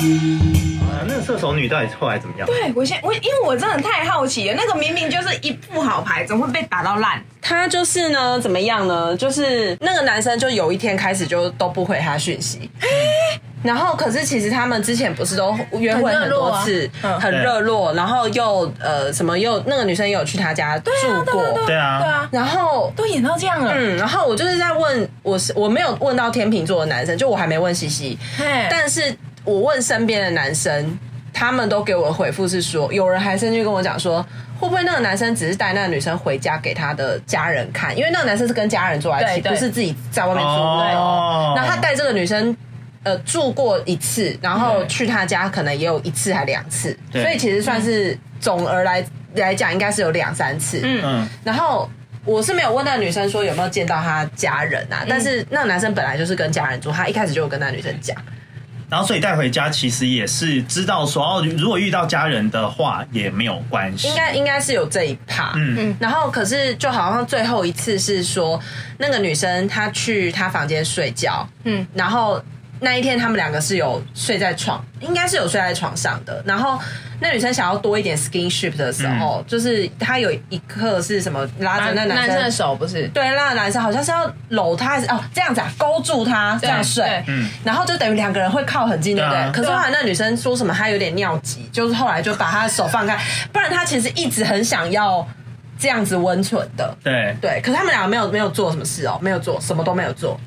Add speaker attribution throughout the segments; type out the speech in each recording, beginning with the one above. Speaker 1: 啊，那个射手女到底后来怎么样？
Speaker 2: 对我现我因为我真的太好奇了，那个明明就是一副好牌，怎么会被打到烂？
Speaker 3: 他就是呢，怎么样呢？就是那个男生就有一天开始就都不回他讯息。然后，可是其实他们之前不是都约会很多次，
Speaker 2: 很热络啊嗯
Speaker 3: 很热络，然后又呃什么又那个女生也有去他家住过，
Speaker 1: 对啊
Speaker 2: 对啊，
Speaker 3: 然后
Speaker 2: 都演到这样了，
Speaker 3: 嗯，然后我就是在问，我是我没有问到天秤座的男生，就我还没问西西，
Speaker 2: 嘿
Speaker 3: 但是我问身边的男生，他们都给我的回复是说，有人还甚至跟我讲说，会不会那个男生只是带那个女生回家给他的家人看，因为那个男生是跟家人住在一
Speaker 2: 对
Speaker 3: 起，
Speaker 2: 对
Speaker 3: 不是自己在外面住的
Speaker 1: 哦
Speaker 3: 哦。那他带这个女生。呃，住过一次，然后去他家可能也有一次还两次，
Speaker 1: 对
Speaker 3: 所以其实算是总而来来讲，应该是有两三次。嗯
Speaker 1: 嗯，
Speaker 3: 然后我是没有问那个女生说有没有见到她家人啊，但是那个男生本来就是跟家人住，他一开始就有跟那女生讲，
Speaker 1: 然后所以带回家其实也是知道说哦，如果遇到家人的话也没有关系
Speaker 3: 应。该应该是有这一趴。
Speaker 1: 嗯，
Speaker 3: 然后可是就好像最后一次是说那个女生她去她房间睡觉，
Speaker 2: 嗯
Speaker 3: 嗯，然后那一天他们两个是有睡在床，应该是有睡在床上的。然后那女生想要多一点 skinship 的时候，就是她有一刻是什么拉着那男
Speaker 2: 啊男
Speaker 3: 生
Speaker 2: 生的手不是，
Speaker 3: 对，那个男生好像是要搂他，还是哦这样子啊，勾住他这样睡
Speaker 2: 对，
Speaker 1: 嗯
Speaker 3: 然后就等于两个人会靠很近，对不
Speaker 1: 对啊
Speaker 3: 对？可是后来那女生说什么，她有点尿急，就是后来就把她的手放开，不然她其实一直很想要这样子温存的，
Speaker 1: 对，
Speaker 3: 对。可是他们两个没有没有做什么事哦，没有做，什么都没有做。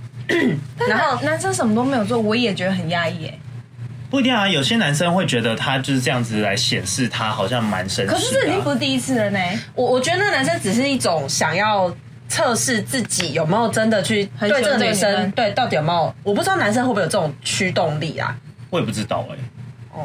Speaker 3: 然后
Speaker 2: 男生什么都没有做，我也觉得很压抑耶。
Speaker 1: 不一定啊。有些男生会觉得他就是这样子来显示他好像蛮绅士的啊。
Speaker 2: 可是这已经不是第一次了呢，
Speaker 3: 我我觉得那个男生只是一种想要。测试自己有没有真的去
Speaker 2: 很
Speaker 3: 对
Speaker 2: 喜
Speaker 3: 这
Speaker 2: 欢这个
Speaker 3: 个女
Speaker 2: 女
Speaker 3: 生，
Speaker 2: 生
Speaker 3: 对到底有没有？我不知道男生会不会有这种驱动力啊？
Speaker 1: 我也不知道哎、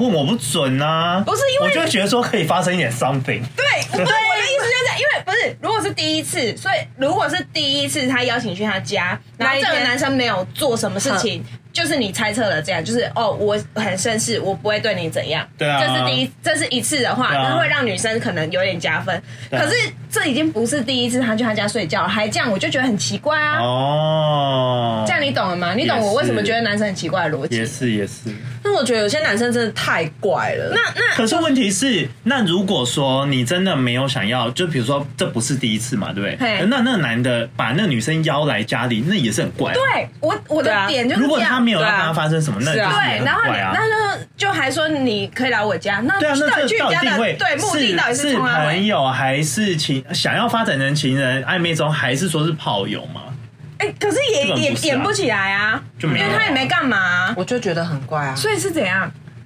Speaker 1: 问我不准啊。
Speaker 2: 不是因为
Speaker 1: 我就会觉得说可以发生一点 something。
Speaker 2: 对，我的意思就是，因为不是，如果是第一次，所以如果是第一次他邀请去他家，然后这个男生没有做什么事情，就是你猜测了这样，就是哦，我很绅士，我不会对你怎样。
Speaker 1: 对啊
Speaker 2: 这是第一，这是一次的话，
Speaker 1: 对啊
Speaker 2: 那会让女生可能有点加分。
Speaker 1: 对啊
Speaker 2: 可是这已经不是第一次他去他家睡觉了，还这样，我就觉得很奇怪啊。
Speaker 1: 哦，
Speaker 2: 这样你懂了吗？你懂我为什么觉得男生很奇怪的逻辑
Speaker 1: 也？是也是。
Speaker 3: 那我觉得有些男生真的太怪了。
Speaker 2: 那那
Speaker 1: 可是问题是，那如果说你真的没有想要，就比如说这不是第一次嘛，对不
Speaker 2: 嘿
Speaker 1: 对？那那个男的把那女生邀来家里，那也是很怪、啊。
Speaker 2: 对我我
Speaker 3: 对
Speaker 2: 的
Speaker 3: 啊
Speaker 2: 点就是这样，
Speaker 1: 如果他没有让
Speaker 3: 对啊
Speaker 1: 他发生什么，那
Speaker 3: 是啊
Speaker 1: 就是也
Speaker 2: 对，然后
Speaker 1: 很
Speaker 2: 你
Speaker 1: 怪啊。
Speaker 2: 那就就还说你可以来我家，那
Speaker 1: 对啊，那
Speaker 2: 到底去
Speaker 1: 这到
Speaker 2: 你
Speaker 1: 底
Speaker 2: 家
Speaker 1: 定
Speaker 2: 的
Speaker 1: 位
Speaker 2: 对目的到底
Speaker 1: 是
Speaker 2: 从哪
Speaker 1: 朋
Speaker 2: 里？
Speaker 1: 友还是情想要发展成情人暧昧中，还是说是炮友嘛？
Speaker 2: 哎，可是也
Speaker 1: 这个
Speaker 2: 也
Speaker 1: 不是啊
Speaker 2: 点不起来啊，
Speaker 1: 就
Speaker 2: 因
Speaker 1: 没有
Speaker 2: 为他也没干嘛啊，
Speaker 3: 我就觉得很怪啊。
Speaker 2: 所以是怎样？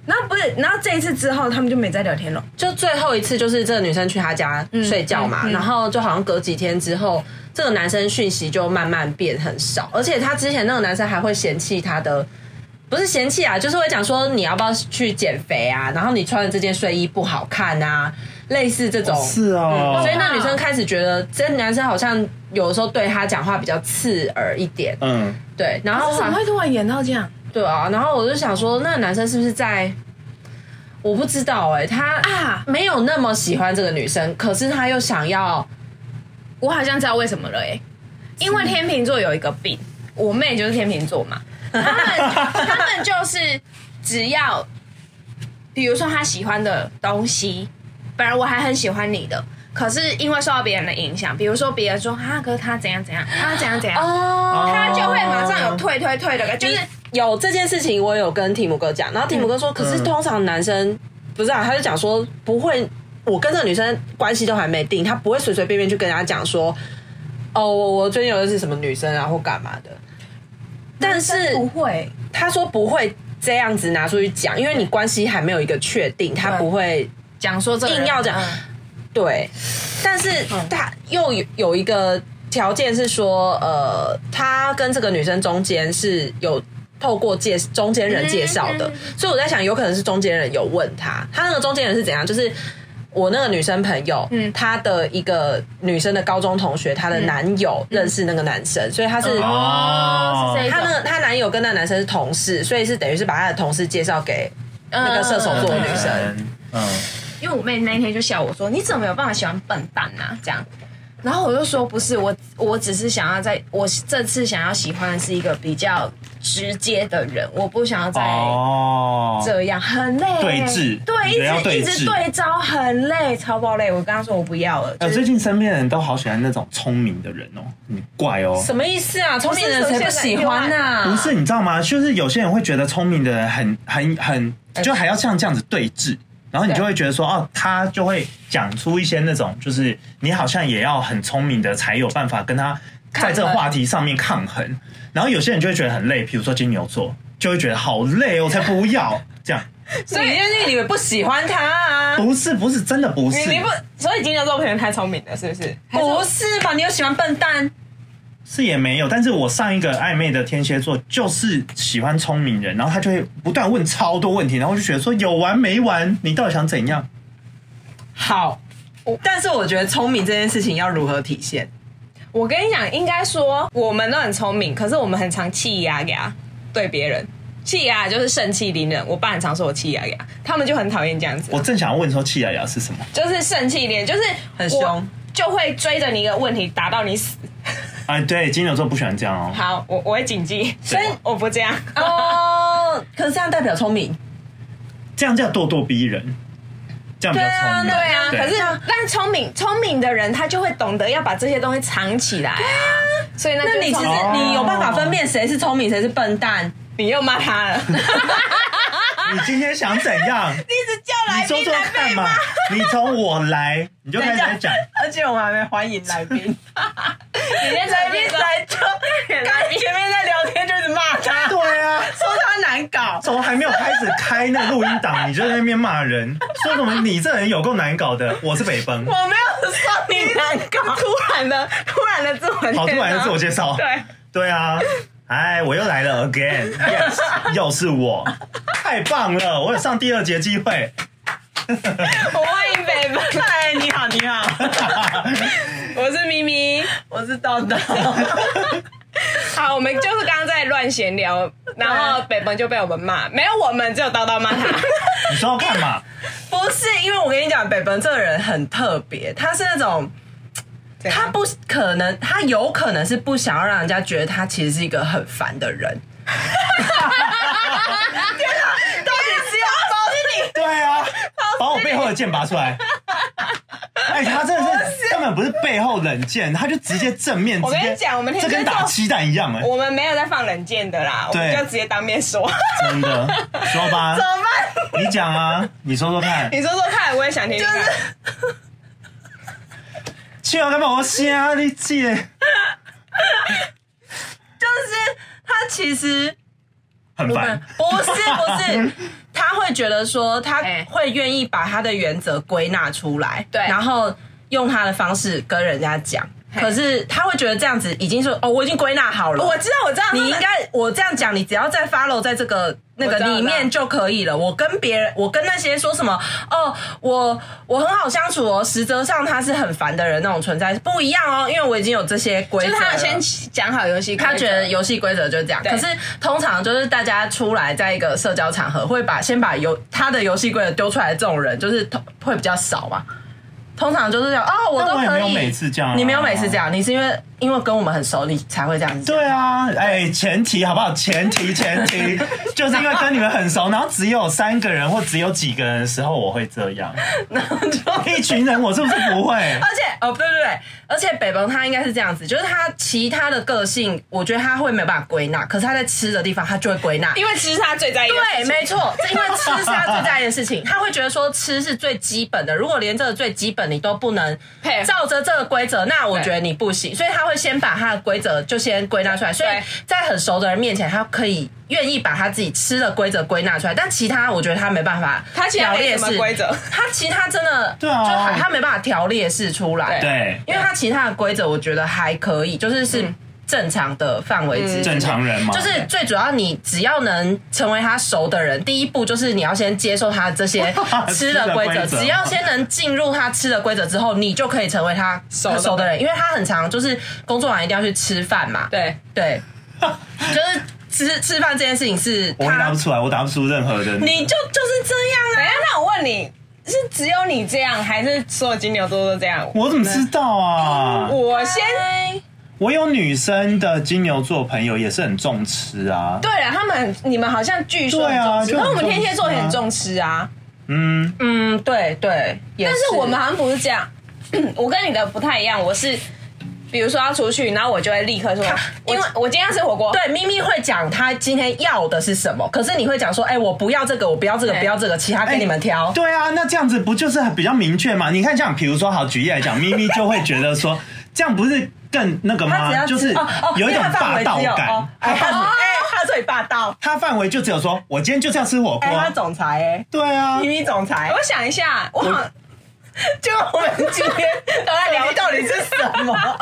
Speaker 2: 然后不是，然后这一次之后他们就没再聊天了。
Speaker 3: 就最后一次，就是这个女生去他家
Speaker 2: 嗯
Speaker 3: 睡觉嘛，然后就好像隔几天之后，这个男生讯息就慢慢变很少，而且他之前那个男生还会嫌弃他的。不是嫌弃啊，就是会讲说你要不要去减肥啊，然后你穿的这件睡衣不好看啊，类似这种。
Speaker 1: 哦
Speaker 2: 啊
Speaker 3: 所以那女生开始觉得这男生好像有的时候对她讲话比较刺耳一点，
Speaker 1: 嗯，
Speaker 3: 对。然后
Speaker 2: 怎么会突然演到这样
Speaker 3: 对啊，然后我就想说，那个男生是不是在？我不知道哎、他
Speaker 2: 啊？
Speaker 3: 没有那么喜欢这个女生，可是他又想要，
Speaker 2: 我好像知道为什么了哎，因为天秤座有一个病，我妹就是天秤座 嘛，他们他们就是只要，比如说他喜欢的东西，本来我还很喜欢你的。可是因为受到别人的影响，比如说别人说啊，可是他怎样怎样，他怎样怎样，
Speaker 3: 哦，
Speaker 2: 他就会马上有退退退的感觉，就是
Speaker 3: 有这件事情，我有跟提姆哥讲，然后提姆哥说，可是通常男生不是啊，他就讲说不会，我跟这个女生关系都还没定，他不会随随便便去跟人家讲说，哦，我我最近有认识什么女生啊，或干嘛的。但是
Speaker 2: 会，
Speaker 3: 他说不会这样子拿出去讲，因为你关系还没有一个确定，他
Speaker 2: 对
Speaker 3: 不会
Speaker 2: 讲说这个人
Speaker 3: 硬要讲
Speaker 2: 嗯
Speaker 3: 对，但是
Speaker 4: 嗯
Speaker 3: 他又有有一个条件是说，呃，他跟这个女生中间是有透过介中间人介绍的，
Speaker 2: 嗯嗯
Speaker 3: 所以我在想，有可能是中间人有问他，他那个中间人是怎样，就是。我那个女生朋友，
Speaker 2: 嗯
Speaker 3: 她的一个女生的高中同学，她的男友
Speaker 4: 嗯
Speaker 3: 认识那个男生，所以她是
Speaker 4: 哦
Speaker 2: 哦，是这一
Speaker 3: 她
Speaker 2: 种
Speaker 3: 那个她男友跟那个男生是同事，所以是等于是把她的同事介绍给
Speaker 2: 嗯
Speaker 3: 那个射手座女生。
Speaker 1: 嗯，
Speaker 2: 因为我妹那一天就笑我说：“你怎么有办法喜欢笨蛋啊？”这样，然后我就说不是，我我只是想要在，我这次想要喜欢的是一个比较直接的人，我不想要再
Speaker 1: 哦，
Speaker 2: 这样，很累、
Speaker 1: 对峙
Speaker 2: 对，
Speaker 1: 你觉得要
Speaker 2: 一直
Speaker 1: 对
Speaker 2: 一
Speaker 1: 峙
Speaker 2: 直对招，很累，超爆累。我跟他说我不要了，
Speaker 1: 哎
Speaker 2: 就
Speaker 1: 我
Speaker 2: 是
Speaker 1: 最近身边的人都好喜欢那种聪明的人哦，很怪哦。
Speaker 4: 什么意思啊？聪明人才不喜欢呐、
Speaker 3: 啊嗯
Speaker 1: 不是，你知道吗？就是有些人会觉得聪明的人很很很，
Speaker 3: 呃
Speaker 1: 就还要像这样子对峙，然后你就会觉得说，哦，他就会讲出一些那种，就是你好像也要很聪明的才有办法跟他在这个话题上面抗衡。然后有些人就会觉得很累，比如说金牛座，就会觉得好累哦，我才不 要这样。
Speaker 4: 所以因为你们不喜欢他啊？
Speaker 1: 不是不是，真的不是
Speaker 3: 你，你不，所以金牛座朋友太聪明了，是不是？哦
Speaker 4: 不是吧？你又喜欢笨蛋？
Speaker 1: 是也没有。但是我上一个暧昧的天蝎座就是喜欢聪明人，然后他就会不断问超多问题，然后我就觉得说有完没完，你到底想怎样？
Speaker 3: 好，但是我觉得聪明这件事情要如何体现？
Speaker 2: 我跟你讲，应该说我们都很聪明，可是我们很常气压呀，对别人。气压就是盛气凌人，我爸很常说我气压呀，他们就很讨厌这样子，
Speaker 1: 我正想问说，气雅雅是什么？
Speaker 2: 就是盛气凌人，就是
Speaker 3: 很凶
Speaker 2: 我就会追着你一个问题打到你死。
Speaker 1: 哎，对，金牛座不喜欢这样哦。
Speaker 2: 好，我我会谨记，所以我不这样。
Speaker 4: 哦，可是这样代表聪明，
Speaker 1: 这样叫咄咄逼人，这样比较聪明。
Speaker 2: 对啊，
Speaker 1: 对
Speaker 2: 可是但聪明聪明的人，他就会懂得要把这些东西藏起来啊。所以那
Speaker 4: 那
Speaker 2: 就是
Speaker 4: 你其实
Speaker 2: 聪
Speaker 1: 哦
Speaker 4: 你有办法分辨谁是聪明，谁是笨蛋？
Speaker 2: 你又骂他了，你
Speaker 1: 你今天想怎 样？你
Speaker 2: 一直叫来
Speaker 1: 说
Speaker 2: 宾
Speaker 1: 说
Speaker 2: 来
Speaker 1: 看
Speaker 2: 被
Speaker 1: 嘛
Speaker 2: 骂。。
Speaker 1: 你从我来，你就开始在 讲。
Speaker 3: 而且我们还没欢迎来 宾，
Speaker 2: 你先
Speaker 3: 来
Speaker 2: 随
Speaker 3: 宾
Speaker 2: 便说，
Speaker 3: 来就刚前面在聊天就一直骂他，说
Speaker 1: 对啊，
Speaker 3: 他难搞。
Speaker 1: 怎么还没有开始开那个录音档，你就在那边骂人，说什么你这人有够难搞的，我是北奔。
Speaker 3: 我没有 说你难搞，
Speaker 2: 突然的突然的自我介绍
Speaker 1: 好，突然就自我介绍。
Speaker 2: 对，
Speaker 1: 对啊，哎，我又来了 again，yes，又是我，太棒了，我有上第二节机会。
Speaker 2: 我欢迎北吧，
Speaker 3: 嗨，你好，你好，
Speaker 2: 我是咪咪。
Speaker 3: 我是豆豆。
Speaker 2: 好，我们就是刚刚在乱闲聊，然后北本就被我们骂，没有我们，只有叨叨骂他。
Speaker 1: 你说干嘛？
Speaker 3: 不是，因为我跟你讲，北本这个人很特别，他是那种他不可能，他有可能是不想要让人家觉得他其实是一个很烦的人。天哪，到底是要
Speaker 1: 对啊，把我背后的剑拔出 来。哎、他真的是根本不是背后冷箭，他就直接正面。
Speaker 2: 我跟你
Speaker 1: 直接
Speaker 2: 讲我们天
Speaker 1: 这
Speaker 2: 蝎
Speaker 1: 跟打
Speaker 2: 座
Speaker 1: 鸡蛋一样哎、
Speaker 2: 我们没有在放冷箭的啦，我们
Speaker 1: 对
Speaker 2: 就直接当面说。
Speaker 1: 真的。说吧，
Speaker 2: 怎么办？
Speaker 1: 你讲啊，你说说看。
Speaker 2: 你说说看，我也想听听看。
Speaker 1: 去啊，干嘛我瞎你姐？
Speaker 3: 就是他其实
Speaker 1: 很烦。
Speaker 3: 不是不是，他会觉得说 他
Speaker 2: 哎
Speaker 3: 会愿意把他的原则归纳出来，
Speaker 2: 对
Speaker 3: 然后用他的方式跟人家讲。
Speaker 2: 嘿
Speaker 3: 可是他会觉得这样子已经说哦，我已经归纳好了，
Speaker 2: 我知道，我知道，
Speaker 3: 你应该，我这样讲，你只要在 follow 在这个那个
Speaker 2: 我知道
Speaker 3: 里面就可以了。我跟别人，我跟那些说什么哦，我我很好相处哦，实则上他是很烦的人那种存在不一样哦，因为我已经有这些规
Speaker 2: 就
Speaker 3: 则
Speaker 2: 是
Speaker 3: 了。
Speaker 2: 他有先讲好游戏规则，
Speaker 3: 他觉得游戏规则就是这样，
Speaker 2: 对
Speaker 3: 可是通常就是大家出来在一个社交场合，会把先把游他的游戏规则丢出来，这种人就是通会比较少嘛。通常就是这样哦，我
Speaker 1: 但
Speaker 3: 都
Speaker 1: 我也
Speaker 3: 可
Speaker 1: 没
Speaker 3: 以。
Speaker 1: 有每次这样啊
Speaker 3: 你没有每次这样，你是因为因为跟我们很熟，你才会这样子。
Speaker 1: 对啊，哎、前提好不好？前提前 提，就是因为跟你们很熟，然后只有三个人或只有几个人的时候，我会这 样。一群人，我是不是不会？
Speaker 3: 而且哦，对对对，而且北鹏他应该是这样子，就是他其他的个性，我觉得他会没办法归纳，可是他在吃的地方他就会归纳。
Speaker 2: 因为吃他最在意的事
Speaker 3: 对，
Speaker 2: 情。
Speaker 3: 没错，这因为吃是他最在意的事情，他会觉得说吃是最基本的，如果连这个最基本你都不能
Speaker 2: 配合
Speaker 3: 照着这个规则，那我
Speaker 2: 对
Speaker 3: 觉得你不行，所以他会先把他的规则就先归纳出来，所以
Speaker 2: 对
Speaker 3: 在很熟的人面前，他可以愿意把他自己吃的规则归纳出来，但其他我觉得他没办法
Speaker 2: 他其他
Speaker 3: 条
Speaker 2: 没
Speaker 3: 列
Speaker 2: 什么
Speaker 3: 式
Speaker 2: 规则，
Speaker 3: 他其他真的
Speaker 1: 对啊
Speaker 3: 就还他没办法条列式出来，
Speaker 2: 对
Speaker 1: 对，
Speaker 3: 因为他其他的规则我觉得还可以，就是是
Speaker 2: 嗯
Speaker 3: 正常的范围之内。
Speaker 1: 嗯正常人嘛，
Speaker 3: 就是最主要，你只要能成为他熟的人，第一步就是你要先接受他这些吃的规
Speaker 1: 吃的规
Speaker 3: 则。
Speaker 1: 则
Speaker 3: 只要先能进入他吃的规则之后，你就可以成为他
Speaker 2: 的
Speaker 3: 熟
Speaker 2: 人
Speaker 3: 熟的人，因为他很常就是工作完一定要去吃饭嘛。
Speaker 2: 对，
Speaker 3: 对，就是吃吃饭这件事情是
Speaker 1: 我会答
Speaker 3: 他
Speaker 1: 不，出来，我答不出任何的。
Speaker 3: 你就就是这样啊。
Speaker 2: 等一下，那我问你，是只有你这样，还是所有金牛座都这样？
Speaker 1: 我怎么知道啊？
Speaker 3: 嗯
Speaker 2: 我先
Speaker 1: 我有女生的金牛座朋友也是很重吃啊。
Speaker 2: 对了，他们你们好像据说
Speaker 1: 对啊
Speaker 2: 很重视
Speaker 1: 就
Speaker 2: 可
Speaker 1: 很
Speaker 2: 是我们
Speaker 1: 重视
Speaker 2: 天蝎座也
Speaker 1: 啊
Speaker 2: 很重吃啊。
Speaker 1: 嗯，
Speaker 3: 嗯，对对，也
Speaker 2: 但是我们好像不是这样， 我跟你的不太一样，我是。比如说要出去，然后我就会立刻说，因为我今天要吃火锅，
Speaker 3: 对咪咪会讲他今天要的是什么，可是你会讲说，哎、我不要这个，我不要这个，
Speaker 2: 对
Speaker 3: 不要这个，其他
Speaker 1: 哎
Speaker 3: 给你们挑。
Speaker 1: 对啊，那这样子不就是比较明确嘛？你看，像比如说，好举例来讲，咪咪就会觉得 说，这样不是更那个
Speaker 3: 他只要
Speaker 1: 吗？
Speaker 3: 吃
Speaker 1: 就是
Speaker 3: 哦哦，
Speaker 1: 有一种
Speaker 3: 因为他范
Speaker 1: 霸
Speaker 3: 围
Speaker 1: 道
Speaker 3: 只有哦
Speaker 1: 感。
Speaker 3: 哎，他哎，他最霸道，
Speaker 1: 他范围就只有说，我今天就是要吃火锅
Speaker 3: 哎，。他总裁哎，
Speaker 1: 对啊
Speaker 3: 咪，咪总裁
Speaker 2: 我，想一下，我好像
Speaker 3: 就我们今天 都在聊到底是什么？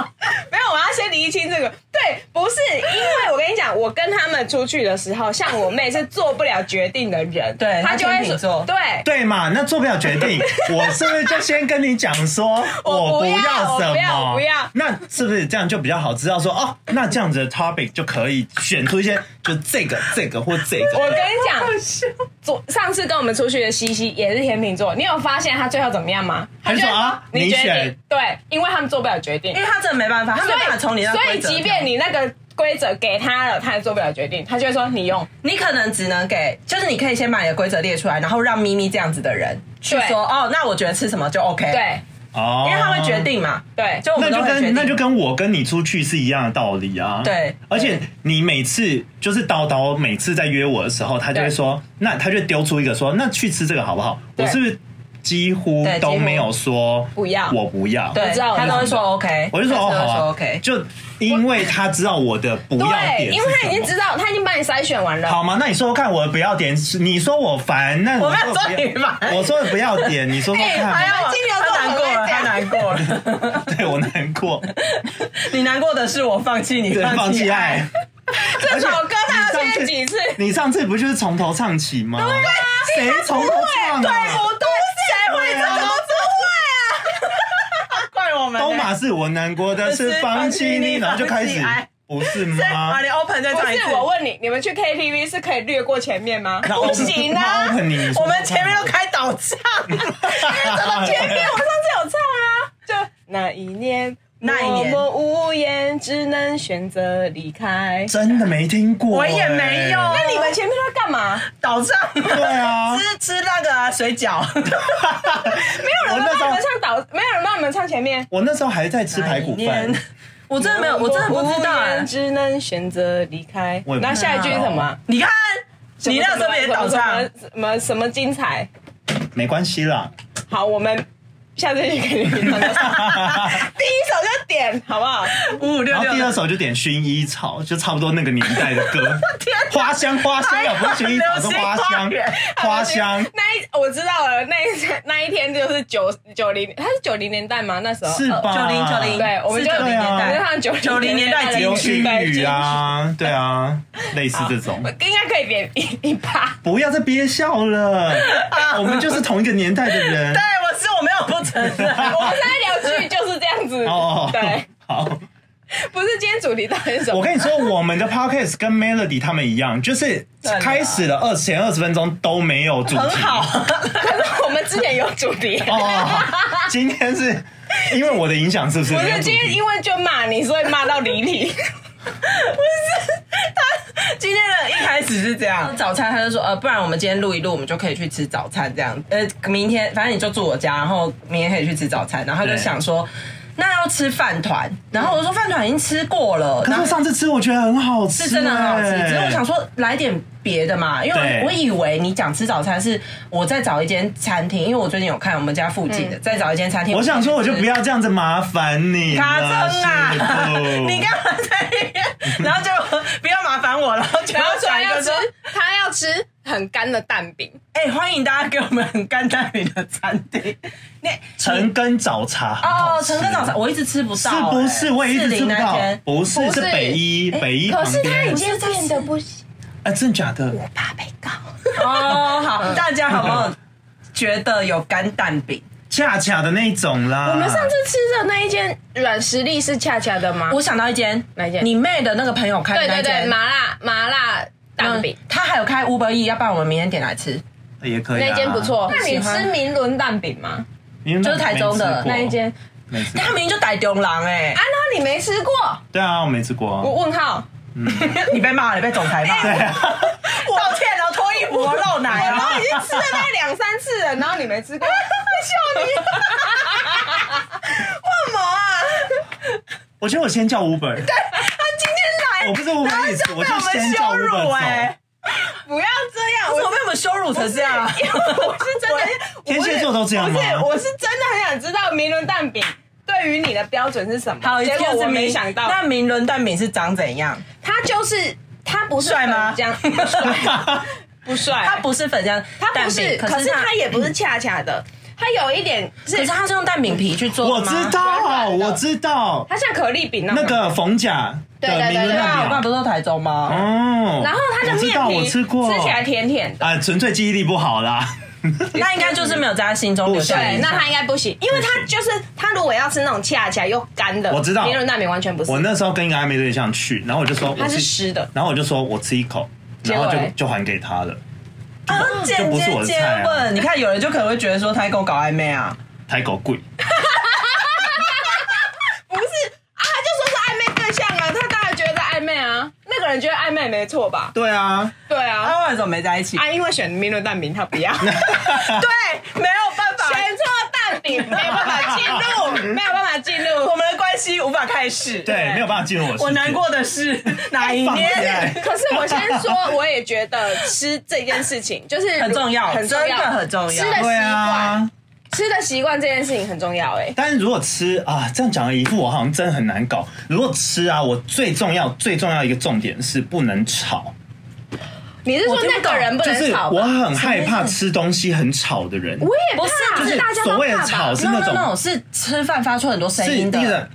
Speaker 2: 没有，我要先厘清这个。对，不是因为我跟你讲，我跟他们出去的时候，像我妹是做不了决定的人，
Speaker 3: 对
Speaker 2: 她
Speaker 3: 她
Speaker 2: 就会
Speaker 3: 天秤
Speaker 2: 说
Speaker 3: 座
Speaker 2: 对，
Speaker 1: 对嘛？那做不了决 定，我是不是就先跟你讲说，
Speaker 2: 我
Speaker 1: 不
Speaker 2: 不要
Speaker 1: 什
Speaker 2: 我不要
Speaker 1: 么？
Speaker 2: 我不要
Speaker 1: 那是不是这样就比较好知道说，哦，那这样子的 topic 就可以选出一些，就这 个、这个或这
Speaker 2: 我
Speaker 1: 个。
Speaker 2: 跟你讲，昨上次跟我们出去的西西也是天秤座，你有发现他最后怎么样吗？
Speaker 1: 他
Speaker 2: 他
Speaker 1: 就
Speaker 2: 就
Speaker 1: 说
Speaker 2: 会
Speaker 1: 啊
Speaker 2: 你
Speaker 1: 你
Speaker 2: 决定
Speaker 1: 选
Speaker 2: 对，因为他们做不了决定
Speaker 3: 因，为他真的没办法，他没
Speaker 2: 所
Speaker 3: 办法
Speaker 2: 以
Speaker 3: 从你那
Speaker 2: 所
Speaker 3: 规
Speaker 2: 以
Speaker 3: 则
Speaker 2: 即便你那个规则给他了，他也做不了决定，他就会说你用。
Speaker 3: 你可能只能给，就是你可以先把你的规则列出来，然后让咪咪这样子的人去
Speaker 2: 对
Speaker 3: 说，哦，那我觉得吃什么就 OK，，
Speaker 2: 对
Speaker 1: 哦，
Speaker 3: 因为他会决。定嘛，
Speaker 2: 对，
Speaker 3: 就我
Speaker 1: 那
Speaker 3: 们
Speaker 1: 就
Speaker 3: 都会决
Speaker 1: 跟
Speaker 3: 定，
Speaker 1: 那就跟我跟你出去是一样的道理啊。
Speaker 3: 对
Speaker 1: 而且你每次就是叨叨，每次在约我的时候，他就会说，那他就丢出一个说，那去吃这个好不好？
Speaker 2: 对
Speaker 1: 我是不是几乎
Speaker 3: 对几乎
Speaker 1: 都没有说
Speaker 2: 不要
Speaker 1: 我不要？
Speaker 3: 对
Speaker 2: 我知道，
Speaker 3: 他都会说 OK，
Speaker 1: 我就说
Speaker 3: 他
Speaker 1: 哦
Speaker 3: 只会
Speaker 1: 好啊
Speaker 3: 说 OK，
Speaker 1: 就因为他知道我的不要
Speaker 2: 对，
Speaker 1: 点是什么，
Speaker 2: 因为他已经知道，哦他已经帮你筛选完了。
Speaker 1: 好吗？那你说说看，我的不要点是，你说我烦，那
Speaker 3: 我没
Speaker 1: 没
Speaker 3: 有说你吧，
Speaker 1: 我说的不要点，你说说
Speaker 3: 哎
Speaker 1: 看，
Speaker 3: 呦
Speaker 2: 金牛座
Speaker 3: 他难过了，
Speaker 2: 很
Speaker 3: 他难 过了，
Speaker 1: 对我难过，
Speaker 3: 你难过的是我放弃你，
Speaker 1: 对，放弃爱。。这
Speaker 2: 这首歌他要听几次？
Speaker 1: 你上次不就是从头唱起吗？对谁从头唱
Speaker 3: 对
Speaker 1: 啊？
Speaker 3: 不对？谁会这么 做会啊？怪我们欸，
Speaker 1: 东马是我难过的是放弃你，然后就开始
Speaker 3: 放弃爱，
Speaker 1: 不是
Speaker 3: 是
Speaker 1: 吗
Speaker 3: 啊，？你 open 再
Speaker 2: 不
Speaker 3: 唱一
Speaker 2: 是
Speaker 3: 次，
Speaker 2: 我问你，你们去 KTV 是可以略过前面吗？
Speaker 1: 那 open-
Speaker 2: 不行啊
Speaker 1: 那！open 你你说
Speaker 3: 我们前面都开导唱，
Speaker 2: 怎
Speaker 1: 哎
Speaker 2: 么前面我上次有唱啊？就那一年，
Speaker 3: 那一年
Speaker 2: 我们无言，只能选择离开。
Speaker 1: 真的没听过，
Speaker 3: 我也没有
Speaker 1: 哎
Speaker 2: 那你们前面都在干嘛？
Speaker 3: 导唱，
Speaker 1: 对啊
Speaker 3: 吃吃那个啊水饺，
Speaker 2: 没有
Speaker 1: 我那
Speaker 2: 人
Speaker 1: 时
Speaker 2: 帮你
Speaker 1: 候
Speaker 2: 们唱导，没有人帮你们唱前面。
Speaker 1: 我那时候还在吃排骨饭，。
Speaker 3: 我真的没有，我真的不知道
Speaker 2: 无
Speaker 3: 哎
Speaker 2: 言。只能选择离开
Speaker 1: 我也。不知道
Speaker 2: 那下一句是什么？
Speaker 3: 你看，你那时候也导唱
Speaker 2: 什，么什么什么精彩？
Speaker 1: 没关系啦。
Speaker 2: 好，我们下次去给你们唱。 第一首就点，好不好？
Speaker 3: 五五六
Speaker 1: 然后
Speaker 3: 六。
Speaker 1: 第二首就点薰衣草，就差不多那个年代的歌。
Speaker 3: 天哪
Speaker 1: 花香，花香啊，不是薰衣草，是花香
Speaker 3: 流 星花园，
Speaker 1: 花香
Speaker 2: 啊那一我知道了，那一那一天就是九九零，他是九零年代吗？那时候
Speaker 1: 是吧？
Speaker 3: 哦九零九零，
Speaker 1: 啊
Speaker 2: 对我们
Speaker 3: 是
Speaker 2: 就
Speaker 3: 九零年
Speaker 2: 我们就
Speaker 3: 代，
Speaker 2: 唱九
Speaker 3: 90年代
Speaker 2: 的
Speaker 1: 流星雨
Speaker 2: 金曲，
Speaker 1: 啊，对啊，类似这种
Speaker 2: 我。应该可以点一一趴。
Speaker 1: 不要再憋笑了，我们就是同一个年代的人
Speaker 3: 对。，我是我没有不承认，
Speaker 2: 我们现在聊剧就是这样子，
Speaker 1: 哦，
Speaker 2: 对，，
Speaker 1: 好。
Speaker 2: 不是今天主题到底是什
Speaker 1: 我
Speaker 2: 么？
Speaker 1: 跟你说，我们的 podcast 跟 Melody 他们一样，就是
Speaker 3: 对啦
Speaker 1: 开始了二前二十分钟都没有主题。
Speaker 3: 很好。
Speaker 2: 可是我们之前有主题。
Speaker 1: 哦，今天是因为我的影响，是不是？
Speaker 2: 不
Speaker 1: 没有
Speaker 2: 是
Speaker 1: 主
Speaker 2: 今
Speaker 1: 题
Speaker 2: 天因为就骂你，所以骂到 离题。
Speaker 3: 今天的一开始是这样， 早餐他就说，呃，不然我们今天录一录，我们就可以去吃早餐这样。呃，明天反正你就住我家，然后明天可以去吃早餐。然后他就
Speaker 1: 对
Speaker 3: 想说，那要吃饭团，然后我说饭团已经吃过了，
Speaker 1: 可
Speaker 3: 然
Speaker 1: 是
Speaker 3: 后
Speaker 1: 我上次吃，我觉得很好吃、
Speaker 3: 是真的很好吃。
Speaker 1: 哎
Speaker 3: 只是我想说来点别的嘛，因为
Speaker 1: 对
Speaker 3: 我我以为你讲吃早餐是我再找一间餐厅，因为我最近有看我们家附近的，再找一间餐厅。
Speaker 1: 嗯我想说，我就不
Speaker 3: 要。
Speaker 1: 要这样子麻烦你了，
Speaker 3: 卡真啊！
Speaker 1: 是不
Speaker 3: 你干嘛在那边？然后就不要麻烦我，然后就
Speaker 2: 然后
Speaker 3: 转
Speaker 2: 他
Speaker 3: 一
Speaker 2: 要
Speaker 3: 个
Speaker 2: 吃
Speaker 3: 说，
Speaker 2: 他要吃很干的蛋饼，
Speaker 3: 哎、欢迎大家给我们很干蛋饼的餐厅。 那
Speaker 1: 陈根早茶很好
Speaker 3: 哦，
Speaker 1: 吃
Speaker 3: 陈哥早餐我一直吃不
Speaker 1: 是
Speaker 3: 到、
Speaker 1: 不
Speaker 3: 哎
Speaker 1: 是？我也一直
Speaker 3: 士
Speaker 1: 吃
Speaker 3: 林
Speaker 1: 不
Speaker 3: 那
Speaker 1: 到
Speaker 3: 天，欸
Speaker 1: 不是
Speaker 2: 不
Speaker 1: 是
Speaker 2: 是
Speaker 1: 北一北一
Speaker 2: 可
Speaker 1: 旁
Speaker 2: 是他已
Speaker 1: 边，
Speaker 2: 经变得不行，
Speaker 1: 哎，真的假的？
Speaker 2: 怕被告。
Speaker 1: 啊
Speaker 3: 哦，
Speaker 2: 嗯
Speaker 3: 好，大家有没有觉得有干蛋饼？
Speaker 1: 恰恰的那一种啦。
Speaker 2: 我们上次吃的那一间软实力是恰恰的吗？
Speaker 3: 我想到一间，
Speaker 2: 嗯哪一间
Speaker 3: 你妹的那个朋友开的
Speaker 2: 对
Speaker 3: 那
Speaker 2: 对对，
Speaker 3: 间
Speaker 2: 麻辣麻辣蛋饼
Speaker 3: 嗯。他还有开 Uber E，要不然我们明天点来吃。
Speaker 1: 也可以、啊。
Speaker 2: 那间不错。哎那你
Speaker 5: 喜欢
Speaker 2: 吃明伦蛋饼吗？
Speaker 1: 因为那
Speaker 3: 就是台中的
Speaker 1: 没吃过
Speaker 2: 那一间啊？
Speaker 1: 没吃过
Speaker 5: 他明明就逮中狼哎、
Speaker 2: 那你没吃过？
Speaker 1: 对啊，我没吃过啊。
Speaker 2: 我问 号。
Speaker 5: 你被骂了，你被总裁 骂，
Speaker 1: 对啊，
Speaker 5: 道歉了，脱衣服露
Speaker 3: 啊
Speaker 5: 奶
Speaker 2: 我
Speaker 5: 了
Speaker 2: 啊已。经吃了大概两三次了，然后你没吃过，笑 你。为什么啊？
Speaker 1: 我觉得我先叫 Uber。对，
Speaker 5: 今天来
Speaker 2: 哦
Speaker 1: 我不是 Uber 意思，
Speaker 5: 被
Speaker 1: 我
Speaker 5: 我
Speaker 1: 就
Speaker 5: 们
Speaker 1: 先叫
Speaker 5: 羞辱
Speaker 1: Uber 走
Speaker 2: 欸
Speaker 5: 哎。、
Speaker 2: 不要这样，
Speaker 5: 我
Speaker 2: 我
Speaker 5: 被我们羞辱成这样啊。
Speaker 2: 因为我是 真的，
Speaker 1: 天蝎座都这样吗
Speaker 2: 不是，我是真的很想知道明伦蛋饼对于你的标准是什么。
Speaker 5: 好，
Speaker 2: 结果
Speaker 5: 就是
Speaker 2: 我
Speaker 5: 明
Speaker 2: 没想到，
Speaker 5: 那明伦蛋饼是长怎样？
Speaker 2: 他就是他不是
Speaker 5: 帅吗
Speaker 2: 粉浆？ 不帅，不帅，
Speaker 5: 它不是粉浆
Speaker 2: 他
Speaker 5: 蛋
Speaker 2: 不
Speaker 5: 饼，
Speaker 2: 是，可
Speaker 5: 是
Speaker 2: 是
Speaker 5: 它
Speaker 2: 他，也不是恰恰的，他有一点是
Speaker 5: 可是，它是用蛋饼皮去做
Speaker 1: 哦 我
Speaker 5: 的吗
Speaker 1: 知道，
Speaker 2: 软软的
Speaker 1: 我知道
Speaker 2: 他像可丽饼那
Speaker 1: 那
Speaker 2: 种。
Speaker 1: 个冯甲
Speaker 2: 对对
Speaker 1: 的
Speaker 2: 对
Speaker 1: 名人
Speaker 2: 对
Speaker 5: 啊
Speaker 1: 那
Speaker 5: 我爸
Speaker 1: 边。
Speaker 5: 不是说台中吗？
Speaker 1: 哦，
Speaker 2: 然后它的
Speaker 1: 我知
Speaker 2: 面
Speaker 1: 道
Speaker 2: 皮
Speaker 1: 我吃过，
Speaker 2: 起来甜甜的。
Speaker 1: 啊，纯粹记忆力不好啦。
Speaker 5: 那应该就是没有在他心中留下
Speaker 1: 不是
Speaker 2: 对，
Speaker 5: 印
Speaker 2: 那
Speaker 5: 象。
Speaker 2: 他应该不行，因为他就是他如果要吃那种恰恰又干的，
Speaker 1: 我知道
Speaker 2: 明伦蛋饼完全不是
Speaker 1: 我，那时候跟一个暧昧对象去，然后我就说我
Speaker 2: 它是
Speaker 1: 吃
Speaker 2: 湿的。
Speaker 1: 然后我就说我吃一口，
Speaker 2: 结
Speaker 1: 然
Speaker 2: 果
Speaker 1: 后就
Speaker 2: 嘞
Speaker 1: 就还给他了。
Speaker 5: 啊，
Speaker 1: 就
Speaker 5: 简
Speaker 1: 不是
Speaker 5: 洁
Speaker 1: 我的
Speaker 5: 接
Speaker 1: 菜啊
Speaker 5: 吻，你看有人就可能会觉得说他在跟我搞暧昧 啊，
Speaker 1: 台狗贵，
Speaker 2: 不是啊，他就说是暧昧对象啊，他当然觉得暧昧啊，那个人觉得暧昧没错吧？
Speaker 1: 对啊，
Speaker 2: 对啊，
Speaker 3: 哦
Speaker 5: 他为什么没在一起？
Speaker 2: 啊，因为选明伦蛋饼他不要，选
Speaker 5: 对，没有办法，
Speaker 2: 错蛋饼没有办法进入， 没有办法进入
Speaker 5: 我。们的关系无法开始。
Speaker 1: 对，没有办法进入我世界。
Speaker 5: 我难过的是哪一
Speaker 1: 放
Speaker 5: 年？
Speaker 1: 下
Speaker 2: 可是我先说，我也觉得吃这件事情就是
Speaker 5: 很重要，
Speaker 2: 很重
Speaker 5: 真
Speaker 2: 要，
Speaker 5: 的很重
Speaker 2: 吃
Speaker 5: 要
Speaker 2: 的。习
Speaker 1: 对
Speaker 2: 惯
Speaker 1: 啊，，
Speaker 2: 吃的习惯这件事情很重要。哎，
Speaker 1: 但是如果吃啊，这样讲的一副我好像真的很难搞。如果吃啊，我最重要最重要一个重点是不能吵，
Speaker 2: 你是说
Speaker 5: 我听
Speaker 2: 那
Speaker 5: 不懂
Speaker 2: 个人不
Speaker 1: 就是
Speaker 2: 能吵
Speaker 1: 我
Speaker 2: 吧？
Speaker 1: 很害怕
Speaker 5: 什么意思
Speaker 1: 吃东西很吵的人。
Speaker 2: 我也
Speaker 5: 不是
Speaker 2: 怕，
Speaker 5: 就是
Speaker 2: 大家都
Speaker 1: 所谓的
Speaker 2: 怕吧
Speaker 1: 吵？是
Speaker 5: no
Speaker 1: 那
Speaker 5: no
Speaker 1: 种
Speaker 5: no，是吃饭发出很多声
Speaker 1: 是
Speaker 5: 音
Speaker 1: 那
Speaker 5: 的。
Speaker 1: 个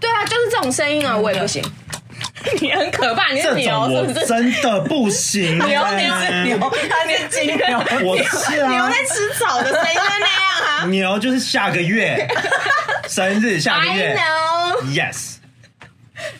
Speaker 2: 对啊，就是这种声音啊，我也不行。 你很可怕，你是
Speaker 1: 这
Speaker 2: 牛
Speaker 1: 种
Speaker 2: 是
Speaker 1: 我
Speaker 2: 不是？
Speaker 1: 真的不行、欸。
Speaker 5: 牛，你是牛，他是金牛。
Speaker 1: 我是
Speaker 2: 牛
Speaker 1: 啊，
Speaker 2: 在吃草的声音就那 样啊。
Speaker 1: 牛就是下 个月生日，下个
Speaker 2: I
Speaker 1: 月
Speaker 2: know，
Speaker 1: yes。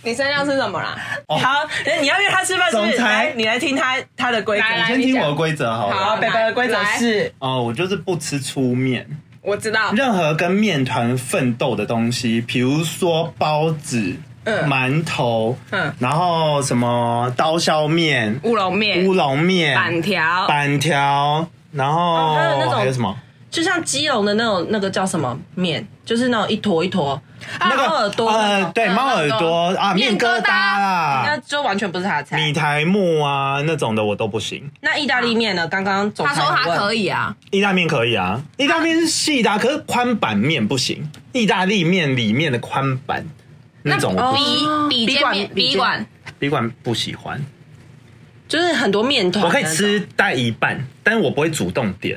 Speaker 2: 你生日要吃什么啦？
Speaker 1: 哦
Speaker 5: 好，那你要约他吃饭是不是？
Speaker 1: 总裁
Speaker 5: 来，你来听他他的规则。
Speaker 2: 来
Speaker 1: 你
Speaker 2: 来
Speaker 1: 先
Speaker 2: 你
Speaker 1: 听
Speaker 2: 讲
Speaker 1: 我的规则好了。
Speaker 2: 好
Speaker 5: 好，北北的规则是
Speaker 1: 哦，我就是不吃粗面，
Speaker 2: 我知道，
Speaker 1: 任何跟面团奋斗的东西，比如说包子、
Speaker 2: 嗯
Speaker 1: 馒头，
Speaker 2: 嗯
Speaker 1: 然后什么刀削面、
Speaker 2: 乌龙面
Speaker 1: 乌、龙面、
Speaker 2: 板条
Speaker 1: 板条，然后、
Speaker 3: 哦还有那种
Speaker 1: 还有什么？
Speaker 3: 就像基隆的那种那个叫什么面，就是那种一坨一坨，
Speaker 1: 啊那
Speaker 3: 猫耳朵那
Speaker 1: 呃，
Speaker 3: 种，
Speaker 1: 对，啊
Speaker 2: 嗯
Speaker 1: 猫耳朵啊，
Speaker 2: 面
Speaker 1: 面
Speaker 2: 疙瘩
Speaker 1: 疙瘩
Speaker 3: 那
Speaker 1: 啦，
Speaker 3: 就完全不是他的
Speaker 1: 米
Speaker 3: 菜。
Speaker 1: 苔木啊那种的我都不行。
Speaker 3: 那意大利面呢？刚刚总裁问
Speaker 2: 以啊，
Speaker 1: 意大利面可以啊，意大利面是细的啊、可是宽板面不行。意大利面里面的宽板那种我不行，
Speaker 3: 哦
Speaker 2: 笔
Speaker 3: 笔
Speaker 2: 笔
Speaker 3: 管
Speaker 2: 管
Speaker 3: 笔
Speaker 2: 笔管，
Speaker 1: 笔管不喜欢。
Speaker 3: 就是很多面团，
Speaker 1: 我可以吃。带一半，但是我不会主动点。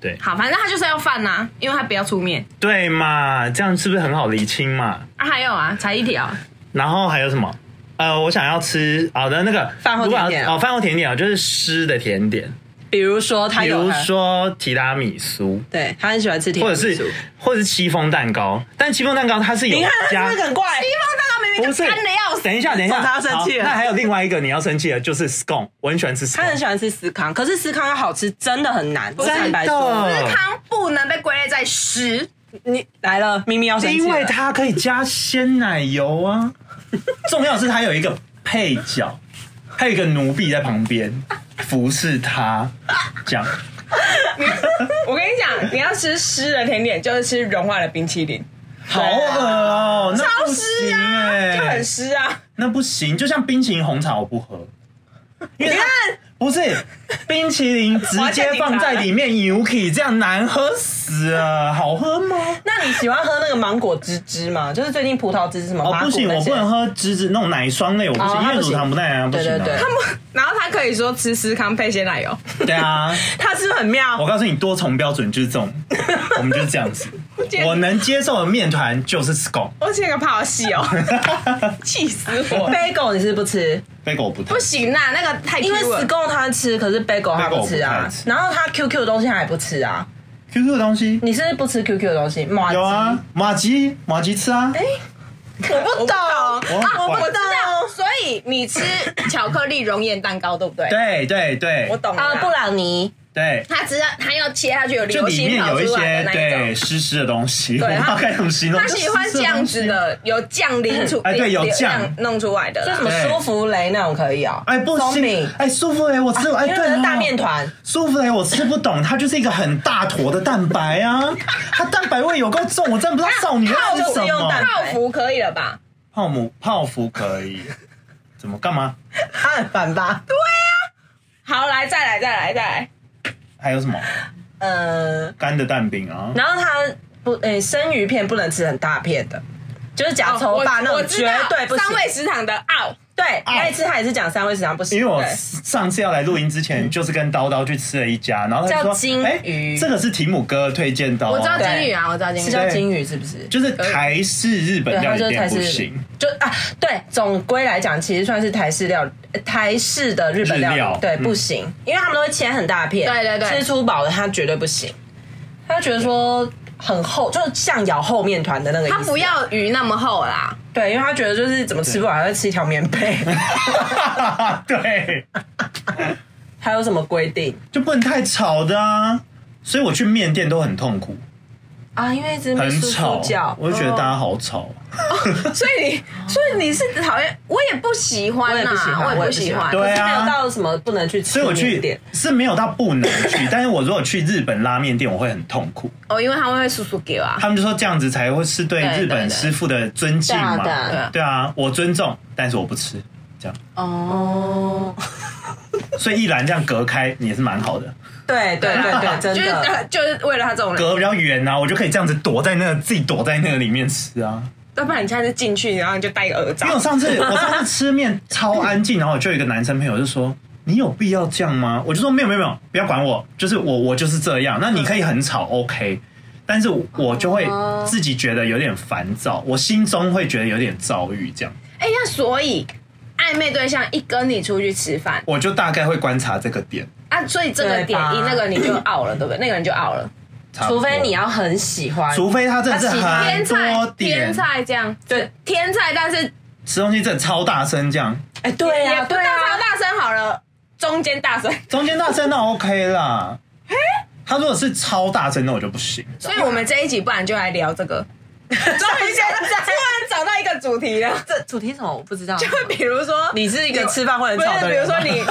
Speaker 1: 对
Speaker 2: 好，反正他就是要饭呐，因为他不要出面。
Speaker 1: 对嘛，这样是不是很好理清嘛？
Speaker 2: 啊，还有啊，才一条，
Speaker 1: 然后还有什么？呃，我想要吃好的那个
Speaker 3: 饭后甜点啊
Speaker 1: 如果要哦，饭后甜点啊，就是湿的甜点，
Speaker 3: 比如说他
Speaker 1: 比
Speaker 3: 有
Speaker 1: 如
Speaker 3: 他，
Speaker 1: 说提拉米苏，
Speaker 3: 对他很喜欢吃甜
Speaker 1: 或者
Speaker 3: 品酥，
Speaker 1: 是或者是戚风蛋糕，但戚风蛋糕它是有
Speaker 5: 你看
Speaker 1: 加
Speaker 5: 他是不是很怪？
Speaker 1: 不是
Speaker 2: 干得要死
Speaker 1: 等一下，等一下，
Speaker 5: 他要生气了
Speaker 1: 好那还有另外一个你要生气的，就是 scone，我很喜欢吃 scone，
Speaker 3: 他很喜欢吃司康，可是司康要好吃真的很难。我坦
Speaker 1: 真
Speaker 3: 白说，
Speaker 1: 的，
Speaker 2: 汤不能被归类在食，
Speaker 3: 你来了，咪咪要生气了，
Speaker 1: 因为它可以加鲜奶油啊。重要的是它有一个配角，还有一个奴婢在旁边服侍他，这样。
Speaker 2: 我跟你讲，你要吃湿的甜点，就是吃融化的冰淇淋，
Speaker 1: 好恶哦、那不
Speaker 2: 湿
Speaker 1: 行哎、
Speaker 2: 就很湿啊。
Speaker 1: 那不行，就像冰淇淋红茶我不喝，因为它不是冰淇淋直接放在里面 Yuki 这样难喝死了，好喝吗？
Speaker 5: 那你喜欢喝那个芒果汁汁 吗？就是最近葡萄汁是什么？
Speaker 1: 哦，
Speaker 5: 麻
Speaker 1: 不
Speaker 5: 古
Speaker 1: 行，
Speaker 5: 那
Speaker 1: 我
Speaker 5: 些
Speaker 1: 不能喝芝芝那种奶霜类，我不行，
Speaker 3: 哦它
Speaker 1: 因
Speaker 3: 不
Speaker 1: 为乳
Speaker 3: 行
Speaker 1: 糖不耐啊，不
Speaker 3: 对
Speaker 1: 行、啊。
Speaker 3: 对对，
Speaker 2: 然后他可以说吃司康配鲜奶油，
Speaker 1: 对啊，
Speaker 5: 它是不是很
Speaker 1: 我
Speaker 5: 妙。
Speaker 1: 告诉你，多重标准就是这 种，我们就是这样子。我能接受的面团就是 scone，
Speaker 2: 我这个泡戏 哦，气死我！
Speaker 3: bagel 你是不吃，
Speaker 1: 那个我不太
Speaker 2: 不。行啦，那个太
Speaker 3: 因为
Speaker 2: Q 了
Speaker 3: 司康他吃，可是 bagel 他不吃
Speaker 1: bagel 我
Speaker 3: 啊
Speaker 1: 不太。吃
Speaker 3: 然后他 QQ 的东西他也不吃啊。
Speaker 1: QQ 的东西
Speaker 3: 你是不是不吃 QQ 的东西？马吉
Speaker 1: 有啊，马吉马吉吃啊，
Speaker 5: 我不懂，
Speaker 1: 我
Speaker 2: 哎啊，
Speaker 1: 我
Speaker 2: 我知道，所 以你吃巧克力熔岩蛋糕对不对？
Speaker 1: 对对对，
Speaker 2: 我懂了
Speaker 3: 啊，布朗尼，
Speaker 1: 对，
Speaker 2: 他知道他要切下去有
Speaker 1: 就
Speaker 2: 流
Speaker 1: 里
Speaker 2: 星
Speaker 1: 面
Speaker 2: 跑
Speaker 1: 有一
Speaker 2: 出来
Speaker 1: 些
Speaker 2: 的那一
Speaker 1: 对
Speaker 2: 种。
Speaker 1: 湿湿的东西，我
Speaker 2: 对
Speaker 1: 不知
Speaker 2: 他
Speaker 1: 道该怎么形容。
Speaker 2: 他喜欢这样子的，有酱淋出，
Speaker 1: 哎对有
Speaker 2: 淋
Speaker 1: 酱
Speaker 2: 淋弄出来的
Speaker 3: 就
Speaker 2: 啦
Speaker 3: 什。么舒芙蕾那种可以哦，
Speaker 1: 哎，不
Speaker 3: 松
Speaker 1: 行
Speaker 3: 饼，，
Speaker 1: 哎，舒芙蕾我
Speaker 2: 啊
Speaker 1: 吃，哎，
Speaker 3: 因为
Speaker 1: 对
Speaker 3: 那
Speaker 1: 哦
Speaker 3: 是大面团，
Speaker 1: 舒芙蕾我吃不懂，它就是一个很大坨的蛋白啊，它蛋白味有够重，我真的不知道少女要
Speaker 2: 泡
Speaker 1: 吃
Speaker 2: 芙
Speaker 1: 什
Speaker 3: 用蛋
Speaker 1: 么
Speaker 3: 白。
Speaker 2: 泡芙可以了吧？
Speaker 1: 泡芙泡芙可以，怎么干嘛？
Speaker 3: 它很烦吧？
Speaker 2: 好，来再来再来再来，
Speaker 1: 还有什么
Speaker 3: 嗯，
Speaker 1: 干的蛋饼啊？
Speaker 3: 然后它不，诶，生鱼片不能吃很大片的，就是假
Speaker 2: 哦
Speaker 3: 头
Speaker 2: 我
Speaker 3: 发那
Speaker 2: 我
Speaker 3: 种
Speaker 2: 知
Speaker 3: 绝
Speaker 2: 道
Speaker 3: 对不
Speaker 2: 三
Speaker 3: 行。
Speaker 2: 味食堂的奥，
Speaker 3: 对，那一次他也是讲三味食堂不
Speaker 1: 啊
Speaker 3: 行，
Speaker 1: 因为我
Speaker 3: 对嗯
Speaker 1: 上次要来录音之前，就是跟叨叨去吃了一家，然后他就
Speaker 3: 叫金
Speaker 1: 说：“哎、
Speaker 3: 鱼
Speaker 1: 这个是提姆哥推荐的、哦，
Speaker 2: 我知道
Speaker 3: 对
Speaker 2: 金鱼啊，我知道金
Speaker 3: 是
Speaker 2: 鱼
Speaker 1: 嗯对。
Speaker 3: 叫金鱼是不是？
Speaker 1: 就是台式日本
Speaker 3: 对，
Speaker 1: 料
Speaker 3: 它就
Speaker 1: 理
Speaker 3: 是台
Speaker 1: 店不
Speaker 3: 式
Speaker 1: 行，，
Speaker 3: 就啊，对，总归来讲，其实算是台式料理，呃台式的日本料理，
Speaker 1: 日料
Speaker 3: 对，
Speaker 1: 嗯
Speaker 3: 不行，因为他们都会切很大片，
Speaker 2: 对对对
Speaker 3: 吃粗饱的他绝对不行，他觉得说很厚，就是像咬厚面团的那个意思，
Speaker 2: 他不要鱼那么厚啦，
Speaker 3: 对，因为他觉得就是怎么吃不饱，还要吃一条棉被，
Speaker 1: 对，
Speaker 3: 还有什么规定
Speaker 1: 就不能太吵的啊。所以我去面店都很痛苦，
Speaker 3: 啊？因为一直被
Speaker 1: 很
Speaker 3: 叔
Speaker 1: 吵
Speaker 3: 叔叫，，
Speaker 1: 我就觉得大家好吵。
Speaker 3: 哦
Speaker 2: 所以你所以你是讨厌，我也不喜欢
Speaker 3: 我也不喜
Speaker 2: 呐，
Speaker 3: 欢，
Speaker 2: 也
Speaker 3: 我
Speaker 2: 不
Speaker 3: 也
Speaker 2: 喜欢，
Speaker 1: 对
Speaker 3: 可是没
Speaker 1: 啊
Speaker 3: 有到什么不能去吃，
Speaker 1: 所以我去
Speaker 3: 点，
Speaker 1: 是没有到不能去，但是我如果去日本拉面店，我会很痛苦。
Speaker 2: 哦，因为他们会叔叔给啊，
Speaker 1: 他们就说这样子才会是对
Speaker 2: 对
Speaker 1: 日
Speaker 2: 对
Speaker 1: 本
Speaker 2: 对
Speaker 1: 师傅的尊敬嘛
Speaker 3: 对啊对
Speaker 2: 啊，
Speaker 1: 对啊，我尊重，但是我不吃，这样。
Speaker 3: 哦，
Speaker 1: 所以一栏这样隔开也是蛮好的，
Speaker 3: 对对对对，
Speaker 2: 就
Speaker 3: 真
Speaker 2: 是
Speaker 3: 的。
Speaker 2: 呃就是为了他这种人，
Speaker 1: 隔比较远啊，我就可以这样子躲在那个自己躲在那个里面吃啊。
Speaker 2: 要不然你下次进去，然后你就戴一个耳罩
Speaker 1: 因为，我上次我上次吃面超安静，然后我就有一个男生朋友就说：“你有必要这样吗？”我就说：“没有没有没有，不要管我，就是我我就是这样。那你可以很吵，OK，但是我就会自己觉得有点烦躁，我心中会觉得有点躁郁，这样
Speaker 2: 哎、那所以暧昧对象一跟你出去吃饭
Speaker 1: 我就大概会观察这个点。
Speaker 2: 啊，所以这个
Speaker 3: 对
Speaker 2: 点
Speaker 3: 吧
Speaker 2: 一那个你就 out 了，对不对？那个人就 out 了。
Speaker 1: 差不
Speaker 3: 除
Speaker 1: 多
Speaker 3: 非你，要很喜欢，
Speaker 1: 除非他真的是
Speaker 2: 天
Speaker 1: 很多
Speaker 2: 菜，天
Speaker 1: 点，
Speaker 2: 菜这样，
Speaker 3: 对
Speaker 2: 天菜，但是
Speaker 1: 吃东西真的超大声，这样
Speaker 3: 哎，对
Speaker 2: 也
Speaker 3: 呀，
Speaker 2: 不
Speaker 3: 对
Speaker 2: 要
Speaker 3: 呀
Speaker 2: 超，大声好了，中间大声。
Speaker 1: 中间大声那 OK 啦。他如果是超大声的，我就不行。
Speaker 2: 所以我们这一集不然就来聊这个，终于现在突然找到一个主题了，
Speaker 3: 这主题什么我不知道。
Speaker 2: 就比如说
Speaker 3: 你是一个吃饭会很
Speaker 2: 不
Speaker 3: 吵
Speaker 2: 是，
Speaker 3: 的
Speaker 2: 比如
Speaker 3: 人
Speaker 2: 说
Speaker 3: 吗，
Speaker 2: 你你有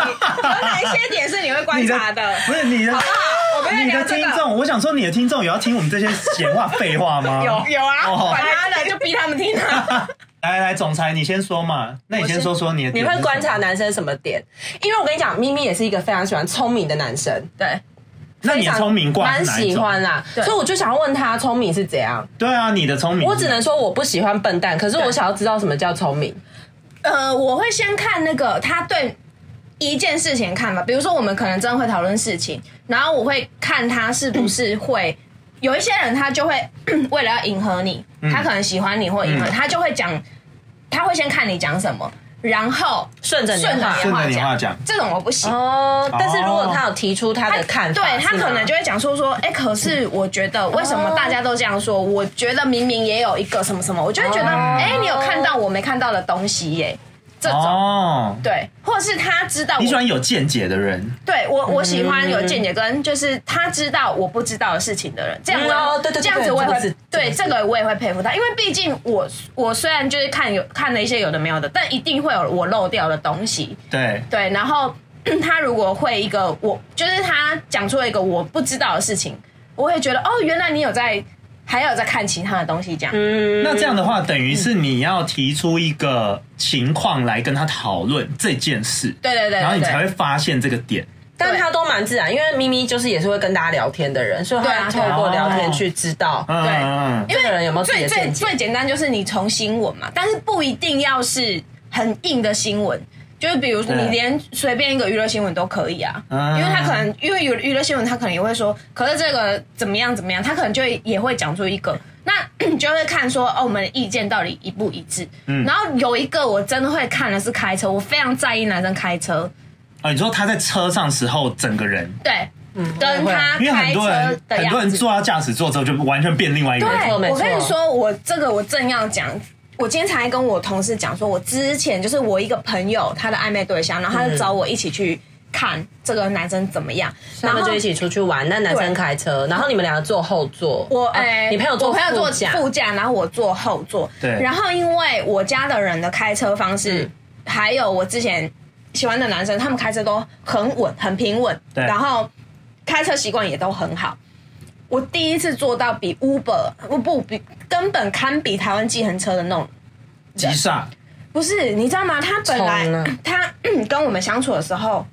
Speaker 2: 哪一些点是你会观
Speaker 1: 你
Speaker 2: 察的？
Speaker 1: 不是你的，
Speaker 2: 好不好？我们在
Speaker 1: 你
Speaker 2: 聊
Speaker 1: 的
Speaker 2: 这
Speaker 1: 听
Speaker 2: 个。
Speaker 1: 众，我想说，你的听众有要听我们这些闲话废话吗？
Speaker 2: 有有啊，
Speaker 1: 哦
Speaker 2: 管他的，就逼他们听 啊。
Speaker 1: 来来，总裁，你先说嘛。那你先说说你的
Speaker 3: 你
Speaker 1: 点是什么，
Speaker 3: 会观察男生什么点？因为我跟你讲，咪咪也是一个非常喜欢聪明的男生，
Speaker 2: 对，
Speaker 1: 那你的聪明挂
Speaker 3: 蛮喜欢啦，
Speaker 2: 对
Speaker 3: 所以我就想要问他聪明是怎样。
Speaker 1: 对啊，你的聪明，
Speaker 3: 我只能说我不喜欢笨蛋，可是我想要知道什么叫聪明。
Speaker 2: 呃，我会先看那个他对一件事情的看法，比如说我们可能真的会讨论事情，然后我会看他是不是会。有一些人他就会 为了要迎合你，他可能喜欢你或迎合你，
Speaker 1: 嗯
Speaker 2: 他就会讲，他会先看你讲什么，然后
Speaker 3: 顺着你的
Speaker 2: 顺着
Speaker 3: 话
Speaker 2: 你
Speaker 1: 顺着
Speaker 2: 的
Speaker 1: 你话
Speaker 2: 话
Speaker 1: 讲
Speaker 2: 讲，这种我不行。
Speaker 3: 哦，但是如果他有提出他的看法，
Speaker 2: 对他
Speaker 3: 是吗
Speaker 2: 可能就会讲说说，哎、可是我觉得为什么大家都这样说？我觉得明明也有一个什么什么，我就会觉得，
Speaker 3: 哦
Speaker 2: 哎、你有看到我没看到的东西耶、这种、
Speaker 1: 哦，
Speaker 2: 对，或者是他知道我
Speaker 1: 你喜欢有见解的人，
Speaker 2: 对
Speaker 3: 嗯
Speaker 2: 我我喜欢有见解跟就是他知道我不知道的事情的人，这样我
Speaker 3: 嗯哦对对对
Speaker 2: 这样子我也
Speaker 3: 这个
Speaker 2: 会
Speaker 3: 是
Speaker 2: 对
Speaker 3: 这
Speaker 2: 这个我也会佩服他，因为毕竟我我虽然就是看有看了一些有的没有的，但一定会有我漏掉的东西。
Speaker 1: 对，
Speaker 2: 对，然后嗯他如果会一个我，就是他讲出了一个我不知道的事情，我会觉得哦，原来你有在，还有在看其他的东西，这样、
Speaker 3: 嗯
Speaker 1: 那这样的话，等于是你要提出一个情况来跟他讨论这件事，
Speaker 2: 对对对对
Speaker 1: 然后你才
Speaker 2: 对
Speaker 1: 会发现这个点。
Speaker 3: 但他都蛮自然，因为咪咪就是也是会跟大家聊天的人，所以他
Speaker 2: 对
Speaker 3: 透
Speaker 2: 啊
Speaker 3: 过聊天去知道
Speaker 1: 嗯
Speaker 2: 对啊
Speaker 1: 嗯嗯
Speaker 2: 因为
Speaker 3: 这个人有没有自
Speaker 2: 最
Speaker 3: 己的
Speaker 2: 最
Speaker 3: 见解
Speaker 2: 最简单就是你从新闻嘛，但是不一定要是很硬的新闻。就是比如说，
Speaker 1: 对
Speaker 2: 你连随便一个娱乐新闻都可以啊，
Speaker 1: 嗯
Speaker 2: 因为他可能因为娱娱乐新闻，他可能也会说，可是这个怎么样怎么样，他可能就会也会讲出一个，那 你就会看说哦，我们的意见到底一不一致。
Speaker 1: 嗯
Speaker 2: 然后有一个我真的会看的是开车，我非常在意男生开车，
Speaker 1: 啊，你说他在车上时候整个人，
Speaker 2: 对，跟他
Speaker 1: 嗯因为
Speaker 2: 开
Speaker 1: 很多
Speaker 2: 车
Speaker 1: 人很
Speaker 2: 的
Speaker 1: 多
Speaker 2: 样
Speaker 1: 人
Speaker 2: 子。
Speaker 1: 坐到驾驶座之后就完全变另外一个人。
Speaker 3: 没错没
Speaker 2: 对，
Speaker 3: 错
Speaker 2: 我跟你说，我这个我正要讲，我今天才跟我同事讲说，我之前就是我一个朋友，他的暧昧对象，然后他就找我一起去看这个男生怎么样，
Speaker 3: 他
Speaker 2: 然后
Speaker 3: 们就一起出去玩，那男生开车，然后你们两个坐后座。
Speaker 2: 我
Speaker 3: 啊
Speaker 2: 哎、
Speaker 3: 你朋友坐
Speaker 2: 我朋友坐
Speaker 3: 副驾，
Speaker 2: 副驾，然后我坐后座。
Speaker 1: 对
Speaker 2: 然后因为我家的人的开车方式，
Speaker 3: 嗯
Speaker 2: 还有我之前喜欢的男生，他们开车都很稳、很平稳，
Speaker 1: 对
Speaker 2: 然后开车习惯也都很好。我第一次做到比 Uber 不不比根本堪比台湾计程车的那种，
Speaker 1: 急刹，
Speaker 2: 不是你知道吗？他本来
Speaker 3: 冲了
Speaker 2: 他跟我们相处的时候，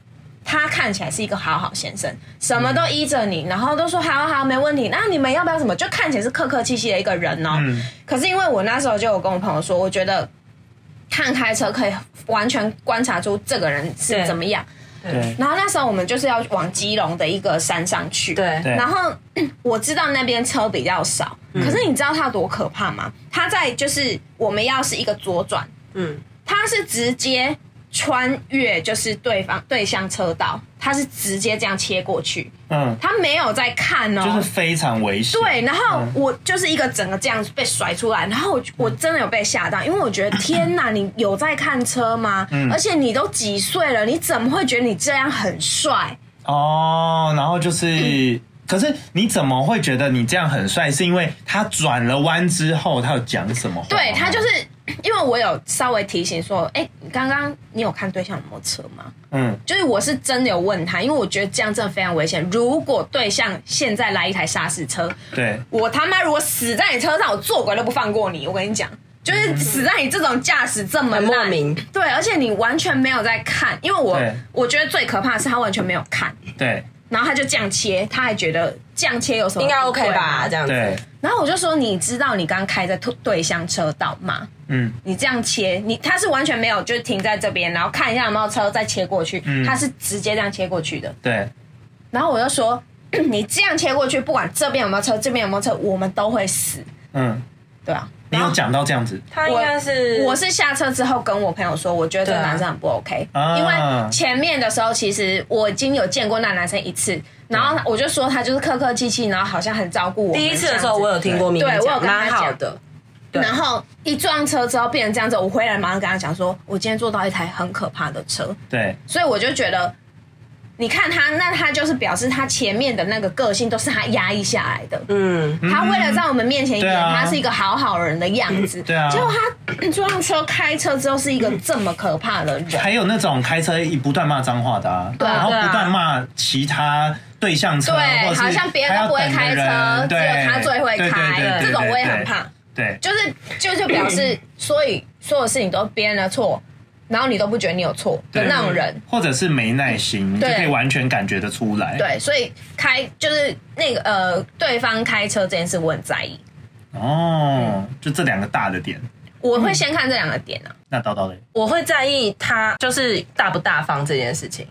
Speaker 2: 他看起来是一个好好先生，什么都依着你，然后都说好好没问题。那你们要不要什么？就看起来是客客气气的一个人哦。
Speaker 1: 嗯，
Speaker 2: 可是因为我那时候就有跟我朋友说，我觉得看开车可以完全观察出这个人是
Speaker 3: 对
Speaker 2: 怎么样。
Speaker 1: 对
Speaker 2: 然后那时候我们就是要往基隆的一个山上去，
Speaker 3: 对
Speaker 1: 对
Speaker 2: 然后嗯我知道那边车比较少，
Speaker 3: 嗯
Speaker 2: 可是你知道它多可怕吗？它在就是我们要是一个左转，
Speaker 3: 嗯，
Speaker 2: 它是直接穿越就是对方对向车道，它是直接这样切过去，
Speaker 1: 嗯，
Speaker 2: 它没有在看哦，
Speaker 1: 就是非常危险。
Speaker 2: 对，然后
Speaker 1: 嗯
Speaker 2: 我就是一个整个这样被甩出来，然后我我真的有被吓到，因为我觉得天哪，你有在看车吗？
Speaker 1: 嗯
Speaker 2: 而且你都几岁了，你怎么会觉得你这样很帅？
Speaker 1: 哦，然后
Speaker 2: 嗯
Speaker 1: 就是，可是你怎么会觉得你这样很帅？是因为他转了弯之后，他有讲什么话吗？
Speaker 2: 对他就是因为我有稍微提醒说，哎、你刚刚你有看对象有没有车吗？
Speaker 1: 嗯，
Speaker 2: 就是我是真的有问他，因为我觉得这样真的非常危险。如果对象现在来一台沙士车，
Speaker 1: 对，
Speaker 2: 我他妈如果死在你车上，我做鬼都不放过你。我跟你讲，就是死在你这种驾驶这么
Speaker 3: 很
Speaker 2: 烂
Speaker 3: 莫名。
Speaker 2: 对，而且你完全没有在看，因为我
Speaker 1: 对
Speaker 2: 我觉得最可怕的是他完全没有看，
Speaker 1: 对，
Speaker 2: 然后他就这样切，他还觉得这样切有什么
Speaker 3: 应该 OK
Speaker 2: 不对啊吗
Speaker 3: 吧？这样
Speaker 1: 对
Speaker 3: 子，，
Speaker 2: 然后我就说，你知道你刚开在对对向车道吗？
Speaker 1: 嗯，
Speaker 2: 你这样切，你他是完全没有，就是停在这边，然后看一下有没有车再切过去，
Speaker 1: 嗯
Speaker 2: 他是直接这样切过去的。
Speaker 1: 对，
Speaker 2: 然后我就说， 你这样切过去，不管这边有没有车，这边有没有车，我们都会死，
Speaker 1: 嗯，
Speaker 2: 对啊。
Speaker 1: 你
Speaker 2: 然
Speaker 1: 有
Speaker 2: 后
Speaker 1: 讲到这样子，
Speaker 3: 他应该是
Speaker 2: 我是下车之后跟我朋友说，我觉得这个男生很不 OK，、
Speaker 1: 啊
Speaker 2: 因为前面的时候其实我已经有见过那男生一次，然后我就说他就是客客气气，然后好像很照顾我们
Speaker 3: 第一次的时候，我有听过明明
Speaker 2: 对我有
Speaker 3: 讲，
Speaker 2: 跟他
Speaker 3: 蛮好
Speaker 2: 讲
Speaker 3: 的，
Speaker 2: 这样子然后一撞车之后变成这样子，我回来马上跟他讲说，我今天坐到一台很可怕的车，
Speaker 1: 对，
Speaker 2: 所以我就觉得。你看他，那他就是表示他前面的那个个性都是他压抑下来的，
Speaker 3: 嗯，
Speaker 2: 他为了在我们面前
Speaker 1: 对
Speaker 2: 演
Speaker 1: 啊
Speaker 2: 他是一个好好人的样子，
Speaker 1: 对啊
Speaker 2: 结果他坐上车开车之后是一个这么可怕的人，
Speaker 1: 还有那种开车一不断骂脏话的啊，然后
Speaker 3: 对啊
Speaker 1: 不断骂其他对象车，或
Speaker 2: 对，啊
Speaker 1: 者是
Speaker 2: 好像别人都不会开
Speaker 1: 还要
Speaker 2: 车，
Speaker 1: 等
Speaker 2: 只
Speaker 1: 的人
Speaker 2: 有他最会
Speaker 1: 对对对
Speaker 2: 开，
Speaker 1: 对
Speaker 2: 这种我也很
Speaker 1: 对
Speaker 2: 怕。
Speaker 1: 对，
Speaker 2: 就是就是表示，所以 所有事情都别人的错，然后你都不觉得你有错的
Speaker 1: 对
Speaker 2: 那种人。
Speaker 1: 或者是没耐心，就
Speaker 2: 对
Speaker 1: 可以完全感觉得出来。
Speaker 2: 对，所以开就是那个呃，对方开车这件事我很在意，
Speaker 1: 哦，就这两个大的点。
Speaker 2: 我会先看这两个点啊。
Speaker 1: 那叨叨嘞，
Speaker 3: 我会在意他就是大不大方这件事情，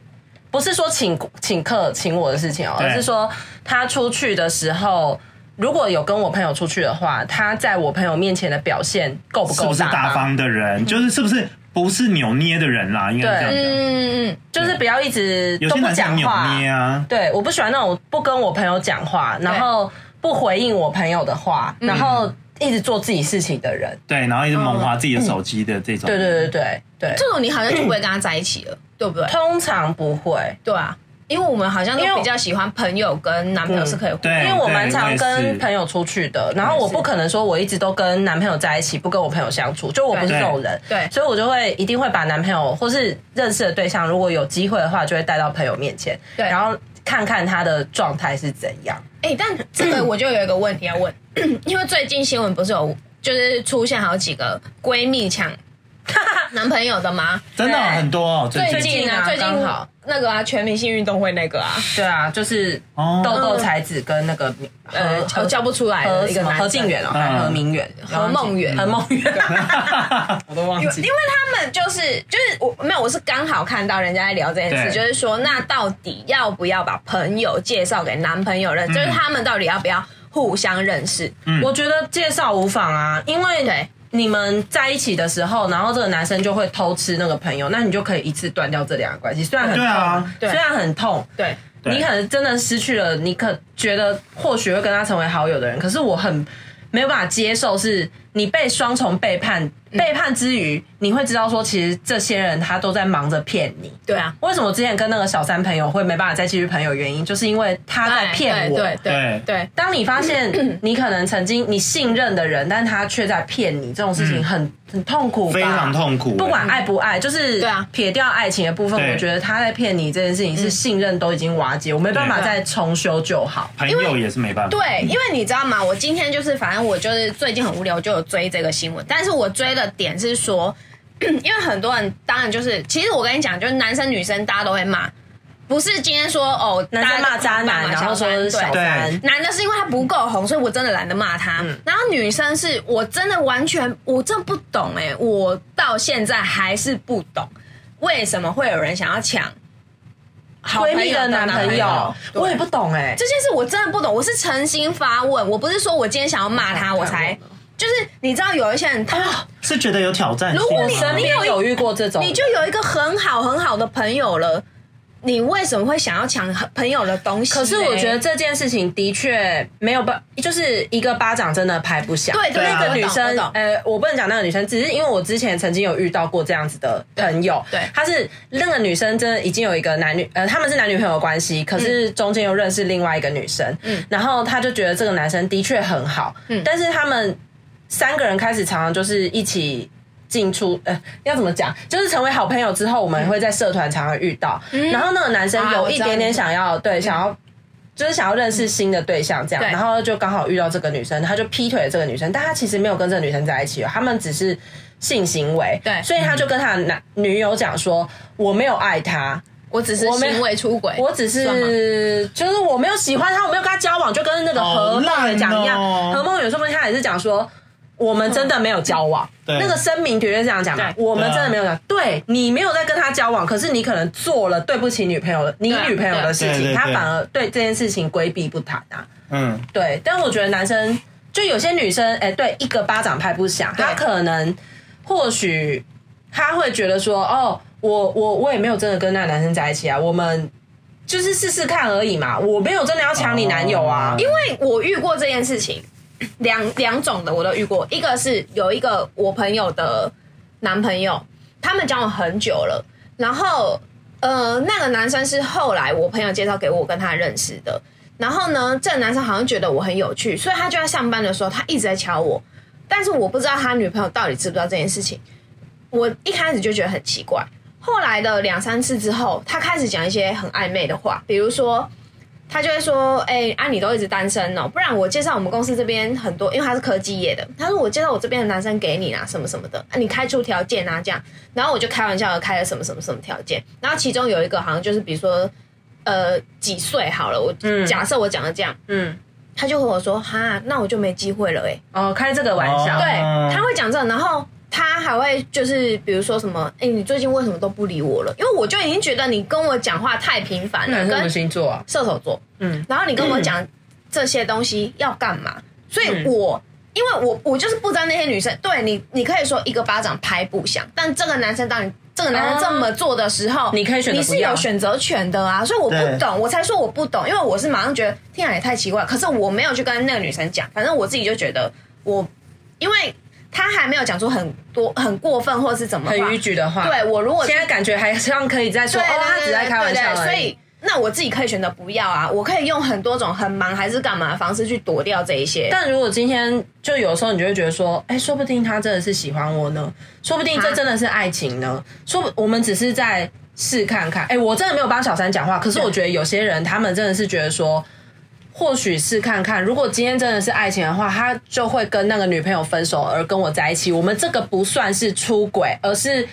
Speaker 3: 不是说请请客请我的事情哦，
Speaker 1: 对
Speaker 3: 而是说他出去的时候，如果有跟我朋友出去的话，他在我朋友面前的表现够不
Speaker 1: 是不
Speaker 3: 够
Speaker 1: 是大
Speaker 3: 方？
Speaker 1: 方的人，就是是不是不是扭捏的人啦？应该是这样讲。
Speaker 2: 嗯嗯
Speaker 3: 就是不要一直
Speaker 1: 有
Speaker 3: 都
Speaker 1: 些
Speaker 3: 不
Speaker 1: 男生
Speaker 3: 讲
Speaker 1: 扭
Speaker 3: 话。
Speaker 1: 捏啊，
Speaker 3: 对，我不喜欢那种不跟我朋友讲话，然后不回应我朋友的话，然后一直做自己事情的人。
Speaker 1: 对，然后一直猛划自己的手机的
Speaker 2: 嗯
Speaker 1: 这种。
Speaker 3: 对对对对对，
Speaker 2: 这种你好像就不会跟他在一起了，对不对？
Speaker 3: 通常不会。
Speaker 2: 对啊，因为我们好像
Speaker 3: 因为
Speaker 2: 都
Speaker 3: 我
Speaker 2: 比较喜欢朋友跟男朋友是可以互
Speaker 1: 对
Speaker 3: 因为我蛮
Speaker 1: 对我
Speaker 3: 常
Speaker 1: 也
Speaker 3: 跟
Speaker 1: 是
Speaker 3: 朋友出去的，然后我不可能说我一直都跟男朋友在一起，不跟我朋友相处，就我不是
Speaker 1: 对
Speaker 3: 这种人，
Speaker 2: 对
Speaker 3: 所以我就会一定会把男朋友或是认识的对象，如果有机会的话，就会带到朋友面前，
Speaker 2: 对
Speaker 3: 然后看看他的状态是怎样。
Speaker 2: 哎、但这个我就有一个问题要问， 因为最近新闻不是有就是出现好几个闺蜜抢 男朋友的吗？
Speaker 1: 真的哦
Speaker 3: 对
Speaker 1: 很多哦，最
Speaker 2: 最
Speaker 1: 近
Speaker 2: 近 啊，最
Speaker 3: 最
Speaker 2: 近
Speaker 3: 近啊刚好
Speaker 2: 那个啊，全明星运动会那个啊，
Speaker 3: 对啊，就是
Speaker 1: 哦
Speaker 3: 豆豆才子跟那个
Speaker 2: 呃，
Speaker 3: 呃
Speaker 2: 我叫不出来
Speaker 3: 何
Speaker 2: 的一
Speaker 3: 什
Speaker 2: 个
Speaker 3: 么
Speaker 2: 男
Speaker 3: 何
Speaker 2: 生
Speaker 3: 靖远哦，
Speaker 1: 嗯
Speaker 3: 还何明远、
Speaker 2: 何梦远
Speaker 3: 何梦远， 我都忘
Speaker 2: 因为
Speaker 3: 记
Speaker 2: 因。为他们就是就是我没有，我是刚好看到人家在聊这件事，
Speaker 1: 对
Speaker 2: 就是说那到底要不要把朋友介绍给男朋友认识，
Speaker 1: 嗯
Speaker 2: 就是他们到底要不要互相认识？
Speaker 1: 嗯
Speaker 3: 我觉得介绍无妨啊，因为
Speaker 2: 对
Speaker 3: 你们在一起的时候，然后这个男生就会偷吃那个朋友，那你就可以一次断掉这两个关系，虽然很
Speaker 1: 对
Speaker 3: 痛，
Speaker 1: 啊
Speaker 2: 对
Speaker 3: 虽然很痛。
Speaker 2: 对，
Speaker 1: 对
Speaker 3: 你可能真的失去了，你可觉得或许会跟他成为好友的人，可是我很没有办法接受，是你被双重背叛，
Speaker 2: 嗯
Speaker 3: 背叛之余，你会知道说，其实这些人他都在忙着骗你。
Speaker 2: 对啊，
Speaker 3: 为什么我之前跟那个小三朋友会没办法再继续朋友？原因就是因为他在骗我。
Speaker 2: 哎对对
Speaker 1: 对
Speaker 2: 对
Speaker 3: 当你发现你可能曾经你信任的人，但他却在骗你，这种事情很、很痛苦，
Speaker 1: 非常。痛苦、
Speaker 3: 不管爱不爱，就是
Speaker 2: 对啊
Speaker 3: 撇掉爱情的部分，
Speaker 1: 对
Speaker 3: 我觉得他在骗你这件事情是信任都已经瓦解，我没办法
Speaker 1: 对
Speaker 3: 再重修就好。
Speaker 1: 朋友也是没办法。
Speaker 2: 对，因为你知道吗？我今天就是，反正我就是最近很无聊，就有追这个新闻。但是我追的点是说， 因为很多人当然就是，其实我跟你讲，就是男生女生大家都会骂，不是今天说哦，
Speaker 3: 男生骂渣
Speaker 2: 大家
Speaker 3: 男，
Speaker 2: 就
Speaker 3: 然后说是小
Speaker 2: 对。
Speaker 3: 三
Speaker 1: 对，
Speaker 2: 男的是因为他不够红，所以我真的懒得骂他。然后女生是我真的完全我真的不懂哎、我到现在还是不懂为什么会有人想要抢好
Speaker 3: 闺
Speaker 2: 朋
Speaker 3: 蜜
Speaker 2: 友
Speaker 3: 的男朋
Speaker 2: 朋
Speaker 3: 友，
Speaker 2: 对
Speaker 3: 我也不懂哎、
Speaker 2: 这件事我真的不懂，我是诚心发问，我不是说我今天想要骂他，我才就是你知道有一些人他，
Speaker 3: 哦
Speaker 1: 是觉得有挑战性吗。
Speaker 2: 如果你
Speaker 3: 身边有遇过这种，
Speaker 2: 你就有一个很好很好的朋友了，你为什么会想要抢朋友的东西呢？
Speaker 3: 可是我觉得这件事情的确没有办，就是一个巴掌真的拍不响。
Speaker 2: 对对
Speaker 1: 那个
Speaker 2: 我懂
Speaker 3: 女生
Speaker 2: 我懂，
Speaker 3: 呃，我不能讲那个女生，只是因为我之前曾经有遇到过这样子的朋友，
Speaker 2: 对对
Speaker 3: 她是那个女生真的已经有一个男女，呃，他们是男女朋友关系，可是
Speaker 2: 嗯
Speaker 3: 中间又认识另外一个女生，嗯，然后她就觉得这个男生的确很好，嗯，但是他们三个人开始常常就是一起进出，呃，要怎么讲？就是成为好朋友之后，我们会在社团常常遇到。然后那个男生
Speaker 2: 嗯啊
Speaker 3: 有
Speaker 2: 我
Speaker 3: 一
Speaker 2: 知道
Speaker 3: 点点
Speaker 2: 你嗯
Speaker 3: 想要，对，想要。就是想要认识新的对象，这样，
Speaker 2: 对
Speaker 3: 然后就刚好遇到这个女生，他就劈腿了这个女生，但他其实没有跟这个女生在一起哦，他们只是性行为，
Speaker 2: 对
Speaker 3: 所以他就跟他的男女友讲说，我没有爱他，
Speaker 2: 我只是
Speaker 3: 我没
Speaker 2: 行为出轨，
Speaker 3: 我只
Speaker 2: 算吗
Speaker 3: 是就是我没有喜欢他，我没有跟他交往，就跟那个何梦远讲一样
Speaker 1: 好烂哦，
Speaker 3: 何梦远说不定他也是讲说。我们真的没有交往，
Speaker 1: 对
Speaker 3: 那个声明的确是这样讲嘛。
Speaker 2: 嗯对啊
Speaker 3: 我们真的没有讲，对你没有在跟他交往，可是你可能做了对不起女朋友的你
Speaker 2: 对啊
Speaker 3: 女朋友的事
Speaker 1: 对
Speaker 3: 情，
Speaker 1: 对
Speaker 3: 他
Speaker 1: 对
Speaker 3: 反而对这件事情规避不谈啊。
Speaker 1: 嗯，
Speaker 3: 对，但我觉得男生就有些女生，哎、对，一个巴掌拍不响，
Speaker 2: 对
Speaker 3: 她可能或许她会觉得说，哦，我我我也没有真的跟那个男生在一起啊，我们就是试试看而已嘛，我没有真的要抢你男友啊，
Speaker 1: 因
Speaker 2: 因为我遇过这件事情， 两两种的我都遇过，一个是有一个我朋友的男朋友，他们交往很久了，然后呃，那个男生是后来我朋友介绍给我跟他认识的，然后呢，这个男生好像觉得我很有趣，所以他就在上班的时候，他一直在敲我，但是我不知道他女朋友到底知不知道这件事情，我一开始就觉得很奇怪。后来的两三次之后，他开始讲一些很暧昧的话，比如说，他就会说：“哎、啊，你都一直单身哦，不然我介绍我们公司这边很多，因为他是科技业的。他说我介绍我这边的男生给你啊，什么什么的，啊、你开出条件啊，这样。然后我就开玩笑的开了什么什么什么条件，然后其中有一个好像就是比如说，呃，几岁好了，我、假设我讲的这样，
Speaker 3: 嗯，
Speaker 2: 他就和我说：哈，那我就没机会了、欸，
Speaker 3: 哦，开这个玩笑，
Speaker 1: 哦
Speaker 2: 对
Speaker 1: 嗯，
Speaker 2: 他会讲这，然后他还会就是比如说什么，哎、你最近为什么都不理我了？因为我就已经觉得你跟我讲话太频繁了，
Speaker 3: 男生什
Speaker 2: 跟
Speaker 3: 么星座啊？
Speaker 2: 射手座，
Speaker 3: 嗯
Speaker 2: 嗯，然后你跟我 讲这些东西要干嘛？所以我、因为我我就是不知道那些女生，对你，你可以说一个巴掌拍不响，但这个男生当你这个男生这么做的时候，
Speaker 3: 哦你可以选择
Speaker 2: 你
Speaker 3: 不
Speaker 2: 是
Speaker 3: 要
Speaker 2: 有选择权的啊，所以我
Speaker 1: 对
Speaker 2: 不懂，我才说我不懂，因为我是马上觉得天啊也太奇怪了，可是我没有去跟那个女生讲，反正我自己就觉得我因为。他还没有讲出很多很过分或是怎么
Speaker 3: 很
Speaker 2: 话
Speaker 3: 逾矩的话，
Speaker 2: 对我如果
Speaker 3: 现在感觉还像可以再说，哦，
Speaker 2: 对对
Speaker 3: 他只是在开玩笑而
Speaker 2: 对对
Speaker 3: 已，
Speaker 2: 所以那我自己可以选择不要啊，我可以用很多种很忙还是干嘛的方式去躲掉这一些。
Speaker 3: 但如果今天就有时候你就会觉得说，哎、说不定他真的是喜欢我呢，说不定这
Speaker 2: 啊
Speaker 3: 真的是爱情呢，说不我们只是在试看看。哎、我真的没有帮小三讲话，可是我觉得有些人他们真的是觉得说，或许试看看，如果今天真的是爱情的话，他就会跟那个女朋友分手而跟我在一起。我们这个不算是出轨，而是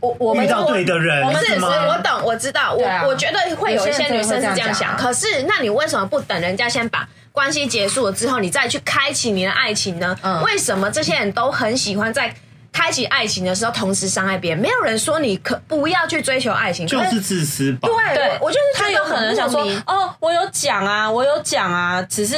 Speaker 3: 我我
Speaker 1: 嗯
Speaker 3: 们
Speaker 1: 遇到
Speaker 3: 我
Speaker 1: 对的人
Speaker 3: 我们
Speaker 2: 是，
Speaker 1: 是
Speaker 2: 是
Speaker 1: 吗
Speaker 2: 我懂，我知道，我、
Speaker 3: 啊
Speaker 2: 我觉得会有一些女生是
Speaker 3: 有些人真的
Speaker 2: 这
Speaker 3: 会这样
Speaker 2: 样
Speaker 3: 讲啊
Speaker 2: 想。可是，那你为什么不等人家先把关系结束了之后，你再去开启你的爱情呢？
Speaker 3: 嗯
Speaker 2: 为什么这些人都很喜欢在开启爱情的时候同时伤害别人？没有人说你可不要去追求爱情，
Speaker 1: 就
Speaker 2: 可
Speaker 1: 是自私吧。啊
Speaker 2: 对，
Speaker 3: 对，
Speaker 2: 我我就是
Speaker 3: 他有可能想说，哦，我有讲啊，我有讲啊，只是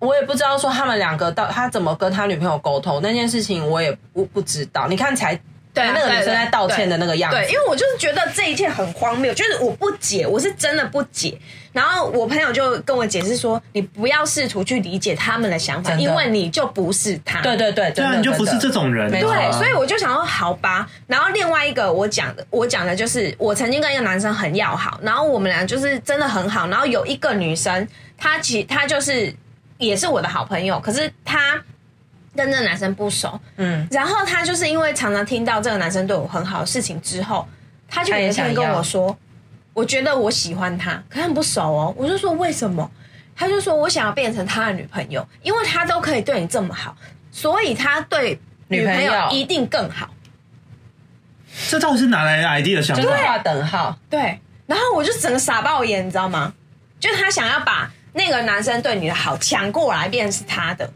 Speaker 3: 我也不知道说他们两个到他怎么跟他女朋友沟通那件事情，我也不不知道。你看才
Speaker 2: 对啊
Speaker 3: 那个女生
Speaker 2: 对对
Speaker 3: 在道歉的那个样子
Speaker 2: 对，因为我就是觉得这一切很荒谬，就是我不解，我是真的不解。然后我朋友就跟我解释说，你不要试图去理解他们的想法，
Speaker 3: 真的
Speaker 2: 因为你就不是他。
Speaker 3: 对对对，
Speaker 1: 对
Speaker 3: 真
Speaker 1: 啊，
Speaker 3: 的
Speaker 1: 你就不是这。种人，
Speaker 3: 没错
Speaker 2: 对，
Speaker 3: 啊
Speaker 2: 所以我就想说，好吧。然后另外一个我讲的，我讲的就是我曾经跟一个男生很要好，然后我们俩就是真的很好。然后有一个女生，她其她就是也是我的好朋友，可是她跟这个男生不熟。
Speaker 3: 嗯，
Speaker 2: 然后她就是因为常常听到这个男生对我很好的事情之后，她就
Speaker 3: 她也
Speaker 2: 有一
Speaker 3: 想
Speaker 2: 天
Speaker 3: 要
Speaker 2: 跟我说，我觉得我喜欢他，可是很不熟哦。我就说为什么？她就说我想要变成他的女朋友，因为他都可以对你这么好，所以他对女朋
Speaker 3: 女
Speaker 2: 友
Speaker 3: 朋友
Speaker 2: 一定更好。
Speaker 1: 这到底是哪来的 idea 想
Speaker 3: 就是
Speaker 2: 啊
Speaker 1: 法？
Speaker 3: 画等号，
Speaker 2: 对，然后我就整个傻爆眼，你知道吗？就是他想要把那个男生对你的好抢过来，变成是他的。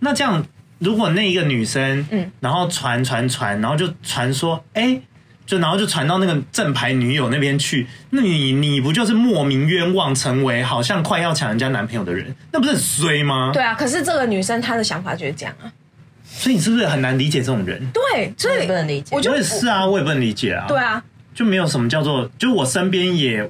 Speaker 1: 那这样，如果那一个女生，
Speaker 2: 嗯
Speaker 1: 然后传传传，然后就传说，哎，就然后就传到那个正牌女友那边去，那你你不就是莫名冤枉，成为好像快要抢人家男朋友的人，那不是很衰吗？
Speaker 2: 对，啊，可是这个女生她的想法就是这样啊。
Speaker 1: 所以你是不是很难理解这种人？
Speaker 2: 对，所
Speaker 3: 我
Speaker 2: 以
Speaker 3: 也不能理解
Speaker 2: 我就
Speaker 1: 我也是啊，我也不能理解啊。
Speaker 2: 对啊，
Speaker 1: 就没有什么叫做，就我身边也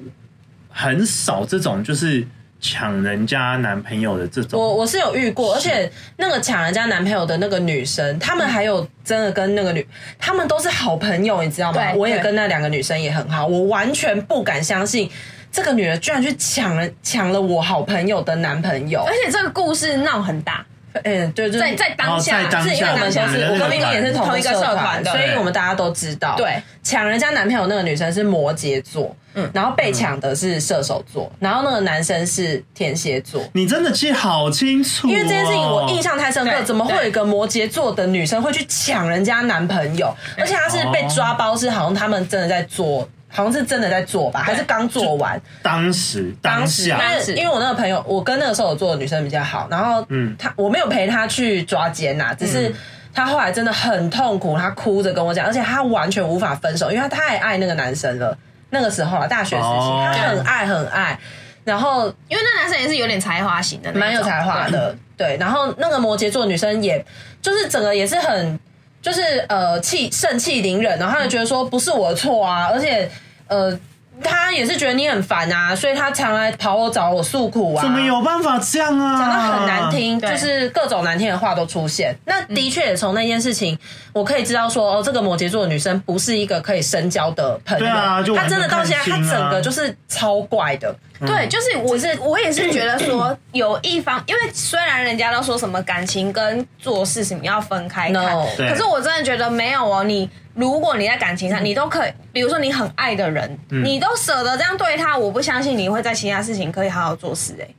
Speaker 1: 很少这种就是抢人家男朋友的这种。
Speaker 3: 我我是有遇过，而
Speaker 1: 是
Speaker 3: 且那个抢人家男朋友的那个女生，他们还有真的跟那个女，他们都是好朋友，你知道吗？
Speaker 2: 对
Speaker 3: 我也
Speaker 2: 对
Speaker 3: 跟那两个女生也很好，我完全不敢相信这个女的居然去抢了抢了我好朋友的男朋友
Speaker 2: 而。且这个故事闹很大，
Speaker 3: 嗯，对，就是
Speaker 2: 在在当
Speaker 1: 哦
Speaker 2: 下
Speaker 1: 在当
Speaker 2: 是因为
Speaker 1: 下
Speaker 2: 我
Speaker 3: 我
Speaker 2: 们
Speaker 1: 当
Speaker 3: 们都
Speaker 1: 下
Speaker 2: 都
Speaker 3: 是，
Speaker 2: 是
Speaker 1: 人家
Speaker 3: 我跟
Speaker 1: 那
Speaker 3: 冰
Speaker 1: 个
Speaker 3: 冰也是同
Speaker 2: 同一个社团
Speaker 3: 团
Speaker 2: 的
Speaker 3: 所以我们大家都知道。
Speaker 2: 对，
Speaker 3: 抢人家男朋友那个女生是摩羯座，嗯，然后被抢的是射手座，然后那个男生是天蝎座。
Speaker 1: 你真的记好清楚、哦，
Speaker 3: 因为这件事情我印象太深刻，
Speaker 2: 对
Speaker 3: 怎么会有一个摩羯座的女生会去抢人家男朋友？而且她是被抓包，是好像他们真的在做，好像是真的在做吧，还是刚做完？
Speaker 1: 当时当
Speaker 3: 时，
Speaker 1: 下
Speaker 3: 但
Speaker 2: 当时
Speaker 3: 是因为我那个朋啊友，我跟那个射手座的女生比较好，然后
Speaker 1: 嗯
Speaker 3: 她我没有陪她去抓奸呐、只是她后来真的很痛苦，她哭着跟我讲，而且她完全无法分手，因为她太爱那个男生了。那个时候啊，大学时期，
Speaker 1: 哦
Speaker 3: 她很爱很爱，然后
Speaker 2: 因为那男生也是有点才华型的那种，
Speaker 3: 蛮有才华的，对。然后那个摩羯座女生也，就是整个也是很，就是呃气盛气凌人，然后她就觉得说不是我的错啊，而且呃她也是觉得你很烦啊，所以她常来跑我找我诉苦啊，
Speaker 1: 怎么有办法这样啊？
Speaker 3: 讲到很难，听，
Speaker 2: 对
Speaker 3: 就是各种难听的话都出现。那的确也从那件事情，我可以知道说，哦，这个摩羯座的女生不是一个可以深交的朋友，
Speaker 1: 对啊就
Speaker 3: 她真的到现在，
Speaker 1: 完全
Speaker 3: 她
Speaker 1: 看清啊
Speaker 3: 整个就是超怪的，
Speaker 1: 嗯
Speaker 2: 对，就是我是我也是觉得说，有一方，因为虽然人家都说什么感情跟做事情要分开看
Speaker 3: No
Speaker 1: 对
Speaker 2: 可是我真的觉得没有哦。你如果你在感情上，你都可以，比如说你很爱的人，
Speaker 1: 嗯
Speaker 2: 你都舍得这样对他，我不相信你会在其他事情可以好好做事、欸。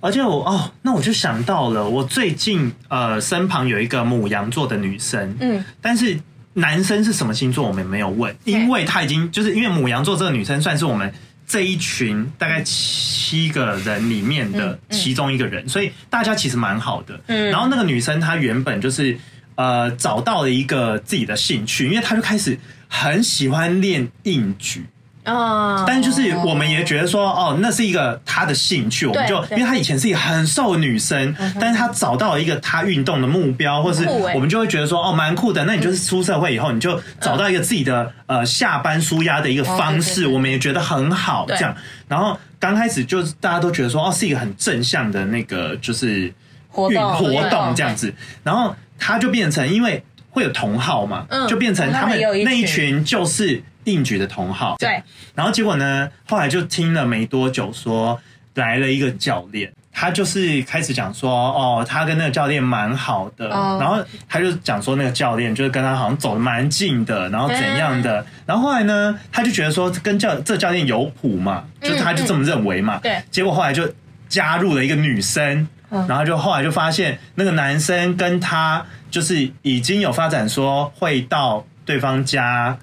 Speaker 1: 而且我哦，那我就想到了，我最近呃身旁有一个母羊座的女生，
Speaker 2: 嗯，
Speaker 1: 但是男生是什么星座我们没有问，因为他已经就是因为母羊座这个女生算是我们这一群大概七个人里面的其中一个人，所以大家其实蛮好的。嗯，然后那个女生她原本就是呃找到了一个自己的兴趣，因为她就开始很喜欢练硬举。
Speaker 3: 哦
Speaker 2: 啊、
Speaker 1: 但就是我们也觉得说，哦，那是一个她的兴趣，我们就因
Speaker 2: 对嗯
Speaker 1: 为她以前是一个很瘦的女生，但是她找到了一个她运动的目标，或是
Speaker 2: 酷欸
Speaker 1: 我们就会觉得说，哦，蛮酷的。那你就是出社会以后，你就找到一个自己的呃下班舒压的一个方
Speaker 2: 哦
Speaker 1: 式，我们也觉得很好，这样。然后刚开始就是大家都觉得说，哦，是一个很正向的那个就是
Speaker 3: 活
Speaker 1: 运
Speaker 3: 动
Speaker 1: 活动这样子，然后她就变成因为会有同好嘛，
Speaker 2: 嗯
Speaker 1: 就变成他
Speaker 3: 他
Speaker 1: 们
Speaker 3: 们有一
Speaker 1: 那一
Speaker 3: 群
Speaker 1: 群就是硬举的同好，
Speaker 2: 对，
Speaker 1: 然后结果呢，后来就听了没多久说来了一个教练，他就是开始讲说，哦，他跟那个教练蛮好的，
Speaker 3: 哦
Speaker 1: 然后他就讲说那个教练就是跟他好像走的蛮近的，然后怎样的，然后后来呢，他就觉得说跟教这教练有谱嘛，就是他
Speaker 3: 嗯
Speaker 1: 就这么认为嘛，
Speaker 2: 对
Speaker 1: 结果后来就加入了一个女生，
Speaker 3: 嗯
Speaker 1: 然后就后来就发现那个男生跟他就是已经有发展说会到对方家。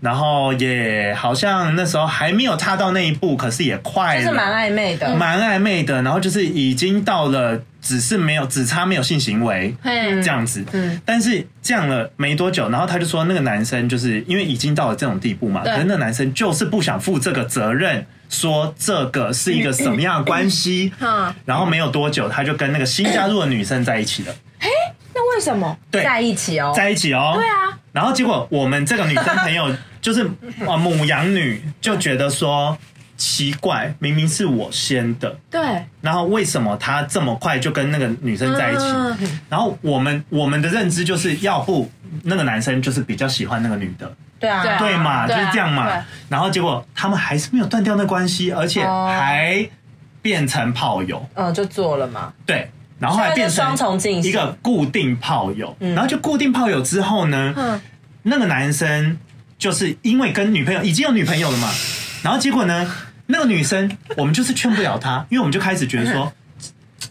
Speaker 1: 然后也好像那时候还没有踏到那一步，可是也快
Speaker 3: 就
Speaker 1: 了，
Speaker 3: 是蛮暧昧的，
Speaker 1: 蛮暧昧的，然后就是已经到了，只是没有，只差没有性行为
Speaker 2: 嘿
Speaker 1: 这，样子。
Speaker 3: 嗯
Speaker 1: 但是这样了没多久，然后他就说那个男生就是因为已经到了这种地步嘛，
Speaker 2: 对
Speaker 1: 可是那个男生就是不想负这个责任，说这个是一个什么样的关系。
Speaker 2: 嗯，
Speaker 1: 然后没有多久，他就跟那个新加入的女生在一起了，
Speaker 2: 那为什么？
Speaker 1: 对，
Speaker 3: 在一起哦，
Speaker 1: 在一起哦。
Speaker 2: 哦对啊，
Speaker 1: 然后结果我们这个女生朋友就是啊母羊女就觉得说奇怪，明明是我先的，
Speaker 2: 对，
Speaker 1: 然后为什么他这么快就跟那个女生在一起？
Speaker 2: 嗯
Speaker 1: 然后我们我们的认知就是要不那个男生就是比较喜欢那个女的，
Speaker 3: 对啊，
Speaker 2: 对啊
Speaker 1: 对嘛，就
Speaker 2: 对啊
Speaker 1: 是这样
Speaker 2: 对
Speaker 1: 嘛。然后结果他们还是没有断掉那关系，而且
Speaker 3: 哦
Speaker 1: 还变成炮友，
Speaker 3: 嗯，就做了嘛。
Speaker 1: 对。然后后来变
Speaker 3: 所
Speaker 1: 成
Speaker 3: 以它就双重进行嗯
Speaker 1: 一个固定炮友，然后就固定炮友之后呢，
Speaker 2: 嗯，
Speaker 1: 那个男生就是因为跟女朋友已经有女朋友了嘛，然后结果呢，那个女生我们就是劝不了她，因为我们就开始觉得
Speaker 3: 嗯
Speaker 1: 说，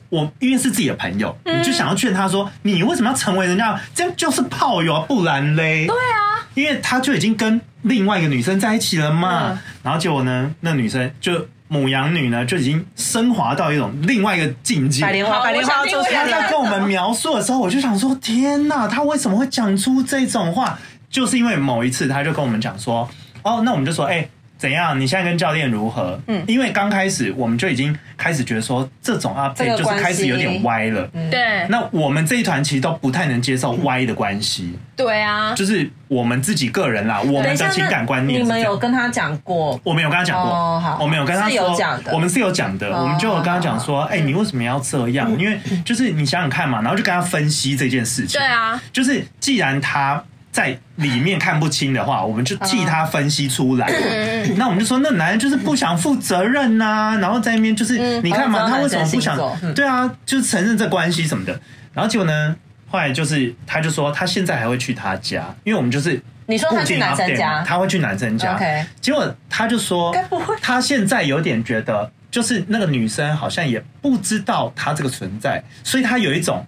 Speaker 1: 我因为是自己的朋友，你就想要劝她说，你为什么要成为人家这样就是炮友啊，不然嘞？对啊，因为他就已经跟另外一个女生在一起了嘛，
Speaker 2: 嗯
Speaker 1: 然后结果呢，那女生就母羊女呢就已经升华到一种另外一个境界，
Speaker 3: 百莲花，
Speaker 2: 好
Speaker 3: 百莲花
Speaker 2: 我想听
Speaker 3: 做
Speaker 2: 我
Speaker 3: 出
Speaker 2: 想
Speaker 1: 他
Speaker 3: 来
Speaker 2: 听
Speaker 1: 在跟我们描述的时候，我就想说：天哪，他为什么会讲出这种话？就是因为某一次，他就跟我们讲说：哦，那我们就说，哎、怎样？你现在跟教练如何？嗯，因为刚开始我们就已经开始觉得说，这种 u p
Speaker 3: 这个
Speaker 1: 就是开始有
Speaker 3: 关
Speaker 1: 点
Speaker 3: 系嗯
Speaker 1: 歪了。
Speaker 2: 对，
Speaker 1: 那我们这一团其实都不太能接受歪的关系，
Speaker 2: 对啊，
Speaker 1: 就是我们自己个人啦，我
Speaker 3: 等
Speaker 1: 们
Speaker 3: 一下
Speaker 1: 的情感观念是
Speaker 3: 那你
Speaker 1: 这
Speaker 3: 们
Speaker 1: 样。
Speaker 3: 有跟他讲过？
Speaker 1: 我们有跟他讲过，
Speaker 3: 哦好
Speaker 1: 我们有跟他
Speaker 3: 是有
Speaker 1: 说
Speaker 3: 讲，的
Speaker 1: 我们是有讲的，
Speaker 3: 哦嗯
Speaker 1: 我们就有跟他讲说，哎、你为什么要这样？因为就是你想想看嘛，然后就跟他分析这件事情。
Speaker 2: 对，啊，
Speaker 1: 就是既然他在里面看不清的话，我们就替他分析出来。
Speaker 3: 嗯
Speaker 1: 那我们就说，那男人就是不想负责任呐、然后在那边就是、
Speaker 3: 嗯
Speaker 1: 你看嘛，
Speaker 3: 好像
Speaker 1: 他为什么不
Speaker 3: 男生行走嗯
Speaker 1: 想？对啊，就是承认这关系什么的。然后结果呢，后来就是他就说，他现在还会去他家，因为我们就是。
Speaker 3: 你说他去男生家
Speaker 1: 他会去男生家。
Speaker 3: OK
Speaker 1: 结果他就说
Speaker 3: 该不会，
Speaker 1: 他现在有点觉得，就是那个女生好像也不知道他这个存在，所以他有一种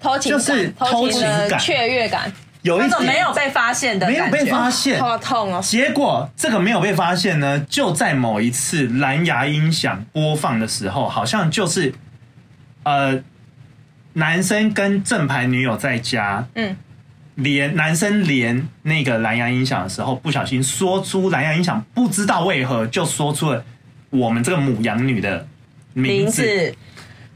Speaker 2: 偷情
Speaker 1: 就
Speaker 2: 感
Speaker 1: 是
Speaker 2: 偷
Speaker 1: 偷
Speaker 2: 情
Speaker 1: 情
Speaker 2: 的
Speaker 1: 感
Speaker 2: 雀跃感，
Speaker 1: 有一
Speaker 3: 那种
Speaker 1: 点
Speaker 3: 没有被发现的
Speaker 1: 没有
Speaker 3: 感觉，
Speaker 1: 被发现。
Speaker 2: 好痛哦，
Speaker 1: 结果这个没有被发现呢，就在某一次蓝牙音响播放的时候，好像就是呃，男生跟正牌女友在家，
Speaker 2: 嗯，
Speaker 1: 连男生连那个蓝牙音响的时候，不小心说出蓝牙音响，不知道为何就说出了我们这个母羊女的名
Speaker 3: 名
Speaker 1: 字
Speaker 3: 字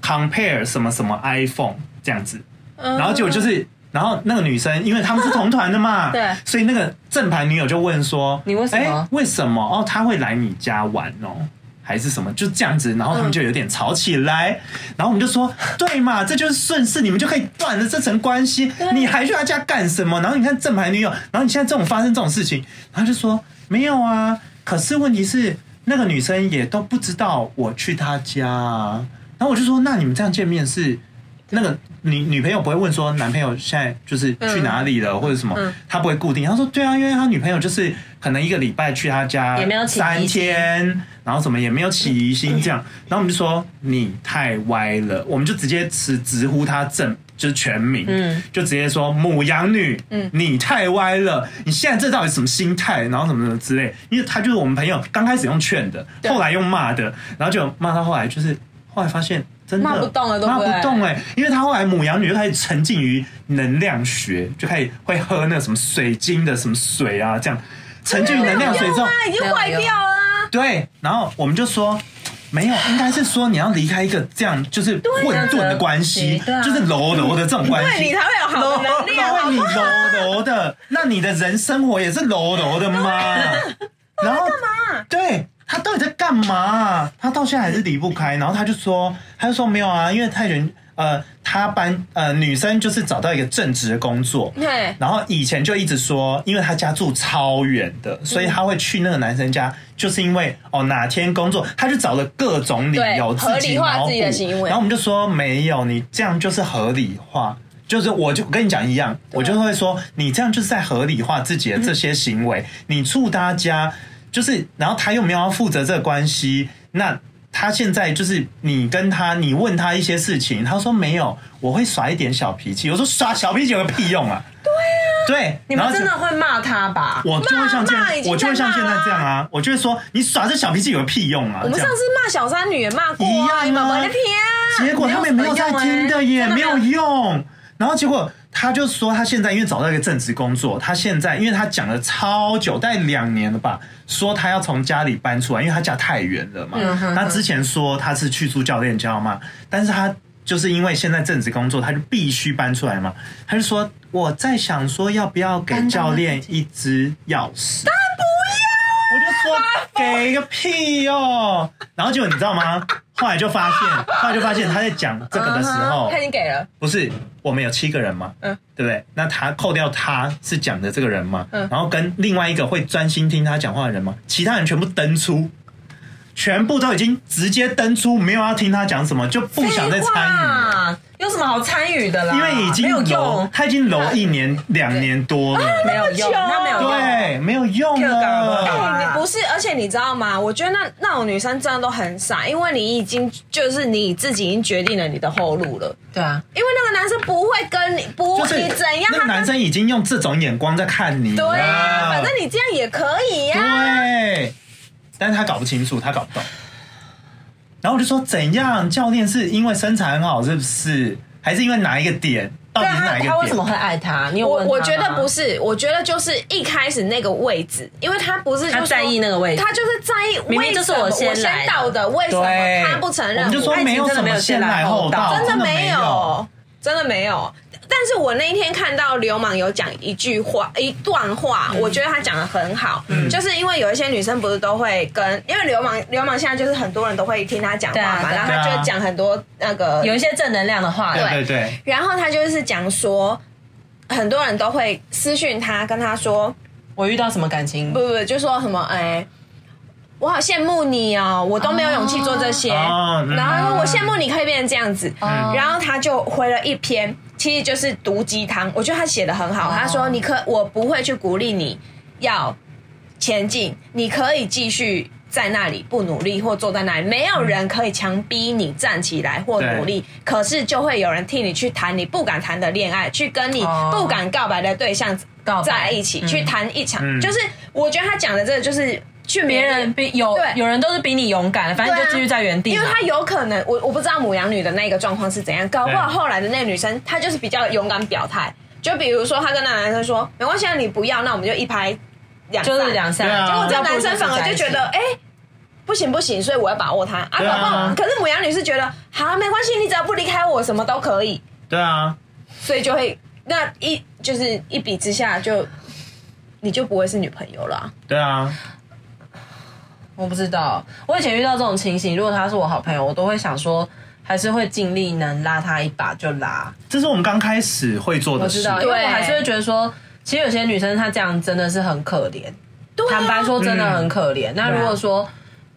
Speaker 1: compare 什么什么 iPhone 这样子，
Speaker 2: 嗯
Speaker 1: 然后结果就是，然后那个女生，因为他们是同团的 嘛，
Speaker 2: 对
Speaker 1: 所以那个正牌女友就问说：“
Speaker 3: 你为什么
Speaker 1: 哎为什么？哦，他会来你家玩哦，还是什么？就这样子。”然后他们就有点吵起
Speaker 3: 嗯
Speaker 1: 来，然后我们就说：“对嘛，这就是顺势，你们就可以断了这层关系，你还去他家干什么？”然后你看正牌女友，然后你现在这种发生这种事情，然后就说：“没有啊，可是问题是那个女生也都不知道我去她家啊。”然后我就说：“那你们这样见面是？”那个女女朋友不会问说男朋友现在就是去哪里了、或者什么，他不会固定。他说对啊，因为他女朋友就是可能一个礼拜去他家
Speaker 3: 也没有起疑
Speaker 1: 三
Speaker 3: 心
Speaker 1: 天，然后什么也没有起疑心这样。然后我们就说你太歪了，我们就直接直直呼他正就是全名，
Speaker 3: 嗯
Speaker 1: 就直接说母羊女，
Speaker 2: 嗯
Speaker 1: 你太歪了，你现在这到底什么心态？然后什么什么之类，因为他就是我们朋友，刚开始用劝的，
Speaker 2: 对
Speaker 1: 后来用骂的，然后就骂他，后来就是后来发现真的
Speaker 2: 骂不动了对不
Speaker 1: 骂
Speaker 2: 对
Speaker 1: 不动对，哎因为他后来母羊女就开始沉浸于能量学，就开始会喝那个什么水晶的什么水啊，这样沉浸于能量水之后，
Speaker 2: 啊，已经坏掉了啊，
Speaker 1: 对，然后我们就说。没有，应该是说你要离开一个这样就是混沌的关系，
Speaker 3: 对啊
Speaker 1: 就是柔柔的这种关
Speaker 2: 对
Speaker 1: 系
Speaker 2: 你，才会有好的能力啊，
Speaker 1: 然后你柔柔的，那你的人生活也是柔柔的 吗？然后干嘛？对他到底在干嘛啊？他到现在还是离不开。然后他就说，他就说没有啊，因为泰拳呃，他班呃女生就是找到一个正职的工作，
Speaker 2: 对，
Speaker 1: 然后以前就一直说，因为他家住超远的，所以他会去那个男生家，就是因为哦哪天工作，他就找了各种理由
Speaker 2: 对
Speaker 1: 自己
Speaker 2: 合理化
Speaker 1: 脑补
Speaker 2: 自己的行为
Speaker 1: 然后我们就说没有，你这样就是合理化。就是我就我跟你讲一样，我就会说你这样就是在合理化自己的这些行为，你触他家，就是然后他又没有要负责这个关系，那他现在就是你跟他，你问他一些事情，他说没有，我会耍一点小脾气，我说耍小脾气有个屁用啊！ 对，
Speaker 3: 你
Speaker 1: 然
Speaker 3: 们
Speaker 1: 后就
Speaker 3: 真的会骂他吧？
Speaker 1: 我就会像这样
Speaker 2: 骂已经，在
Speaker 1: 我就会像
Speaker 2: 骂
Speaker 1: 现在
Speaker 2: 啦
Speaker 1: 这样啊，我就会说你耍这小脾气有个屁用啊！
Speaker 2: 我们
Speaker 1: 这
Speaker 2: 上
Speaker 1: 样
Speaker 2: 次骂小三女也骂过
Speaker 1: 一样啊
Speaker 2: 你们玩的偏啊，
Speaker 1: 结果他们也没有在听的耶，
Speaker 2: 没
Speaker 1: 没
Speaker 2: 有什么用欸
Speaker 1: 有用。然后结果他就说，他现在因为找到一个正职工作，他现在因为他讲了超久，大概两年了吧，说他要从家里搬出来，因为他家太远了嘛。他之前说他是去住教练家嘛，但是他。就是因为现在正职工作，他就必须搬出来嘛。他就说我在想说要不要给教练一支钥匙，他不要，我就说给个屁哦。然后结果你知道吗？后来就发现，后来就发现他在讲这个的时候
Speaker 3: 嗯他已，经给了，
Speaker 1: 不是我们有七个人嘛，
Speaker 3: 嗯
Speaker 1: 对不对？那他扣掉他是讲的这个人嘛，
Speaker 3: 嗯
Speaker 1: 然后跟另外一个会专心听他讲话的人嘛，其他人全部登出，全部都已经直接登出，没有要听他讲什么，就不想再参与了，
Speaker 3: 与，
Speaker 5: 有什么好参与的啦？
Speaker 1: 因为已经
Speaker 5: 没有
Speaker 1: 揉
Speaker 5: 用，
Speaker 1: 他已经揉一年两年多了，
Speaker 3: 没有 用，那啊没有用。
Speaker 1: 对，没有用
Speaker 5: 跳高了
Speaker 1: 了。
Speaker 2: 哎你不是，而且你知道吗？我觉得那那种女生真的都很傻，因为你已经就是你自己已经决定了你的后路了，
Speaker 3: 对啊，
Speaker 2: 因为那个男生不会跟你，不、
Speaker 1: 就是
Speaker 2: 你怎样，
Speaker 1: 那个
Speaker 2: 他
Speaker 1: 男
Speaker 2: 跟
Speaker 1: 生已经用这种眼光在看你了，
Speaker 2: 对啊，反正你这样也可以啊呀、
Speaker 1: 对，啊但是他搞不清楚，他搞不懂。然后我就说，怎样？教练是因为身材很好，是不是？还是因为哪一个点？到
Speaker 3: 对
Speaker 1: 底
Speaker 3: 啊
Speaker 1: 是哪
Speaker 3: 他
Speaker 1: 一
Speaker 3: 他
Speaker 1: 个
Speaker 3: 为什
Speaker 1: 点
Speaker 3: 么？会爱他？你有
Speaker 2: 我
Speaker 3: 问
Speaker 2: 我觉得不
Speaker 3: 是，
Speaker 2: 是，我觉得就是一开始那个位置，因为他不是就
Speaker 3: 他
Speaker 2: 说
Speaker 3: 在意那个位置
Speaker 2: 他就是在意
Speaker 3: 明
Speaker 2: 为
Speaker 3: 明
Speaker 2: 什
Speaker 3: 就
Speaker 2: 么
Speaker 3: 是我先来
Speaker 2: 先
Speaker 3: 的
Speaker 2: 到的，为什么
Speaker 1: 对
Speaker 2: 他不承
Speaker 1: 我
Speaker 2: 认哎
Speaker 1: 们就说
Speaker 3: 爱情
Speaker 1: 没有
Speaker 3: 真的
Speaker 1: 什
Speaker 3: 没有
Speaker 1: 么
Speaker 3: 先
Speaker 1: 先
Speaker 3: 来
Speaker 1: 来
Speaker 3: 后
Speaker 1: 后到，
Speaker 3: 到
Speaker 1: 真
Speaker 2: 真的
Speaker 1: 没
Speaker 2: 没有，真的没有。但是我那一天看到流氓有讲一句话，一段话，
Speaker 3: 嗯
Speaker 2: 我觉得他讲的很好，就是因为有一些女生不是都会跟，因为流氓流氓现在就是很多人都会听他讲话
Speaker 3: 对啊
Speaker 2: 嘛，
Speaker 3: 对啊啊
Speaker 2: 然后他就会讲很多那个
Speaker 3: 有一些正能量的话，
Speaker 1: 对对
Speaker 2: 对
Speaker 1: 对，
Speaker 2: 然后他就是讲说，很多人都会私讯他，跟他说，
Speaker 5: 我遇到什么感情
Speaker 3: 嗯
Speaker 2: 不？不不，就说什么，哎、我好羡慕你哦，我都没有勇气做这些。
Speaker 1: 哦嗯
Speaker 2: 然后他说我羡慕你可以变成这样子，
Speaker 3: 啊嗯
Speaker 2: 然后他就回了一篇，其实就是毒鸡汤，我觉得他写的很好。他
Speaker 3: 哦
Speaker 2: 说你可我不会去鼓励你要前进，你可以继续。在那里不努力或坐在那里，没有人可以强逼你站起来或
Speaker 1: 对
Speaker 2: 努力，可是就会有人替你去谈你不敢谈的恋爱，去跟你
Speaker 3: 哦
Speaker 2: 不敢告白的对象
Speaker 3: 告白
Speaker 2: 在一起，去谈一场。
Speaker 1: 嗯
Speaker 2: 就是我觉得他讲的这个就是去
Speaker 3: 别人比有
Speaker 2: 对
Speaker 3: 有人都是比你勇敢的，反正你就继续在原地
Speaker 2: 啊因
Speaker 3: 嘛，
Speaker 2: 为他有可能，我我不知道母羊女的那个状况是怎样，搞不好
Speaker 1: 对
Speaker 2: 后来的那个女生她就是比较勇敢表态，就比如说她跟那男生说没关系，啊，你不要，那我们就一拍两散
Speaker 3: 就是两三，
Speaker 1: 对啊
Speaker 2: 结果这个男
Speaker 3: 要
Speaker 2: 生
Speaker 3: 不
Speaker 2: 反
Speaker 3: 就是
Speaker 2: 而就觉得
Speaker 3: 在一起
Speaker 2: 哎。不行不行，所以我要把握他啊！搞
Speaker 1: 对
Speaker 2: 不
Speaker 1: 啊
Speaker 2: 好，可是母羊女是觉得好没关系，你只要不离开我，什么都可以，
Speaker 1: 对啊，
Speaker 2: 所以就会那一就是一比之下就你就不会是女朋友了啊、
Speaker 1: 对啊，
Speaker 3: 我不知道，我以前遇到这种情形，如果他是我好朋友，我都会想说，还是会尽力能拉他一把就拉。
Speaker 1: 这是我们刚开始会做
Speaker 3: 我
Speaker 1: 的
Speaker 3: 知
Speaker 1: 事。
Speaker 3: 道，因
Speaker 2: 对
Speaker 3: 为我还是会觉得说，其实有些女生她这样真的是很可怜。
Speaker 2: 对啊
Speaker 3: 坦白说，真的很可
Speaker 2: 嗯
Speaker 3: 怜。那如果说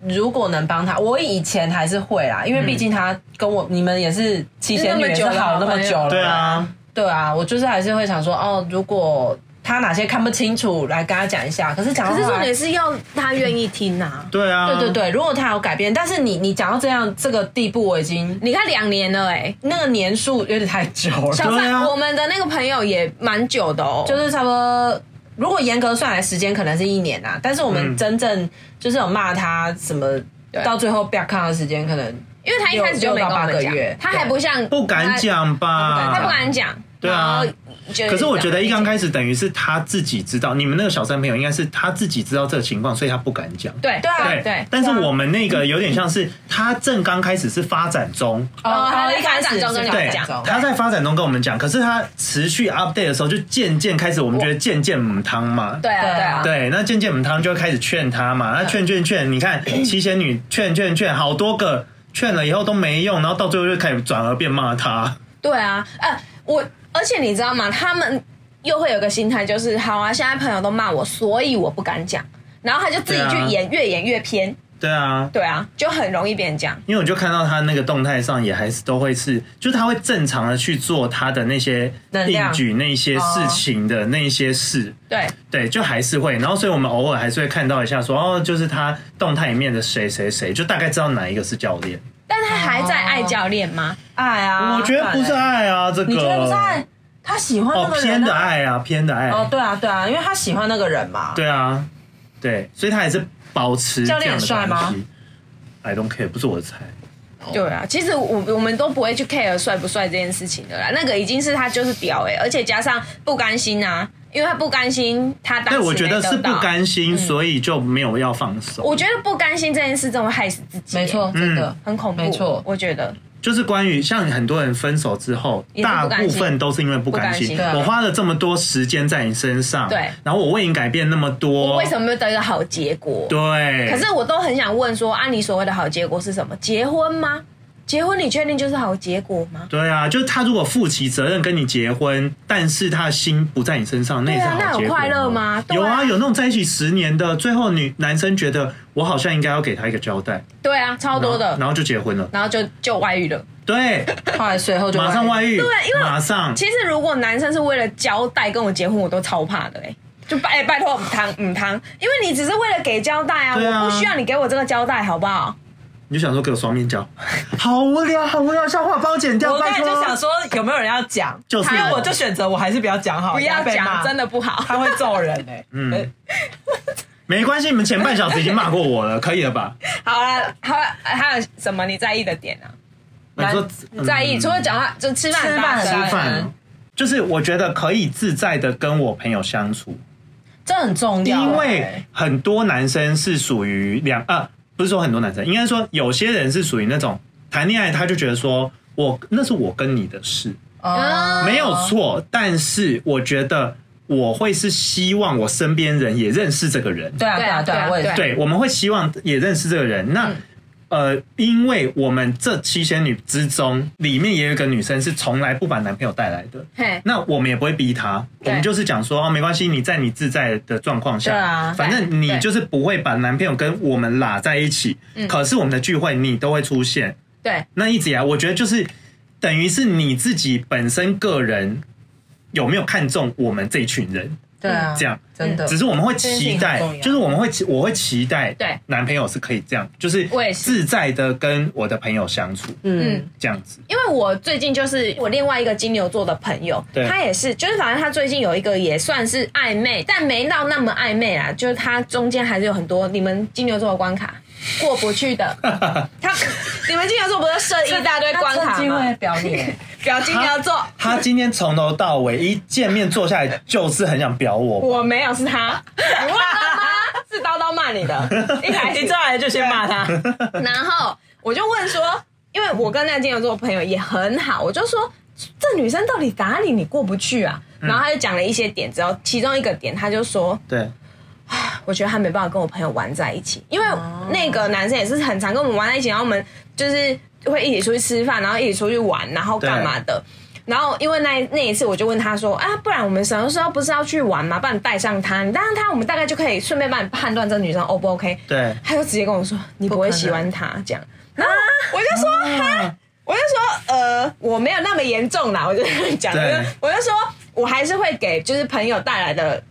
Speaker 3: 如果能帮她，我以前还是会啦，因为毕竟她跟我你们也是七仙女，也是好那么久
Speaker 2: 嗯
Speaker 3: 了，
Speaker 1: 对，啊，
Speaker 3: 对啊，我就是还是会想说，哦，如果她哪些看不清楚，来跟她讲一下。可是讲
Speaker 2: 可
Speaker 3: 到
Speaker 2: 是
Speaker 3: 后
Speaker 2: 重
Speaker 3: 来
Speaker 2: 点是要他愿意听呐、啊。
Speaker 1: 对啊，
Speaker 3: 对对对，如果他有改变，但是你你讲到这样这个地步，我已经
Speaker 2: 你看两年了哎、
Speaker 3: 那个年数有点太久了，
Speaker 2: 小
Speaker 1: 对
Speaker 2: 范、
Speaker 1: 啊
Speaker 2: 我们的那个朋友也蛮久的哦，
Speaker 3: 就是差不多。如果严格算来，时间可能是一年啦，但是我们
Speaker 1: 嗯
Speaker 3: 真正就是有骂他什么，到最后不要看的时间可能
Speaker 2: 因为他一开始就没
Speaker 3: 六
Speaker 2: 跟
Speaker 3: 到
Speaker 2: 我
Speaker 3: 八
Speaker 2: 们
Speaker 3: 个
Speaker 2: 讲
Speaker 3: 月，
Speaker 2: 他还不像
Speaker 1: 不敢，讲吧，
Speaker 2: 他他不敢讲，
Speaker 1: 对啊
Speaker 2: 然后就
Speaker 1: 可是我觉得一刚开始等于是他自己知道，你们那个小三朋友应该是他自己知道这个情况，所以他不敢讲。
Speaker 2: 对
Speaker 3: 对啊
Speaker 2: 对，
Speaker 1: 但是我们那个有点像是他正刚开始是发展中，
Speaker 2: 哦他在
Speaker 3: 一开
Speaker 2: 发展
Speaker 3: 始
Speaker 2: 中跟你
Speaker 3: 是
Speaker 1: 对
Speaker 2: 讲
Speaker 3: 发展，中
Speaker 1: 他在发展中跟我们讲，可是他持续 update 的时候，就渐渐开始我们觉得渐渐母汤嘛。
Speaker 2: 对啊对啊，
Speaker 1: 对，那渐渐母汤就会开始劝他嘛，那劝劝劝，你看七仙女劝劝劝，好多个劝了以后都没用，然后到最后就开始转而变骂他。
Speaker 2: 对啊，呃，我而且你知道吗？他们又会有个心态，就是好啊，现在朋友都骂我，所以我不敢讲，然后他就自己去
Speaker 1: 对啊
Speaker 2: 演，越演越偏，
Speaker 1: 对啊，
Speaker 2: 对啊，就很容易被人讲。
Speaker 1: 因为我就看到他那个动态上也还是都会是，就是他会正常的去做他的那些
Speaker 3: 能
Speaker 1: 应
Speaker 3: 量
Speaker 1: 举那些事情的那些事，
Speaker 2: 对，
Speaker 1: 对，就还是会。然后所以我们偶尔还是会看到一下说，哦，就是他动态里面的谁谁谁，就大概知道哪一个是教练。
Speaker 2: 但他还在爱教练吗？
Speaker 3: 爱啊，
Speaker 1: 我觉得不是爱啊，这个
Speaker 3: 你觉得不是爱，他喜欢
Speaker 1: 哦
Speaker 3: 那个人
Speaker 1: 偏
Speaker 3: 啊
Speaker 1: 的爱啊，偏的爱，
Speaker 3: 哦，对啊对啊，因为他喜欢那个人嘛，
Speaker 1: 对啊，对，所以他还是保持
Speaker 3: 教
Speaker 1: 这
Speaker 3: 练
Speaker 1: 样的
Speaker 3: 很帅吗
Speaker 1: 关系 I don't care，不是我的菜。哦
Speaker 2: 对啊，其实我我们都不会去 care 帅不帅这件事情的啦，那个已经是他就是屌哎、而且加上不甘心啊，因为他不甘心他当
Speaker 1: 对，
Speaker 2: 时
Speaker 1: 我觉得
Speaker 2: 没
Speaker 1: 是
Speaker 2: 到
Speaker 1: 不，甘
Speaker 3: 嗯
Speaker 1: 心，所以就没有要放手。
Speaker 2: 我觉得不甘心这件事真的会害死自己、欸
Speaker 3: 没错，，真的
Speaker 1: 嗯
Speaker 2: 很恐怖，
Speaker 3: 没错
Speaker 2: 我觉得
Speaker 1: 就是关于像很多人分手之后，
Speaker 2: 也是
Speaker 1: 大
Speaker 2: 不甘
Speaker 1: 部
Speaker 2: 心
Speaker 1: 分都是因为不甘心。
Speaker 2: 不甘
Speaker 3: 心
Speaker 1: 我花了这么多时间在你身上，
Speaker 2: 对
Speaker 1: 然后我为你改变那么多，
Speaker 2: 为什么没有得到好结果？
Speaker 1: 哦对，
Speaker 2: 可是我都很想问说，啊，你所谓的好结果是什么？结婚吗？结婚你确定就是好结果吗？
Speaker 1: 对啊，就是他如果负起责任跟你结婚，但是他的心不在你身上，那也是好
Speaker 2: 对啊那有
Speaker 1: 结果
Speaker 2: 快乐吗对啊
Speaker 1: 有啊，有那种在一起十年的，最后女男生觉得我好像应该要给他一个交代，
Speaker 2: 对啊，超多
Speaker 1: 然
Speaker 2: 的
Speaker 1: 后，然后就结婚了，
Speaker 2: 然后就就外遇了。
Speaker 1: 对，
Speaker 3: 后来随后就
Speaker 1: 马上外遇，对
Speaker 2: 因为
Speaker 1: 马上
Speaker 2: 其实如果男生是为了交代跟我结婚，我都超怕的哎、欸。就拜、欸拜托唔汤唔汤，因为你只是为了给交代啊，
Speaker 1: 对啊
Speaker 2: 我不需要你给我这个交代，好不好？
Speaker 1: 你就想说给我双面胶，好无聊，好无聊，笑话帮我剪掉，
Speaker 5: 我刚
Speaker 1: 拜
Speaker 5: 才
Speaker 1: 托，
Speaker 5: 就想说有没有人要讲，
Speaker 1: 就是
Speaker 5: 因为我就选择我还是不要讲好，
Speaker 1: 哦
Speaker 2: 不要
Speaker 5: 等下被
Speaker 2: 讲，
Speaker 5: 骂
Speaker 2: 真的不好。
Speaker 5: 他会揍人哎、
Speaker 3: 欸呃
Speaker 1: 嗯没关系，你们前半小时已经骂过我了，可以了 吧？
Speaker 2: 好了，好了，还有什么你在意的点啊？
Speaker 1: 你说嗯
Speaker 2: 你在意，除了嗯讲话，就吃饭、
Speaker 5: 吃饭
Speaker 2: 打
Speaker 1: 吃
Speaker 2: 嗝
Speaker 1: 饭，就是我觉得可以自在的跟我朋友相处，
Speaker 3: 这很重要，欸
Speaker 1: 因为很多男生是属于两啊，不是说很多男生，应该说有些人是属于那种谈恋爱他就觉得说我那是我跟你的事，
Speaker 2: 嗯
Speaker 3: 哦
Speaker 1: 没有错，但是我觉得我会是希望我身边人也认识这个人，
Speaker 3: 对啊对
Speaker 2: 对
Speaker 3: 啊
Speaker 2: 啊
Speaker 3: 对啊，
Speaker 2: 对啊
Speaker 3: 我也
Speaker 2: 对啊
Speaker 1: 对，我们会希望也认识这个人。
Speaker 3: 嗯
Speaker 1: 那、呃，因为我们这七仙女之中，里面也有一个女生是从来不把男朋友带来的。
Speaker 2: 嘿，
Speaker 1: 那我们也不会逼她，我
Speaker 2: 对
Speaker 1: 们就是讲说，哦，没关系，你在你自在的状况下，
Speaker 3: 对啊
Speaker 1: 反正你
Speaker 2: 对
Speaker 1: 就是不会把男朋友跟我们拉在一起。可是我们的聚会你都会出现，
Speaker 2: 对，
Speaker 1: 那一直以来，我觉得就是等于是你自己本身个人有没有看中我们这一群人，
Speaker 3: 对啊，
Speaker 1: 这样
Speaker 3: 真的
Speaker 1: 只是我们会
Speaker 3: 件事
Speaker 1: 期
Speaker 3: 情
Speaker 1: 待
Speaker 3: 很重，要
Speaker 1: 就是我们会期我会期待，
Speaker 2: 对
Speaker 1: 男朋友是可以这样，就是
Speaker 2: 我也是
Speaker 1: 自在的跟我的朋友相处
Speaker 3: 嗯
Speaker 2: 嗯，
Speaker 1: 这样子。
Speaker 2: 因为我最近就是我另外一个金牛座的朋友
Speaker 1: 对，
Speaker 2: 他也是，就是反正他最近有一个也算是暧昧，但没到那么暧昧啦，就是他中间还是有很多你们金牛座的关卡过不去的。他你们金牛座不是设一大堆关卡
Speaker 3: 机
Speaker 2: 吗
Speaker 3: 会？表 你，
Speaker 2: 表金牛座，
Speaker 1: 他今天从头到尾一见面坐下来就是很想表
Speaker 3: 嗯
Speaker 1: 我，
Speaker 2: 我没有是他，你问他吗？是叨叨骂你的，一
Speaker 1: 啊
Speaker 2: 开始
Speaker 5: 一上来就先骂 他，
Speaker 2: 然后我就问说，因为我跟那个金牛座朋友也很好，我就说这女生到底哪里你过不去啊？然后他就讲了一些点之后，其中一个点他就说，
Speaker 1: 对，
Speaker 2: 我觉得他没办法跟我朋友玩在一起，因为那个男生也是很常跟我们玩在一起，然后我们就是会一起出去吃饭，然后一起出去玩，然后干嘛的。然后因为那那一次，我就问他说啊，不然我们什么时候不是要去玩吗？不然你带上他，你带上他，我们大概就可以顺便帮你判断这女生 O 不 OK。
Speaker 1: 对
Speaker 2: 他就直接跟我说你不会喜欢他这
Speaker 3: 啊
Speaker 2: 样，然后我就说哈，我就说呃我没有那么严重啦，我就 这样讲，我
Speaker 1: 对
Speaker 2: 就我就说我还是会给就是朋友带来的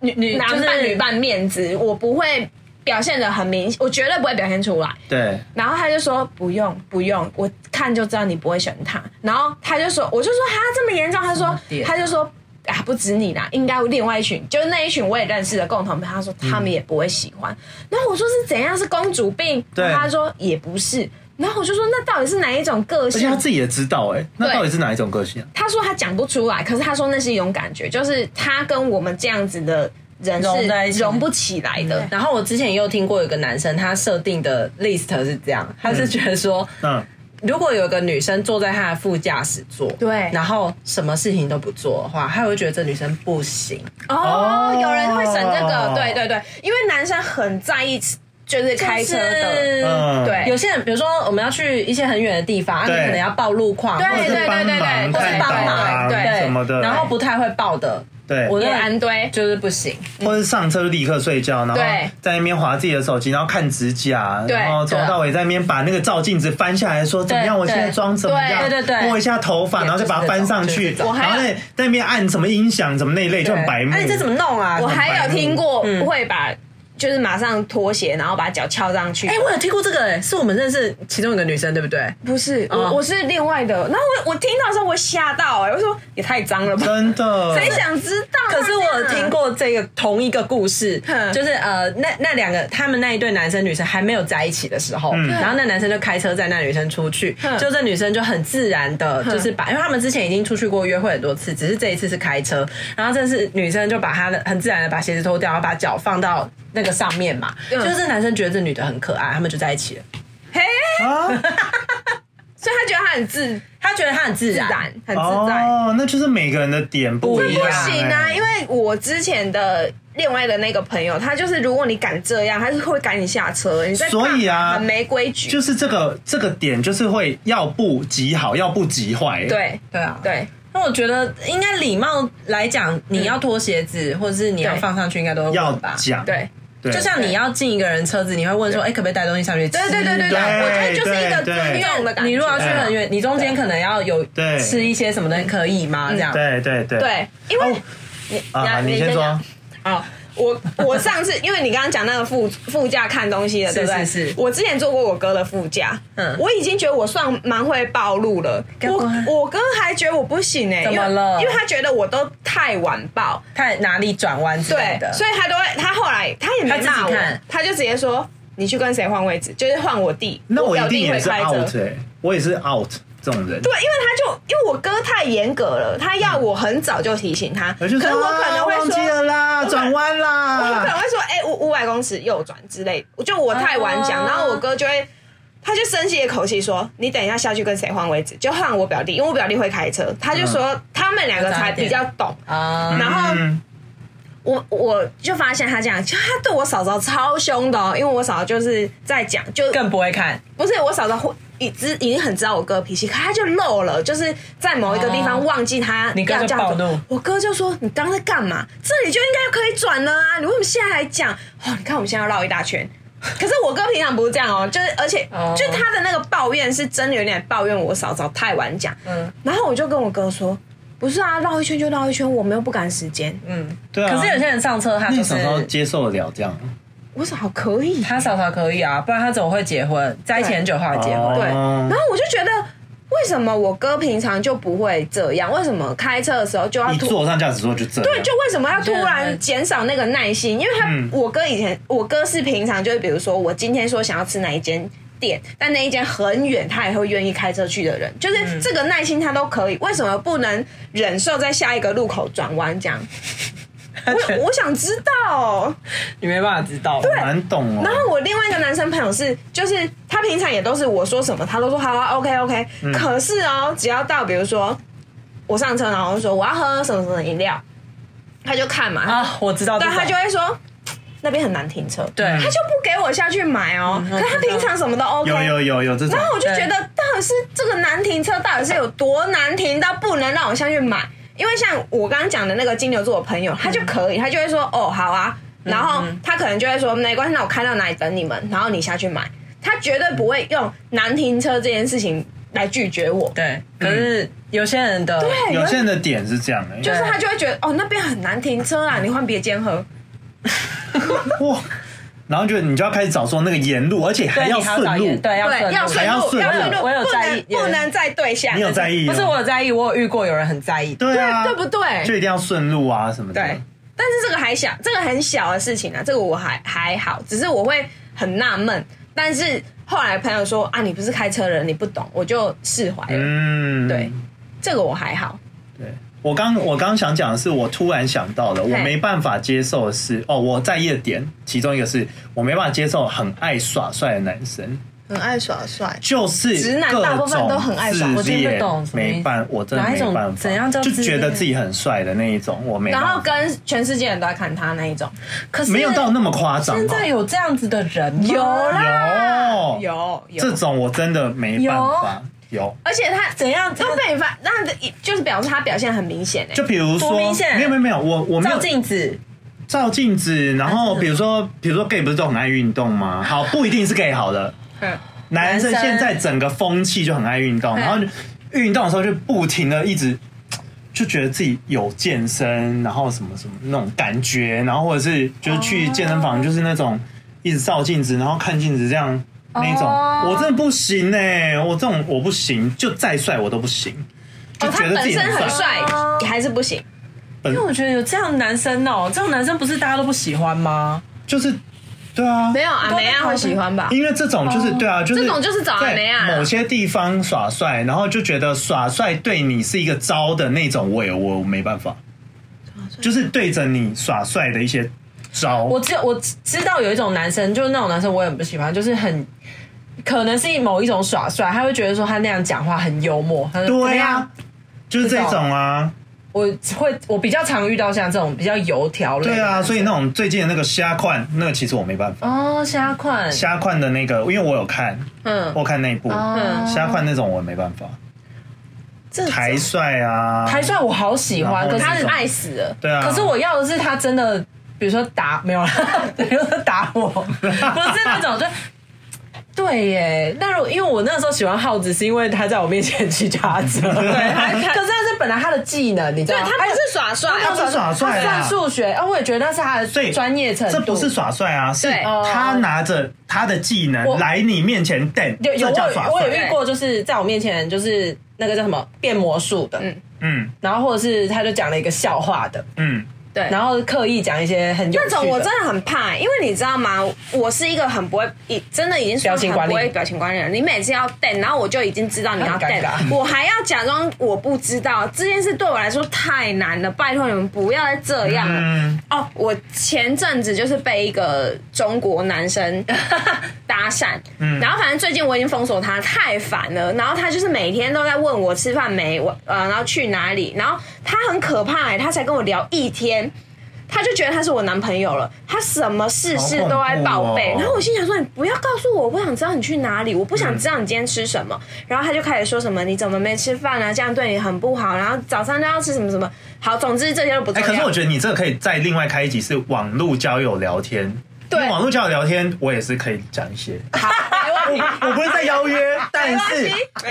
Speaker 3: 女女
Speaker 2: 男
Speaker 3: 嗯就是
Speaker 2: 伴女伴面子，我不会表现的很明，我绝对不会表现出来。
Speaker 1: 对，
Speaker 2: 然后他就说不用不用，我看就知道你不会选他。然后他就说，我就说哈这么严重，他就说
Speaker 3: 点啊
Speaker 2: 他就说啊不止你啦，应该有另外一群，就是那一群我也认识的共同朋友，他说他们也不会喜欢。然后我说是怎样是公主病，
Speaker 1: 对
Speaker 2: 他说也不是。然后我就说那到底是哪一种个
Speaker 1: 而且
Speaker 2: 性
Speaker 1: 他？自己也知道、哎，那
Speaker 2: 对
Speaker 1: 到底是哪一种个性、啊？
Speaker 2: 他说他讲不出来，可是他说那是一种感觉，就是他跟我们这样子的人
Speaker 3: 融在一
Speaker 2: 是
Speaker 3: 起
Speaker 2: 融不起来
Speaker 1: 嗯
Speaker 2: 的。
Speaker 3: 然后我之前也有听过有个男生，他设定的 list 是这样，他是觉得说，
Speaker 1: 嗯，
Speaker 3: 如果有个女生坐在他的副驾驶座，
Speaker 2: 对
Speaker 3: 然后什么事情都不做的话，他会觉得这女生不行。
Speaker 2: 哦
Speaker 1: 哦，
Speaker 2: 有人会省这个，对对对，因为男生很在意就是开车的，
Speaker 1: 嗯
Speaker 2: 对
Speaker 3: 有些人，比如说我们要去一些很远的地方，啊，你
Speaker 1: 对
Speaker 3: 可能要报路况，
Speaker 2: 对
Speaker 3: 或者
Speaker 1: 或
Speaker 3: 是
Speaker 1: 是帮
Speaker 2: 对对
Speaker 1: 忙、
Speaker 2: 对
Speaker 3: 或是
Speaker 1: 看
Speaker 3: 帮
Speaker 1: 导
Speaker 3: 忙
Speaker 1: 啊
Speaker 2: 对
Speaker 1: 什么的，
Speaker 3: 然后不太会报的，
Speaker 1: 对，
Speaker 3: 我
Speaker 2: 也
Speaker 3: 那
Speaker 2: 安
Speaker 3: 个
Speaker 2: 堆，
Speaker 3: 就是不行。
Speaker 1: 或是上车就立刻睡觉，然后
Speaker 2: 对
Speaker 1: 在那边划自己的手机，然后看指甲，
Speaker 2: 对
Speaker 1: 然后从头到尾在那边把那个照镜子翻下来说怎么样，
Speaker 3: 对
Speaker 1: 我现在妆怎么样，
Speaker 3: 对对对对
Speaker 1: 摸一下头发，
Speaker 3: 对
Speaker 1: 然后再把它翻上去，
Speaker 3: 就是这
Speaker 1: 然
Speaker 3: 种
Speaker 1: 后
Speaker 2: 就是这种我还
Speaker 1: 在在那边按什么音响什么那一类就很白目
Speaker 3: 那、，你这怎么弄啊？
Speaker 2: 我还有听过
Speaker 3: 嗯
Speaker 2: 会把就是马上脱鞋，然后把脚翘上去
Speaker 3: 哎、。我有听过这个、哎，是我们认识其中一个女生，对不对？
Speaker 2: 不是，
Speaker 3: 哦
Speaker 2: 我我是另外的。然后我我听到的时候我吓到，哎，我说也太脏了吧，
Speaker 1: 真的
Speaker 2: 谁想知道啊？
Speaker 3: 可是我有
Speaker 2: 这样
Speaker 3: 听过这个同一个故 事，
Speaker 2: 哼
Speaker 3: 就是呃，那那两个他们那一对男生女生还没有在一起的时候，
Speaker 1: 嗯
Speaker 3: 然后那男生就开车载那女生出去，
Speaker 2: 哼
Speaker 3: 就这女生就很自然的，就是把，因为他们之前已经出去过约会很多次，只是这一次是开车，然后这是女生就把她的很自然的把鞋子脱掉，然后把脚放到那个上面嘛，
Speaker 2: 嗯啊
Speaker 3: 就是这男生觉得这女的很可爱，他们就在一起了。
Speaker 2: 嘿，
Speaker 1: 啊？
Speaker 2: 所以他觉得他很自
Speaker 3: 他觉得他很自
Speaker 2: 自
Speaker 3: 然，
Speaker 2: 然，很自在。
Speaker 1: 哦，那就是每个人的点不
Speaker 3: 不
Speaker 1: 一
Speaker 3: 一
Speaker 1: 样、
Speaker 3: 样
Speaker 2: 不行啊，
Speaker 1: 哎
Speaker 2: 因为我之前的另外的那个朋友，他就是如果你敢这样，他是会赶你下车。你在
Speaker 1: 所以啊
Speaker 2: 很没规矩，
Speaker 1: 就是这个这个点，就是会要不极好，要不极坏。，
Speaker 2: 对
Speaker 5: 对啊，
Speaker 2: 对，
Speaker 3: 那我觉得应该礼貌来讲，你要脱鞋子，或者是你要
Speaker 2: 嗯对
Speaker 3: 放上去，应该都会
Speaker 1: 要
Speaker 3: 问吧。
Speaker 1: 讲。
Speaker 2: 对
Speaker 1: 对，
Speaker 3: 就像你要进一个人车子，你会问说：“哎、可不可以带东西上去吃？”
Speaker 2: 对对对
Speaker 1: 对
Speaker 2: 对对，我觉得就是一个
Speaker 1: 对
Speaker 2: 尊重的感觉。
Speaker 3: 你如果要去
Speaker 1: 对
Speaker 3: 很远，你中间可能要有
Speaker 1: 对
Speaker 3: 吃一些什么东西，可以吗？这样。
Speaker 1: 对对对
Speaker 2: 对，因为你
Speaker 1: 啊，你先说
Speaker 2: 讲。哦，我我上次因为你刚刚讲那个副副驾看东西的，对不对？
Speaker 3: 是是
Speaker 2: 我之前坐过我哥的副驾，
Speaker 3: 嗯
Speaker 2: 嗯，我已经觉得我算蛮会暴露了。
Speaker 3: 该不
Speaker 2: 我
Speaker 3: 会
Speaker 2: 我哥还觉得我不行哎、欸，
Speaker 3: 怎么了
Speaker 2: 因为？因为他觉得我都太晚报，
Speaker 3: 看哪里转弯之类
Speaker 2: 对
Speaker 3: 的。，
Speaker 2: 所以他都会，他后来他也没
Speaker 3: 他
Speaker 2: 骂
Speaker 3: 自
Speaker 2: 我
Speaker 3: 己看，
Speaker 2: 他就直接说。你去跟谁换位置？就是换我弟，
Speaker 1: 那我
Speaker 2: 我
Speaker 1: 一
Speaker 2: 表
Speaker 1: 定
Speaker 2: 弟
Speaker 1: 也
Speaker 2: 会
Speaker 1: 是
Speaker 2: 开车。
Speaker 1: out 哎，我也是 out 这种人。
Speaker 2: 对，因为他就因为我哥太严格了，他要我很早就提醒他，
Speaker 1: 我就
Speaker 2: 可
Speaker 1: 说
Speaker 2: 是我可能
Speaker 1: 啊
Speaker 2: 会
Speaker 1: 忘
Speaker 2: 说，
Speaker 1: 记了啦，
Speaker 2: 我可
Speaker 1: 转弯
Speaker 2: 我可能
Speaker 1: 啦。
Speaker 2: 会说，哎、五五百公尺右转之类的，就我太晚
Speaker 1: 啊
Speaker 2: 讲，
Speaker 3: 哦
Speaker 2: 然后我哥就会，他就生气的口气说，你等一下下去跟谁换位置，就换我表弟，因为我表弟会开车，他就说、他们两个才比较懂。
Speaker 3: 啊，
Speaker 2: 然后
Speaker 1: 嗯
Speaker 2: 我我就发现他这样，就他对我嫂嫂超凶的哦，因为我嫂嫂就是在讲，就
Speaker 3: 更不会看。
Speaker 2: 不是我嫂嫂会已知已经很知道我哥脾气，可他就漏了，就是在某一个地
Speaker 3: 哦
Speaker 2: 方忘记他
Speaker 3: 你哥
Speaker 2: 要
Speaker 3: 就
Speaker 2: 这样
Speaker 3: 暴怒
Speaker 2: 走。我哥就说：“你刚刚在干嘛？这里就应该可以转了啊！你为什么现在来讲？哦，你看我们现在要绕一大圈。”可是我哥平常不是这样哦，就是而且、
Speaker 3: 哦
Speaker 2: 就是他的那个抱怨是真的有点抱怨我嫂嫂太晚讲，
Speaker 3: 嗯
Speaker 2: 然后我就跟我哥说：“不是啊，绕一圈就绕一圈，我们又不赶时间。
Speaker 3: 嗯。
Speaker 1: 对啊，
Speaker 3: 可是有些人上车，他
Speaker 1: 那
Speaker 3: 就
Speaker 1: 你什么时候
Speaker 3: 是
Speaker 1: 接受得了这样？
Speaker 2: 我嫂嫂可以
Speaker 3: 他嫂嫂可以啊，不然他怎么会结婚？在一起很久后来结婚。
Speaker 2: 对，
Speaker 1: 哦
Speaker 2: 然后我就觉得，为什么我哥平常就不会这样？为什么开车的时候就要
Speaker 1: 一
Speaker 2: 突？
Speaker 1: 坐上驾驶座就这样。
Speaker 2: 啊对，就为什么要突
Speaker 3: 我觉得
Speaker 2: 然减少那个耐心？因为他，
Speaker 1: 嗯
Speaker 2: 我哥以前，我哥是平常就是，比如说我今天说想要吃哪一间店，但那一间很远，他也会愿意开车去的人，
Speaker 1: 嗯
Speaker 2: 就是这个耐心他都可以。为什么不能忍受在下一个路口转 弯这样？我我想知道。
Speaker 3: 你没办法知道。对，
Speaker 1: 难懂哦。
Speaker 2: 然后我另外一个男生朋友是，就是他平常也都是我说什么，他都说好啊，OK OK、可
Speaker 3: 嗯
Speaker 2: 是哦，只要到比如说我上车，然后说我要喝什么什么饮料，他就看嘛，
Speaker 3: 啊，我知道这
Speaker 2: 对，
Speaker 3: 种。
Speaker 2: 他就会说那边很难停车，
Speaker 3: 对
Speaker 2: 他就不给我下去买哦。
Speaker 3: 嗯
Speaker 2: 可是他平常什么都 OK，
Speaker 1: 有有有有这种
Speaker 2: 然，后我就
Speaker 3: 对
Speaker 2: 觉得，到底是这个难停车到底是有多难停到不能让我下去买？因为像我刚刚讲的那个金牛座的朋友，他
Speaker 3: 嗯
Speaker 2: 就可以，他就会说哦好啊，然后他可能就会说没关系，那我开到哪里等你们，然后你下去买。他绝对不会用难停车这件事情来拒绝我。
Speaker 3: 对，可是有些人的
Speaker 2: 对，
Speaker 1: 有些人的点是这样哎，
Speaker 2: 哎就是他就会觉得哦那边很难停车啊，你换别间喝。
Speaker 1: 哇，然后就你就要开始找说那个沿路，而且还
Speaker 3: 对
Speaker 1: 要
Speaker 3: 你还要找
Speaker 1: 顺
Speaker 3: 原
Speaker 1: 路，
Speaker 3: 对，
Speaker 2: 对，要
Speaker 1: 顺
Speaker 2: 顺
Speaker 1: 路
Speaker 2: 路，
Speaker 1: 还要顺路
Speaker 2: 路，
Speaker 3: 我有
Speaker 2: 不
Speaker 3: 在意
Speaker 2: 能不能再对下。
Speaker 1: 你有在意哦？
Speaker 3: 不是我有在意，我有遇过有人很在意。
Speaker 1: 对啊，
Speaker 2: 对不对？
Speaker 1: 就一定要顺路啊什么的。
Speaker 2: 对，但是这个还小，这个很小的事情啊，这个我还还好，只是我会很纳闷。但是后来朋友说啊，你不是开车人，你不懂，我就释怀了。
Speaker 1: 嗯，
Speaker 2: 对，这个我还好。
Speaker 1: 对。我刚我刚想讲的是，我突然想到了，我
Speaker 2: 嘿
Speaker 1: 没办法接受的是，哦，我在意的点，其中一个是我没办法接受很爱耍帅的男生，
Speaker 2: 很爱耍帅，
Speaker 1: 就是
Speaker 2: 直男
Speaker 1: 各
Speaker 2: 大部分
Speaker 1: 种
Speaker 2: 都很爱耍
Speaker 1: 自
Speaker 3: 我真不
Speaker 1: 恋
Speaker 3: 懂什么意思
Speaker 1: 没办，我真的
Speaker 3: 哪一
Speaker 1: 没
Speaker 3: 种
Speaker 1: 办法，
Speaker 3: 怎样叫
Speaker 1: 就
Speaker 3: 自
Speaker 1: 觉得
Speaker 3: 恋
Speaker 1: 自己很帅的那一种，我没办
Speaker 2: 然
Speaker 1: 法，
Speaker 2: 后跟全世界人都在看他那一种，
Speaker 3: 可是
Speaker 1: 没有到那么夸张，
Speaker 3: 现在
Speaker 1: 有
Speaker 3: 有这啊样子的人吗
Speaker 2: 有啦
Speaker 1: 有
Speaker 2: 有有
Speaker 1: 哦这种我真的没办法，有
Speaker 2: 而且他
Speaker 3: 怎样？
Speaker 2: 都被你发，那就是表示他表现很明显哎、
Speaker 1: 就比如说，
Speaker 3: 多明显
Speaker 1: 没有没有没有，我我没有
Speaker 3: 照镜子，啊
Speaker 1: 照镜子，然后比如说比如说 gay 不是都很爱运动吗？好，不一定是 gay 好的，
Speaker 2: 嗯
Speaker 1: 男生
Speaker 3: 男生
Speaker 1: 现在整个风气就很爱运动，
Speaker 2: 嗯
Speaker 1: 然后运动的时候就不停的一直就觉得自己有健身，然后什么什么那种感觉，然后或者是就是去健身房就是那种一直照镜子，然后看镜子这样。那一种
Speaker 3: 哦
Speaker 1: 我真的不行呢、我这种我不行，就再帅我都不行，就
Speaker 2: 哦，他
Speaker 1: 觉得自
Speaker 2: 本
Speaker 1: 己
Speaker 2: 身很
Speaker 1: 帅。
Speaker 2: 帅，还是不行。
Speaker 3: 因为我觉得有这样的男生哦、这种男生不是大家都不喜欢吗？
Speaker 1: 就是对啊，
Speaker 2: 没有啊，
Speaker 3: 都在
Speaker 2: 梅亚会喜欢吧？
Speaker 1: 因为这种就是、对啊，就是
Speaker 2: 这种就是找
Speaker 1: 在
Speaker 2: 阿梅啊
Speaker 1: 某些地方耍帅，然后就觉得耍帅对你是一个招的那种，我也我没办法，就是对着你耍帅的一些招，
Speaker 3: 我知我知道有一种男生，就是那种男生我也很不喜欢，就是很可能是某一种耍帅，他会觉得说他那样讲话很幽默。他说
Speaker 1: 对
Speaker 3: 呀、
Speaker 1: 啊，就是这种啊，
Speaker 3: 我会我比较常遇到像这种比较油条类的。
Speaker 1: 对啊，所以那种最近的那个虾款，那个其实我没办法。
Speaker 3: 哦，虾款，
Speaker 1: 虾款的那个，因为我有看，
Speaker 6: 嗯
Speaker 1: 我有看那一部
Speaker 3: 嗯
Speaker 1: 虾款那种我没办法。
Speaker 6: 这
Speaker 1: 台帅啊，
Speaker 3: 台帅我好喜欢，
Speaker 1: 然后
Speaker 3: 可是
Speaker 2: 他
Speaker 1: 那
Speaker 2: 是
Speaker 1: 种
Speaker 2: 爱死了，
Speaker 1: 对啊，
Speaker 3: 可是我要的是他真的，比如说打没有啦， 比如说打我，不是那种就。对耶，那如果因为我那时候喜欢耗子，是因为他在我面前骑脚 踏车，对
Speaker 6: 他
Speaker 3: 可是那是本来他的技能，你知道
Speaker 6: 对
Speaker 3: 吗？
Speaker 6: 他不是耍帅，
Speaker 1: 啊他不是耍帅
Speaker 3: 他
Speaker 1: 啊
Speaker 3: 算数学，啊，我也觉得那是他
Speaker 1: 所
Speaker 3: 的
Speaker 1: 以
Speaker 3: 专业程度，
Speaker 1: 这不是耍帅啊，是
Speaker 2: 对
Speaker 1: 他拿着他的技能
Speaker 3: 我
Speaker 1: 来你面前瞪，
Speaker 3: 有有
Speaker 1: 这
Speaker 3: 我
Speaker 1: 叫耍
Speaker 3: 有我有
Speaker 1: 帅。
Speaker 3: 遇过，就是在我面前就是那个叫什么变魔术的，
Speaker 2: 嗯
Speaker 1: 嗯
Speaker 3: 然后或者是他就讲了一个笑话的，
Speaker 1: 嗯，
Speaker 2: 对，
Speaker 3: 然后刻意讲一些很有
Speaker 2: 那
Speaker 3: 趣的
Speaker 2: 种我真的很怕，因为你知道吗？我是一个很不会，已真的已经
Speaker 3: 表
Speaker 2: 说
Speaker 3: 情
Speaker 2: 很
Speaker 3: 管理
Speaker 2: 不会表情管理的人。你每次要瞪，然后我就已经知道你要瞪
Speaker 3: 很尴尬，
Speaker 2: 我还要假装我不知道这件事，对我来说太难了。拜托你们不要再这样了。
Speaker 1: 嗯
Speaker 2: 哦，我前阵子就是被一个中国男生 搭讪，
Speaker 3: 嗯
Speaker 2: 然后反正最近我已经封锁他，太烦了。然后他就是每天都在问我吃饭没，我呃，然后去哪里，然后他很可怕、欸，他才跟我聊一天。他就觉得他是我男朋友了，他什么事事都在报备。
Speaker 1: 好恐怖哦
Speaker 2: 然后我心想说：“你不要告诉我，我不想知道你去哪里，我不想知道你今天吃什么。然后他就开始说什么：“你怎么没吃饭啊？这样对你很不好。”然后早上都要吃什么什么。好，总之这些都不重
Speaker 1: 哎，
Speaker 2: 要。
Speaker 1: 可是我觉得你这个可以再另外开一集是网络交友聊天。
Speaker 2: 对
Speaker 1: 因为网络交友聊天，我也是可以讲一些。
Speaker 2: 好，没问题。
Speaker 1: 我不是在邀约，但
Speaker 2: 没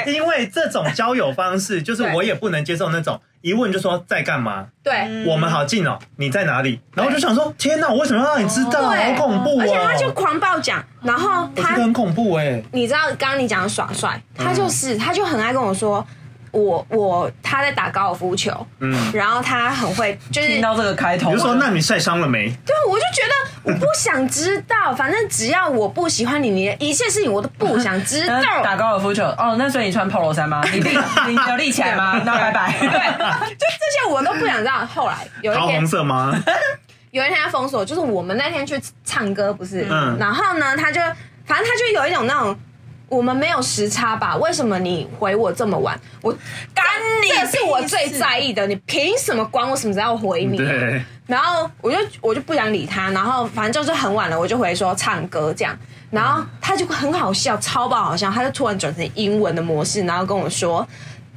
Speaker 1: 是因为这种交友方式，就是我也不能接受那种一问就说在干嘛，
Speaker 2: 对，
Speaker 1: 我们好近哦，你在哪里？然后我就想说，天哪，我为什么要让你知道？好
Speaker 2: 对
Speaker 1: 恐怖哦！
Speaker 2: 而且他就狂暴讲，然后
Speaker 1: 哦我觉得嗯
Speaker 2: 他，
Speaker 1: 很恐怖哎、
Speaker 2: 你知道刚刚你讲的耍帅，他就是，他就很爱跟我说，我我他在打高尔夫球，
Speaker 1: 嗯，
Speaker 2: 然后他很会，就是
Speaker 3: 听到这个开头，
Speaker 1: 比如说，那你晒伤了没？
Speaker 2: 对，啊我就觉得我不想知道，反正只要我不喜欢你，你的一切事情我都不想知道
Speaker 3: 嗯。打高尔夫球哦，那所以你穿 polo 衫吗？你立你有立起来吗？那拜拜。
Speaker 2: 对，就这些我都不想知道。后来有一
Speaker 1: 桃
Speaker 2: 天
Speaker 1: 红，色吗？
Speaker 2: 有一天他封锁，就是我们那天去唱歌不是，
Speaker 1: 嗯
Speaker 2: 然后呢，他就反正他就有一种那种。我们没有时差吧？为什么你回我这么晚？我干你，这是我最在意的。你凭什么管我什么时候回你？
Speaker 1: 对，
Speaker 2: 然后我就我就不想理他，然后反正就是很晚了，我就回说唱歌这样，然后他就很好笑，超爆好笑，他就突然转成英文的模式，然后跟我说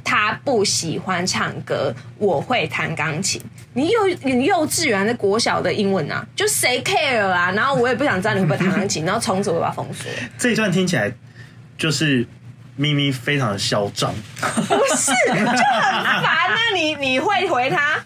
Speaker 2: 他不喜欢唱歌，我会弹钢琴。你幼你幼稚园的国小的英文啊， 就谁 care 啊？然后我也不想知道你会不会弹钢琴，然后从此我把他封锁。
Speaker 1: 这一段听起来就是咪咪非常的嚣张，
Speaker 2: 不是，就很烦啊！你你会回他？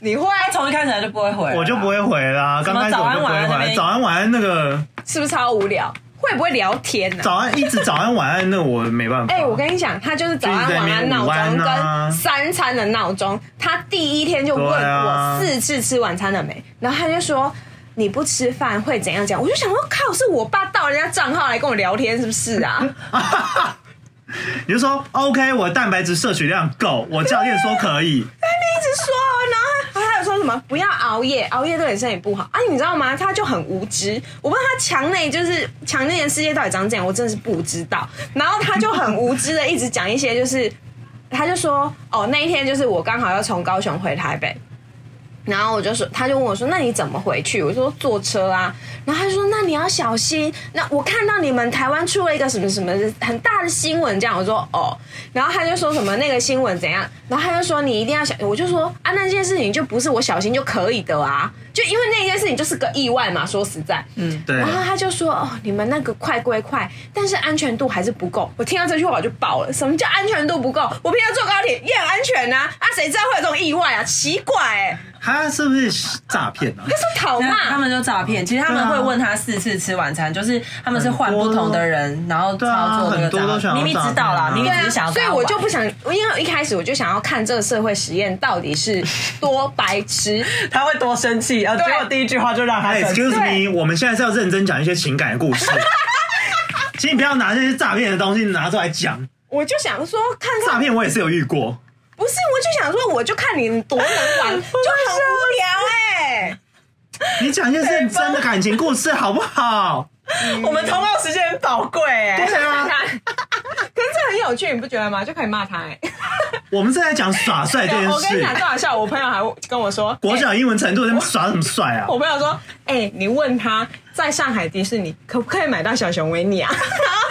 Speaker 2: 你会
Speaker 3: 他从一开始他就不会回，
Speaker 1: 我就不。会回啦。刚开始我就不
Speaker 3: 啊早安晚
Speaker 1: 会
Speaker 3: 安那
Speaker 1: 回，
Speaker 3: 边
Speaker 1: 早安晚安那个
Speaker 2: 是不是超无聊？会不会聊天啊呢、
Speaker 1: 早安一直早安晚安那啊我没办法。
Speaker 2: 哎、我跟你讲，他就是早安、
Speaker 1: 就是在那
Speaker 2: 晚
Speaker 1: 边
Speaker 2: 安闹
Speaker 1: 午安
Speaker 2: 钟
Speaker 1: 啊
Speaker 2: 跟三餐的闹钟。他第一天就问
Speaker 1: 对啊
Speaker 2: 我四次吃晚餐了没，然后他就说你不吃饭会怎样讲？我就想说，靠，是我爸盗人家账号来跟我聊天是不是啊？
Speaker 1: 你就说 OK，我的蛋白质摄取量够，我教练说可以。
Speaker 2: 一直说，哦然后他还有说什么不要熬夜，熬夜对你身体不好啊，你知道吗？他就很无知，我不知道他墙内就是墙内的世界到底长怎样，我真的是不知道。然后他就很无知的一直讲一些，就是他就说哦，那一天就是我刚好要从高雄回台北。然后我就说，他就问我说：“那你怎么回去？”我就说：“坐车啊。”然后他就说：“那你要小心。”那我看到你们台湾出了一个什么什么很大的新闻，这样我说：“哦。”然后他就说什么那个新闻怎样？然后他就说：“你一定要小。”我就说：“啊，那件事情就不是我小心就可以的啊，就因为那件事情就是个意外嘛。说实在，嗯。”
Speaker 1: 对
Speaker 2: 然，后他就说：“哦，你们那个快归快，但是安全度还是不够。”我听到这句话我就爆了。什么叫安全度不够？我平常坐高铁也很安全啊，啊，谁知道会有这种意外啊？奇怪哎、
Speaker 1: 他是不是诈骗啊？
Speaker 2: 这是讨
Speaker 3: 那
Speaker 2: 骂，
Speaker 3: 他们就诈骗，其实他们
Speaker 1: 对啊
Speaker 3: 会问他四次吃晚餐，就是他们是换不同的人，然后操作那
Speaker 1: 对啊很
Speaker 3: 个
Speaker 1: 多都
Speaker 3: 账
Speaker 1: 想
Speaker 3: 号。
Speaker 1: 要
Speaker 3: 明明知道啦
Speaker 1: 诈，骗啊
Speaker 3: 明明
Speaker 2: 对
Speaker 3: 只
Speaker 2: 啊
Speaker 3: 是想，要
Speaker 2: 所
Speaker 3: 跟
Speaker 2: 以
Speaker 3: 他玩
Speaker 2: 我就不想，因为一开始我就想要看这个社会实验到底是多白 痴。
Speaker 3: 他会多生气啊！结
Speaker 2: 对
Speaker 3: 果第一句话就让他
Speaker 1: 哎
Speaker 3: 生气。
Speaker 1: ，excuse me，我们现在是要认真讲一些情感的故事，请你不要拿这些诈骗的东西拿出来讲。
Speaker 2: 我就想说看
Speaker 1: 诈
Speaker 2: 看，
Speaker 1: 骗我也是有遇过，
Speaker 2: 不是，我就想说，我就看你多能 玩，就很无聊哎、
Speaker 7: 欸
Speaker 1: 你讲一些认真的感情故事好不好？
Speaker 3: 我们通告时间很宝贵哎，
Speaker 1: 对啊，
Speaker 7: 可是这很有趣，你不觉得吗？就可以骂他哎、
Speaker 1: 我们是在讲耍帅这件
Speaker 7: 我跟你
Speaker 1: 事
Speaker 7: 讲，。最好笑，我朋友还跟我说，
Speaker 1: 国
Speaker 7: 哎
Speaker 1: 小英文程度，他们耍什么帅啊？
Speaker 7: 我朋友说，哎、你问他在上海迪士尼可不可以买到小熊维尼啊？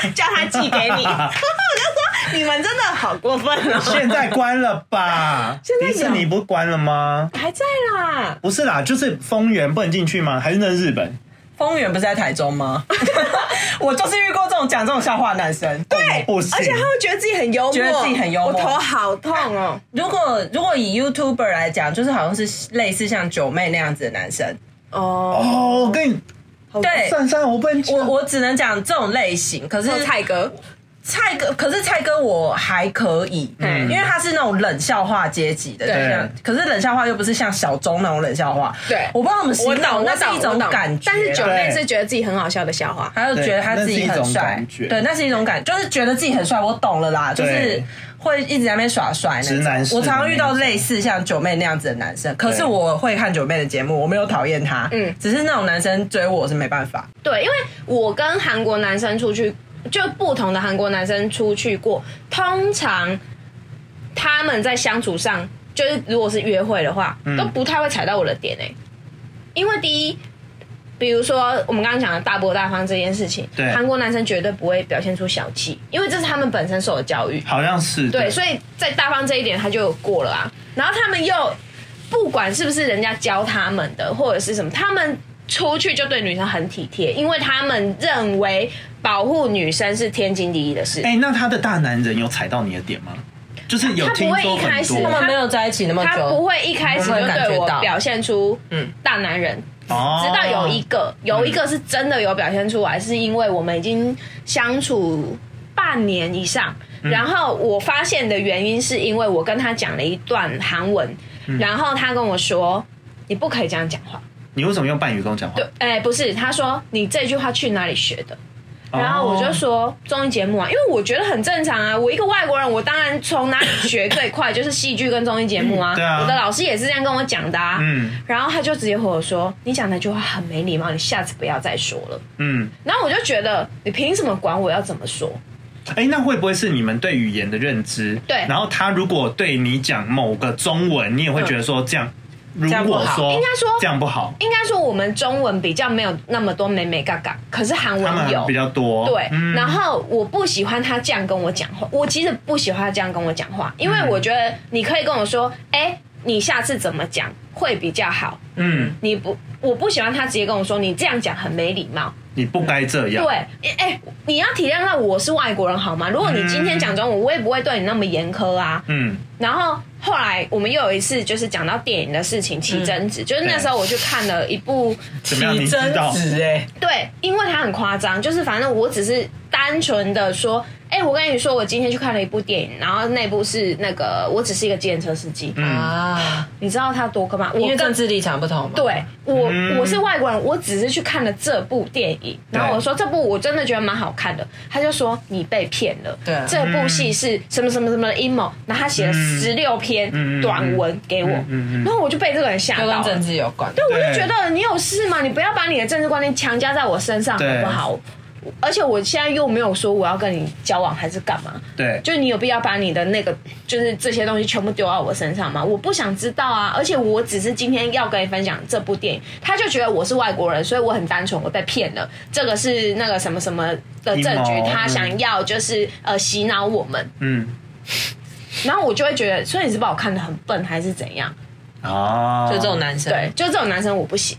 Speaker 7: 然后叫他寄给 你。然后我就说，你们真的好过分
Speaker 3: 啊
Speaker 7: 哦！
Speaker 1: 现在关了吧？
Speaker 7: 现在有
Speaker 1: 迪士尼不是关了吗？
Speaker 7: 还在啦，
Speaker 1: 不是啦，就是丰原不能进去吗？还是那是日本？
Speaker 3: 丰原不是在台中吗？ 我就是遇过这种讲这种笑话的男生。对，
Speaker 1: 哦不行
Speaker 2: 而，且他会觉得自己很幽默，
Speaker 3: 觉得自己很幽默
Speaker 2: 我头好痛哦。
Speaker 3: 如果如果以 YouTuber 来讲，就是好像是类似像九妹那样子的男生。
Speaker 2: 哦，
Speaker 1: 哦，我跟你
Speaker 2: 哎
Speaker 3: 对，
Speaker 1: 算算，我不能
Speaker 3: 我我只能讲这种类型。可是
Speaker 2: 蔡啊哦哥，
Speaker 3: 蔡哥，可是蔡哥我还可以，因为他是那种冷笑话阶级的，就
Speaker 2: 嗯对
Speaker 3: 像可是冷笑话又不是像小钟那种冷笑话。
Speaker 2: 对
Speaker 3: 我不知道怎么形
Speaker 2: 我
Speaker 3: 容，
Speaker 2: 懂，
Speaker 3: 那
Speaker 2: 我
Speaker 3: 是
Speaker 2: 懂
Speaker 3: 一种
Speaker 2: 我懂
Speaker 3: 感觉啦。啊
Speaker 2: 但是九妹
Speaker 1: 对
Speaker 2: 是觉得自己很好笑的笑话。
Speaker 3: 还有觉得他自己很帅
Speaker 1: 对那是一种感觉，
Speaker 3: 对，那是一种感，就是觉得自己很帅。我懂了啦，就是
Speaker 1: 对
Speaker 3: 会一直在那边耍帅那种。
Speaker 1: 直男式
Speaker 3: 我常常遇到类似像九妹那样子的男生，可是
Speaker 1: 对
Speaker 3: 我会看九妹的节目，我没有讨厌他，嗯
Speaker 2: 嗯，
Speaker 3: 只是那种男生追我是没办法。
Speaker 2: 对，因为我跟韩国男生出去，就不同的韩国男生出去过，通常他们在相处上，就是如果是约会的话，
Speaker 1: 嗯
Speaker 2: 都不太会踩到我的点诶、欸因为第一。比如说，我们刚刚讲的大波大方这件事情，
Speaker 1: 对
Speaker 2: 韩国男生绝对不会表现出小气，因为这是他们本身受的教育。
Speaker 1: 好像是
Speaker 2: 对，所以在大方这一点他就有过了啊。然后他们又不管是不是人家教他们的，或者是什么，他们出去就对女生很体贴，因为他们认为保护女生是天经地义的事。
Speaker 1: 哎、那他的大男人有踩到你的点吗？就是有
Speaker 2: 他不
Speaker 1: 听
Speaker 2: 会
Speaker 1: 说
Speaker 2: 一开
Speaker 1: 很
Speaker 2: 始
Speaker 1: 多
Speaker 3: 他
Speaker 2: 他
Speaker 3: 们没有在一起那么
Speaker 2: 他不
Speaker 3: 久，
Speaker 2: 会一开始
Speaker 3: 不会
Speaker 2: 就
Speaker 3: 感觉
Speaker 2: 对我
Speaker 3: 到
Speaker 2: 表现出
Speaker 3: 嗯
Speaker 2: 大男人，
Speaker 1: 哦，
Speaker 2: 直到有一个有一个是真的有表现出来，是因为我们已经相处半年以上，
Speaker 1: 嗯
Speaker 2: 然后我发现的原因是因为我跟他讲了一段韩文，
Speaker 1: 嗯
Speaker 2: 然后他跟我说。你不可以这样讲话。
Speaker 1: 你为什么用半语跟我讲话
Speaker 2: 对？，哎、不是，他说你这句话去哪里学的？
Speaker 1: 哦
Speaker 2: 然后我就说综艺节目啊，因为我觉得很正常啊。我一个外国人，我当然从哪里学最快就是戏剧跟综艺节目啊。
Speaker 1: 嗯对啊
Speaker 2: 我的老师也是这样跟我讲的啊。
Speaker 1: 嗯
Speaker 2: 然后他就直接回我说：“你讲那句话很没礼貌，你下次不要再说了。
Speaker 1: 嗯，”
Speaker 2: 然后我就觉得你凭什么管我要怎么说？
Speaker 1: 哎、那会不会是你们对语言的认知？
Speaker 2: 对
Speaker 1: 然后他如果对你讲某个中文，你也会觉得说这样，
Speaker 2: 嗯
Speaker 1: 如
Speaker 3: 样不
Speaker 1: 果
Speaker 3: 好
Speaker 1: 说
Speaker 2: 应该说
Speaker 1: 这样不好，
Speaker 2: 应该说我们中文比较没有那么多美美嘎嘎，可是韩
Speaker 1: 他
Speaker 2: 文有
Speaker 1: 们比较多。
Speaker 2: 对，
Speaker 1: 嗯
Speaker 2: 然后我不喜欢他这样跟我讲话，我其实不喜欢他这样跟我讲话，因为
Speaker 1: 嗯
Speaker 2: 我觉得你可以跟我说，哎、你下次怎么讲会比较好。
Speaker 1: 嗯，
Speaker 2: 你不，我不喜欢他直接跟我说你这样讲很没礼貌。
Speaker 1: 你不该这样。
Speaker 2: 对，哎、哎你要体谅到我是外国人好吗？如果你今天讲中文，我也不会对你那么严苛啊。
Speaker 1: 嗯，
Speaker 2: 然后后来我们又有一次就是讲到电影的事情起争
Speaker 3: 嗯
Speaker 2: 执，就是那时候我去看了一部
Speaker 1: 怎么样？你知
Speaker 3: 真
Speaker 1: 道？
Speaker 3: 子哎，
Speaker 2: 对，因为他很夸张，就是反正我只是单纯的说，哎、我跟你说，我今天去看了一部电影，然后那部是那个，我只是一个计程车司机，
Speaker 1: 嗯，
Speaker 3: 啊，
Speaker 2: 你知道他多可怕？
Speaker 3: 因
Speaker 2: 我
Speaker 3: 为
Speaker 2: 跟
Speaker 3: 政治立场不同嘛。
Speaker 2: 对我、
Speaker 1: 嗯
Speaker 2: 我是外国人，我只是去看了这部电影，然后我说这部我真的觉得蛮好看的，他就说你被骗了，
Speaker 3: 对
Speaker 2: 这部戏是什么什么什么的阴谋，然后他写了
Speaker 1: 嗯
Speaker 2: 十六篇
Speaker 1: 嗯嗯嗯
Speaker 2: 短文给我，
Speaker 1: 嗯嗯嗯
Speaker 2: 然后我就被这个人吓
Speaker 3: 就
Speaker 2: 到
Speaker 3: 跟
Speaker 2: 了
Speaker 3: 政。治有关。
Speaker 2: 对，我就
Speaker 1: 对
Speaker 2: 觉得你有事吗？你不要把你的政治观念强加在我身上，好
Speaker 1: 对
Speaker 2: 不好？而且我现在又没有说我要跟你交往还是干嘛，
Speaker 1: 对，
Speaker 2: 就你有必要把你的那个就是这些东西全部丢到我身上吗？我不想知道啊！而且我只是今天要跟你分享这部电影，他就觉得我是外国人，所以我很单纯，我被骗了。这个是那个什么什么的证
Speaker 1: 阴
Speaker 2: 据，
Speaker 1: 谋
Speaker 2: 他想要就是呃洗脑我们，
Speaker 1: 嗯，
Speaker 2: 然后我就会觉得，所以你是把我看得很笨还是怎样？
Speaker 1: 哦，
Speaker 3: 就这种男生，
Speaker 2: 对，，就这种男生我不行，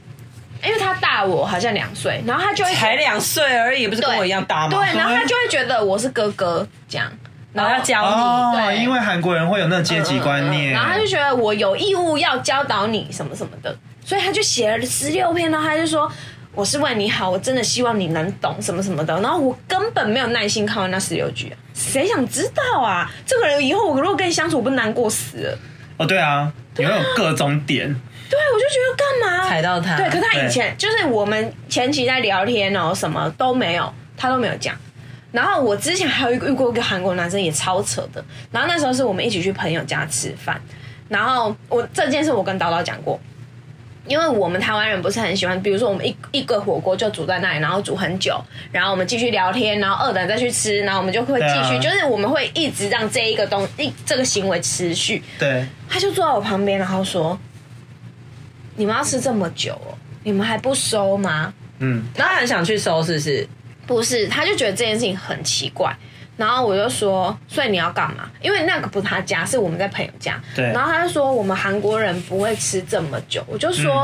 Speaker 2: 因为他大我好像两岁，然后他就会觉得
Speaker 3: 才两岁而已，不是跟
Speaker 2: 对
Speaker 3: 我一样大吗？
Speaker 2: 对，然后他就会觉得我是哥哥这样，然
Speaker 3: 然
Speaker 2: 后
Speaker 3: 后要教
Speaker 1: 哦
Speaker 3: 你，，
Speaker 2: 对嗯
Speaker 1: 因为韩国人会有那阶级观念，
Speaker 2: 然后他就觉得我有义务要教导你什么什么的，所以他就写了十六篇，然后他就说。我是为你好，我真的希望你能懂什么什么的。然后我根本没有耐心看完那十六句、啊，谁想知道啊？这个人以后我如果跟你相处，我不难过死了？
Speaker 1: 哦，对啊，你会有各种点，
Speaker 2: 对，我就觉得干嘛
Speaker 3: 踩到他，
Speaker 2: 对，可是他
Speaker 1: 对
Speaker 2: 以前就是我们前期在聊天哦，什么都没有，他都没有讲。然后我之前还有遇过一个韩国男生也超扯的，然后那时候是我们一起去朋友家吃饭，然后我这件事我跟叨叨讲过，因为我们台湾人不是很喜欢，比如说我们一一个火锅就煮在那里，然后煮很久，然后我们继续聊天，然后饿了再去吃，然后我们就会继续，
Speaker 1: 对啊
Speaker 2: 就是我们会一直让这一个东一这个行为持续。
Speaker 1: 对，
Speaker 2: 他就坐在我旁边，然后说：“你们要吃这么久哦，你们还不收吗
Speaker 1: 嗯，
Speaker 3: 然后很想去收，是不是？？”
Speaker 2: 不是，他就觉得这件事情很奇怪。然后我就说：“所以你要干嘛？因为那个不是他家，是我们在朋友家。”
Speaker 1: 对
Speaker 2: 然后他就说：“我们韩国人不会吃这么久。”我就说：“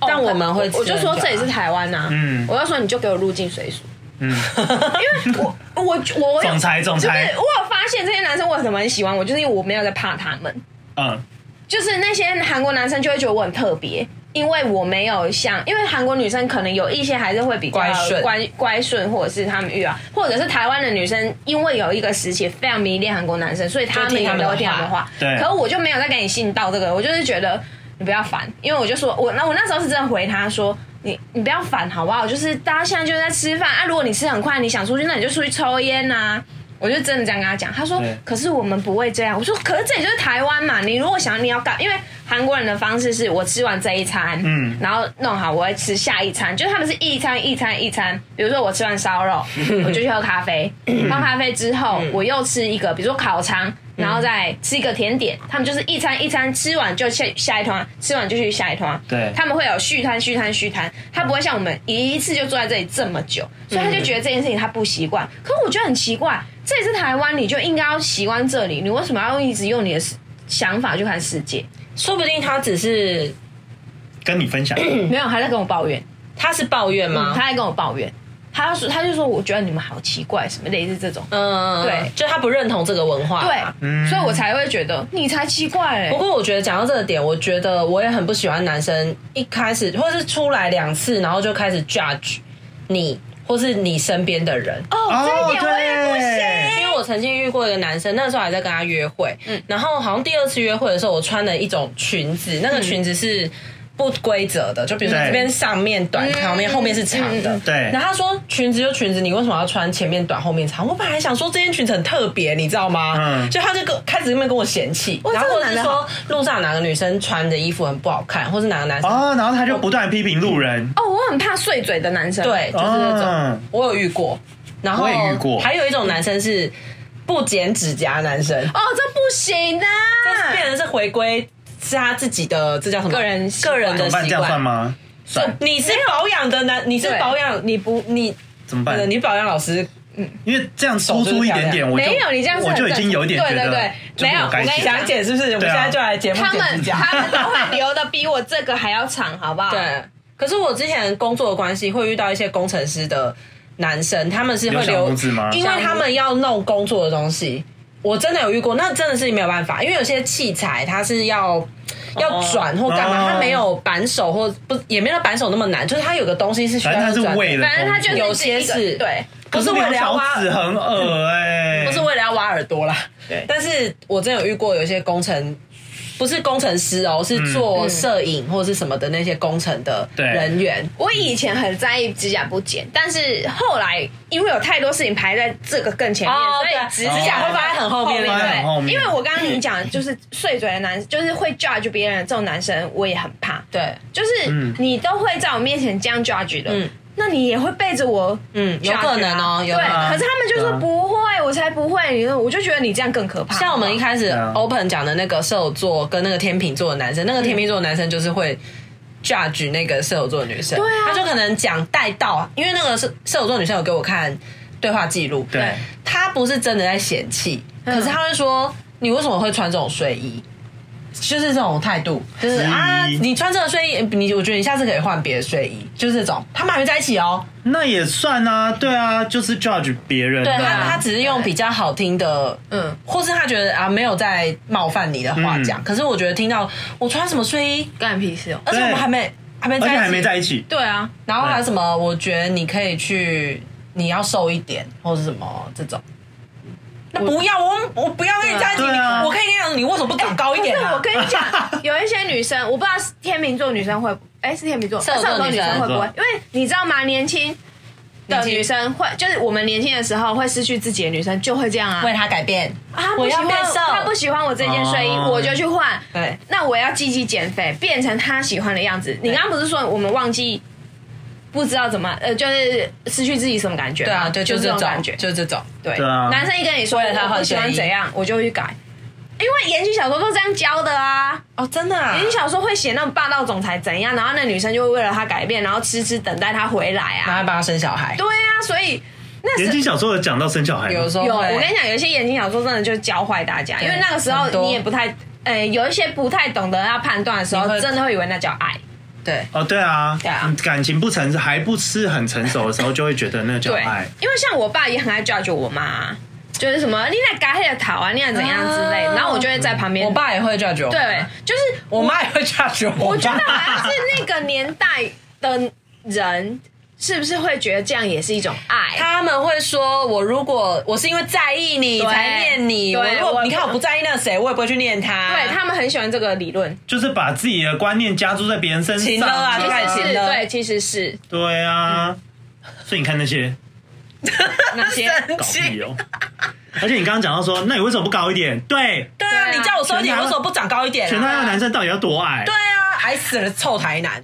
Speaker 2: 哦
Speaker 3: 但我们会吃
Speaker 2: 我就说
Speaker 3: 很久啊
Speaker 2: 这里是台湾呐、
Speaker 1: 嗯
Speaker 2: 我就说你就给我入境随俗。
Speaker 1: 嗯，
Speaker 2: 因为我我我我有
Speaker 1: 总裁总裁
Speaker 2: 就是我有发现这些男生为什么很喜欢我，就是因为我没有在怕他们。
Speaker 1: 嗯，
Speaker 2: 就是那些韩国男生就会觉得我很特别，因为我没有像，因为韩国女生可能有一些还是会比较
Speaker 3: 乖顺
Speaker 2: 乖乖顺，或者是他们遇到，或者是台湾的女生，因为有一个时期非常迷恋韩国男生，所以他
Speaker 3: 就
Speaker 2: 们
Speaker 3: 听
Speaker 2: 也
Speaker 3: 他们的
Speaker 2: 都会听他们的
Speaker 3: 话
Speaker 2: 话。
Speaker 1: 对
Speaker 2: 可我就没有在跟你信到这个，我就是觉得你不要烦，因为我就说我那我那时候是真的回他说。你你不要烦好不好？就是大家现在就是在吃饭啊，如果你吃很快，你想出去，那你就出去抽烟啊呐、我就真的这样跟他讲，他说
Speaker 1: 对：“
Speaker 2: 可是我们不会这样。”我说：“可是这里就是台湾嘛，你如果想你要干，因为韩国人的方式是我吃完这一餐，
Speaker 1: 嗯
Speaker 2: 然后弄好我会吃下一餐，就是他们是一餐一餐一餐。比如说我吃完烧肉，我就去喝咖 啡，喝咖啡之后我又吃一个，比如说烤
Speaker 1: 嗯
Speaker 2: 肠，然后再吃一个甜点。他们就是一餐一餐吃完就去下一团，吃完就去下一啊团。
Speaker 1: 对
Speaker 2: 他们会有续摊、续摊、续摊，他不会像我们一次就坐在这里这么久，所以他就觉得这件事情他不习惯。可我觉得很奇怪，这里是台湾，你就应该要习惯这里，你为什么要一直用你的想法去看世界？
Speaker 3: 说不定他只是
Speaker 1: 跟你 分享，
Speaker 3: 嗯
Speaker 2: 没有，还在跟我抱怨，嗯
Speaker 3: 他是抱怨吗？
Speaker 2: 他还跟我抱怨，他说他就说我觉得你们好奇怪，什么类似这种。
Speaker 3: 嗯，
Speaker 2: 对
Speaker 3: 就他不认同这个文化。
Speaker 2: 对，
Speaker 1: 嗯
Speaker 2: 所以我才会觉得你才奇怪、欸
Speaker 3: 啊不。过我觉得讲到这个点，我觉得我也很不喜欢男生一开始或是出来两次，然后就开始 judge 你或是你身边的人。
Speaker 2: 哦，这一点我也不行。
Speaker 1: 对，
Speaker 3: 因为我曾经遇过一个男生，那时候还在跟他约会，
Speaker 2: 嗯
Speaker 3: 然后好像第二次约会的时候，我穿了一种裙子，那个裙子是不规则的，就比如说
Speaker 1: 对
Speaker 3: 这边上面短条面，
Speaker 2: 嗯
Speaker 3: 后面是长的，
Speaker 2: 嗯
Speaker 1: 对
Speaker 3: 然后他说裙子就裙子，你为什么要穿前面短后面长？我本来想说这件裙子很特别，你知道吗？
Speaker 1: 嗯
Speaker 3: 就他就跟开始在那边跟我嫌弃，然后
Speaker 2: 哦这个
Speaker 3: 或者是
Speaker 2: 男的
Speaker 3: 说路上哪个女生穿的衣服很不好看，或是哪个男生、
Speaker 1: 哦，然后他就不断批评路人，
Speaker 2: 哦，我很怕碎嘴的男生。，
Speaker 3: 对，就是那种、
Speaker 2: 哦
Speaker 1: 嗯
Speaker 3: 我有遇过，然后
Speaker 1: 我也遇过
Speaker 3: 还有一种男生是不剪指甲男生。
Speaker 2: 哦，这不行的、
Speaker 3: 但是变成是回归是他自己的，这叫什么？
Speaker 2: 个人习惯
Speaker 3: 个人
Speaker 1: 怎
Speaker 3: 的
Speaker 1: 么办？
Speaker 3: 习
Speaker 1: 这样算
Speaker 3: 惯。
Speaker 1: 吗？算
Speaker 3: 你是保养的男，你是
Speaker 2: 对
Speaker 3: 保养，你不你
Speaker 1: 怎么办？
Speaker 3: 你保养老师
Speaker 1: 因为这样突出一点点，我就
Speaker 2: 没有你这样是
Speaker 1: 我
Speaker 2: 很
Speaker 1: 就已经有一点觉
Speaker 2: 对
Speaker 1: 得，
Speaker 2: 对对没有
Speaker 1: 该
Speaker 2: 我跟你
Speaker 1: 剪
Speaker 2: 讲
Speaker 3: 想剪是不是？我们
Speaker 1: 对啊
Speaker 3: 现在就来节目
Speaker 2: 他
Speaker 3: 剪
Speaker 2: 们
Speaker 3: 指甲。
Speaker 2: 他们都会留的比我这个还要长，好不好？
Speaker 3: 对，可是我之前工作的关系，会遇到一些工程师的男生，他们是会
Speaker 1: 留小
Speaker 3: 留
Speaker 1: 胡子吗
Speaker 3: 因为他们要弄工作的东西。我真的有遇过，那真的是没有办法，因为有些器材它是要
Speaker 2: 哦
Speaker 3: 要转或干嘛，
Speaker 1: 哦
Speaker 3: 它没有扳手或不也没有扳手那么难，就是它有个东西是需要
Speaker 1: 反正他是
Speaker 3: 转的
Speaker 1: 为了工作，
Speaker 2: 反正他就是
Speaker 3: 有些
Speaker 2: 一个
Speaker 3: 是
Speaker 2: 对，
Speaker 1: 可
Speaker 3: 不是为
Speaker 1: 留
Speaker 3: 了要
Speaker 1: 小
Speaker 3: 挖
Speaker 1: 指啊很恶哎，
Speaker 3: 不是为了要挖耳朵啦。
Speaker 2: 对
Speaker 3: 但是我真有遇过有一些工程，不是工程师哦，是做
Speaker 2: 嗯
Speaker 3: 摄影或是什么的那些工程的
Speaker 1: 嗯对
Speaker 3: 人员，
Speaker 2: 我以前很在意指甲不剪，但是后来因为有太多事情排在这个更前面，
Speaker 3: 哦
Speaker 2: 所以
Speaker 3: 对哦
Speaker 2: 指
Speaker 1: 指甲会
Speaker 3: 放在很后面
Speaker 1: 放在很后面
Speaker 2: 对，因为我刚刚你讲，嗯就是碎嘴的男，就是会 judge 别人的这种男生，我也很怕。
Speaker 3: 对，
Speaker 2: 就是
Speaker 1: 嗯
Speaker 2: 你都会在我面前这样 judge 的，
Speaker 3: 嗯
Speaker 2: 那你也会背着我 judge 啊。
Speaker 3: 嗯有可能哦有
Speaker 2: 对，
Speaker 3: 可能
Speaker 2: 可是他们就
Speaker 1: 对
Speaker 2: 说
Speaker 1: 啊
Speaker 2: 不会，我才不会，你我就觉得你这样更可怕。
Speaker 3: 像我们一开始
Speaker 1: 对啊
Speaker 3: open 讲的那个射手座跟那个天秤座的男生，那个天秤座的男生就是会 judge 那个射手座的女生，
Speaker 2: 对啊
Speaker 3: 他就可能讲带到，因为那个射射手座女生有给我看对话记录，
Speaker 1: 对，
Speaker 3: 他不是真的在嫌弃，
Speaker 2: 嗯
Speaker 3: 可是他会说你为什么会穿这种睡衣？就是这种态度，就是
Speaker 1: 质疑
Speaker 3: 啊，你穿这个睡衣，你我觉得你下次可以换别的睡衣，就是这种。他们还没在一起哦，
Speaker 1: 那也算啊，对啊，就是 judge 别人
Speaker 3: 对
Speaker 1: 啊，
Speaker 3: 他，他只是用比较好听的，嗯
Speaker 2: 嗯，
Speaker 3: 或是他觉得啊没有在冒犯你的话
Speaker 1: 嗯
Speaker 3: 讲。可是我觉得听到我穿什么睡衣，
Speaker 2: 干你屁事哦。
Speaker 3: 而且我们还没还没
Speaker 1: 而且还
Speaker 3: 在
Speaker 1: 没
Speaker 3: 一起，
Speaker 1: 在一起，
Speaker 2: 对啊，
Speaker 3: 然后还有什么？我觉得你可以去，你要瘦一点，或是什么这种。那不要，我我不要跟你在一起，
Speaker 1: 对啊
Speaker 3: 你我可以跟你讲，你为什么不长高一点
Speaker 2: 不是，
Speaker 3: 啊
Speaker 2: 我？跟你讲，有一些女生，我不知道是天秤座女生会，哎、是天秤座，
Speaker 3: 射手座
Speaker 2: 女生会不会
Speaker 1: 女生？
Speaker 2: 因为你知道吗？年轻的女生会，就是我们年轻的时候会失去自己的女生就会这样啊
Speaker 3: 为。他改变，
Speaker 2: 啊，不
Speaker 3: 我
Speaker 2: 喜
Speaker 3: 要
Speaker 2: 欢
Speaker 3: 变瘦
Speaker 2: 他不喜欢我这件睡衣，
Speaker 1: 哦
Speaker 2: 我就去换。
Speaker 3: 对，啊
Speaker 2: 那我要积极减肥，变成他喜欢的样子。你刚刚不是说我们忘记不知道怎么呃，就是失去自己什么感觉吗？
Speaker 3: 对啊，对，
Speaker 2: 就
Speaker 3: 就
Speaker 2: 这
Speaker 3: 这
Speaker 2: 种
Speaker 3: 种
Speaker 2: 感觉。
Speaker 3: 就这种，
Speaker 2: 对
Speaker 1: 对啊
Speaker 2: 男生一跟你说
Speaker 3: 为了他
Speaker 2: 我不
Speaker 3: 换
Speaker 2: 喜
Speaker 3: 睡衣
Speaker 2: 欢怎样，我就会去改，因为言情小说都这样教的啊。
Speaker 3: 哦，真的啊
Speaker 2: 言情小说会写那种霸道总裁怎样，然后那女生就会为了他改变，然后痴痴等待他回来
Speaker 3: 然后
Speaker 2: 啊。
Speaker 3: 还帮他生小孩，
Speaker 2: 对啊，所以那
Speaker 1: 言
Speaker 2: 是
Speaker 1: 情小说有讲到生小孩吗，
Speaker 3: 有时候哎
Speaker 2: 有，
Speaker 3: 会
Speaker 2: 我跟你讲，有一些言情小说真的就教坏大家，因为那个时候
Speaker 3: 很多
Speaker 2: 你也不太，呃，有一些不太懂得要判断的时候
Speaker 3: 你，会
Speaker 2: 真的会以为那叫爱。
Speaker 3: 对，
Speaker 1: 哦，对啊，
Speaker 2: 对啊
Speaker 1: 嗯感情不成还不是很成熟的时候，就会觉得那叫
Speaker 2: 对
Speaker 1: 爱。，
Speaker 2: 因为像我爸也很爱 judge 我妈，就是什么你来改黑的桃啊，你来怎样之类的，
Speaker 3: 啊
Speaker 2: 然后我就会在旁边。
Speaker 3: 我爸也会 judge 我，
Speaker 2: 对，就是
Speaker 3: 我妈也会 judge 我，
Speaker 2: 我觉得好像是那个年代的人，是不是会觉得这样也是一种爱？啊
Speaker 3: 他们会说，我如果我是因为在意你
Speaker 2: 对
Speaker 3: 才念你，
Speaker 2: 对
Speaker 3: 我如果
Speaker 2: 我
Speaker 3: 你看我不在意那谁，我也不会去念他。
Speaker 2: 对他们很喜欢这个理论，
Speaker 1: 就是把自己的观念加注在别人身
Speaker 3: 情勒
Speaker 1: 上
Speaker 3: 啊
Speaker 2: 其
Speaker 3: 就开
Speaker 2: 实
Speaker 3: 始
Speaker 2: 是
Speaker 3: 情勒
Speaker 2: 对，其实 是
Speaker 1: 对
Speaker 2: 嗯
Speaker 1: 啊，所以你看那些
Speaker 2: 那 些
Speaker 3: 生
Speaker 1: 搞
Speaker 3: 气
Speaker 1: 屁。哦。而且你刚刚讲到说，那你为什么不高一点？对，
Speaker 3: 对啊，
Speaker 2: 对啊
Speaker 3: 你叫我收
Speaker 1: 全
Speaker 3: 你，
Speaker 1: 台
Speaker 3: 为什么不长高一点
Speaker 1: 全
Speaker 3: 啊？
Speaker 1: 台湾的男生到底要多矮？
Speaker 3: 对啊，矮死了，臭台南，
Speaker 2: 完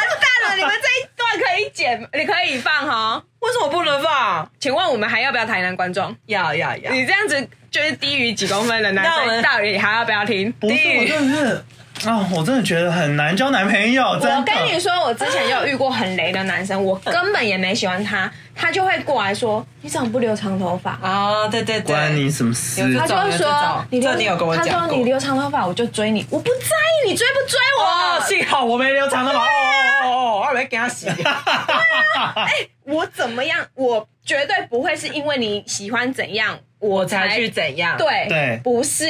Speaker 2: 蛋了！你们这一段可以剪，你可以放哈。
Speaker 3: 为什么不能放？
Speaker 2: 请问我们还要不要台南观 众？
Speaker 3: 要要要！
Speaker 2: 你这样子就是低于几公分的男
Speaker 3: 那我
Speaker 2: 生，
Speaker 3: 们
Speaker 2: 到底还要不要听？
Speaker 1: 不是，我真的是啊，我真的觉得很难交男朋友。真的
Speaker 2: 我跟你说，我之前就有遇过很雷的男生，我根本也没喜欢他，他就会过来说：“你怎么不留长头发
Speaker 3: 啊，对对对，
Speaker 1: 关你什么事？
Speaker 3: 有
Speaker 2: 他就
Speaker 3: 这种
Speaker 2: 会
Speaker 3: 有这
Speaker 2: 说
Speaker 3: 种：“
Speaker 2: 你留
Speaker 3: 这你有跟我讲
Speaker 2: 他说：“
Speaker 3: 过
Speaker 2: 你留长头发，我就追你。”我不在意你追不追
Speaker 3: 哦，
Speaker 2: 我，
Speaker 3: 幸好我没留长头发，哦哦哦哦，我没给他洗。
Speaker 2: 我怎么样？我绝对不会是因为你喜欢怎样，我
Speaker 3: 我才去怎样？，
Speaker 2: 对
Speaker 1: 对
Speaker 2: 不是，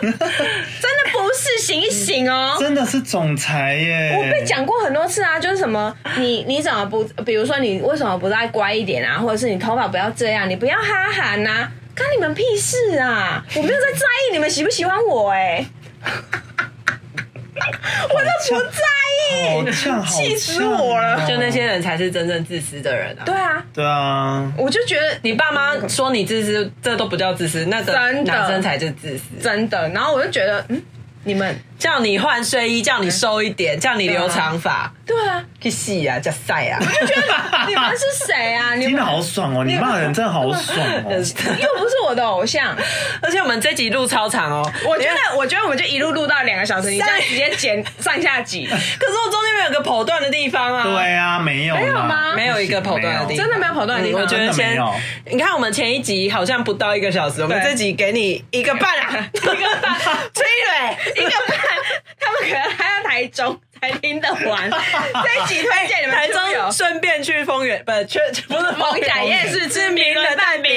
Speaker 2: 真的不是，醒一醒 哦。
Speaker 1: 真的是总裁耶！
Speaker 2: 我被讲过很多次啊，就是什么你你怎么不，比如说你为什么不再乖一点啊，或者是你头发不要这样，你不要哈韩呐、啊，干你们屁事啊！我没有在在意你们喜不喜欢我哎、
Speaker 1: 我都不在意，好呛，啊好
Speaker 2: 气死我了
Speaker 1: 呛哦
Speaker 3: 就那些人才是真正自私的人啊！
Speaker 2: 对啊，
Speaker 1: 对啊，
Speaker 2: 我就觉得
Speaker 3: 你爸妈说你自私，这都不叫自私，那个
Speaker 2: 真的
Speaker 3: 男生才是自私。
Speaker 2: 真的，然后我就觉得嗯，你们
Speaker 3: 叫你换睡衣，叫你瘦一点，叫你留长发，
Speaker 2: 对啊，
Speaker 3: 去洗啊，叫晒啊，
Speaker 2: 你们是谁 啊？你
Speaker 1: 听
Speaker 2: 们
Speaker 1: 得好爽哦！你骂人真的好爽哦！
Speaker 2: 又不是我的偶像。
Speaker 3: 而且我们这集录超长哦，
Speaker 2: 我觉
Speaker 3: 因为
Speaker 2: 得，我觉得我们就一路录到两个小时，你这样直接剪上下 集，
Speaker 3: 可是我中间没有一个跑断的地方啊，，
Speaker 1: 对啊，没有没
Speaker 2: 没有吗
Speaker 3: 没有一个跑断的地方，
Speaker 2: 真的没有跑断的地方
Speaker 3: 嗯我觉得
Speaker 1: 真的没
Speaker 3: 先
Speaker 1: 有，
Speaker 3: 你看我们前一集好像不到一个小时，我们
Speaker 2: 对
Speaker 3: 这集给你一个半啊，一个半，崔蕊，
Speaker 2: 一个半，他们可能还要台中才听得 完。这一集推荐你们
Speaker 3: 台
Speaker 2: 出游
Speaker 3: 中顺便去丰原，不，去不是
Speaker 2: 蒙
Speaker 3: 丰
Speaker 2: 甲
Speaker 3: 原
Speaker 2: 夜市吃名人蛋饼。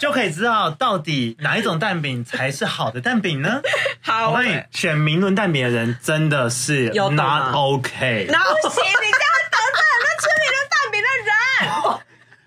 Speaker 1: 就可以知道到底哪一种蛋饼才是好的蛋饼呢？
Speaker 2: 好
Speaker 1: 我问你，选明伦蛋饼的人真的是
Speaker 3: 有懂吗
Speaker 1: not OK。
Speaker 3: 然后
Speaker 2: 不行，你这样得罪很多吃名人蛋饼的人。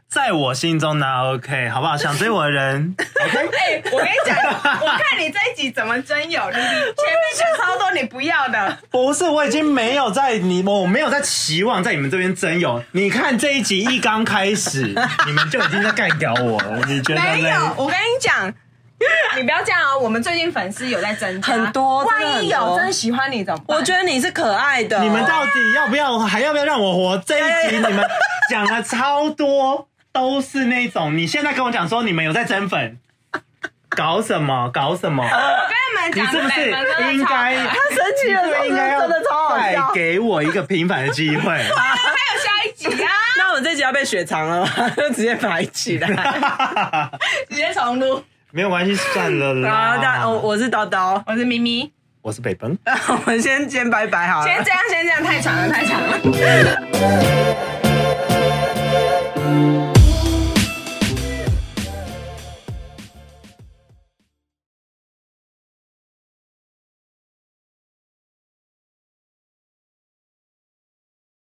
Speaker 1: 在我心中 not OK，好不好？想追我的人，
Speaker 2: 哎，我跟你讲，我看你这一集怎么真 有，你前面就超多你不要的。
Speaker 1: 不是我已经没有在你，我没有在期望在你们这边真有。你看这一集一刚开 始，你们就已经在干掉我了，你觉得
Speaker 2: 没有，
Speaker 1: 呢？
Speaker 2: 我跟你讲。你不要这样哦！我们最近粉丝有在增加，
Speaker 3: 很多真的
Speaker 2: 万一
Speaker 3: 很
Speaker 2: 有
Speaker 3: 多
Speaker 2: 真的喜欢你怎么办？
Speaker 3: 我觉得你是可爱的，
Speaker 1: 你们到底要不要还要不要让我活？这一集你们讲了超多，都是那种你现在跟我讲说你们有在增粉，搞什么搞什么？
Speaker 2: 我跟你们
Speaker 1: 你
Speaker 2: 讲，
Speaker 1: 是不是
Speaker 2: 每个人都
Speaker 1: 应该？
Speaker 2: 超可爱
Speaker 1: 他生气的时候应该要再给我一个平反的机会。
Speaker 2: 还有下一集啊，
Speaker 3: 那我们这集要被雪藏了吗？就直接埋起来。
Speaker 2: 直接重录。
Speaker 1: 没有关系，算了
Speaker 3: 好，哦大
Speaker 1: 啦。
Speaker 3: 我我是叨叨，
Speaker 2: 我是咪咪，
Speaker 1: 我是北奔。
Speaker 3: 我们先先拜拜好了。
Speaker 2: 先这样，先这样，太长了，太长了。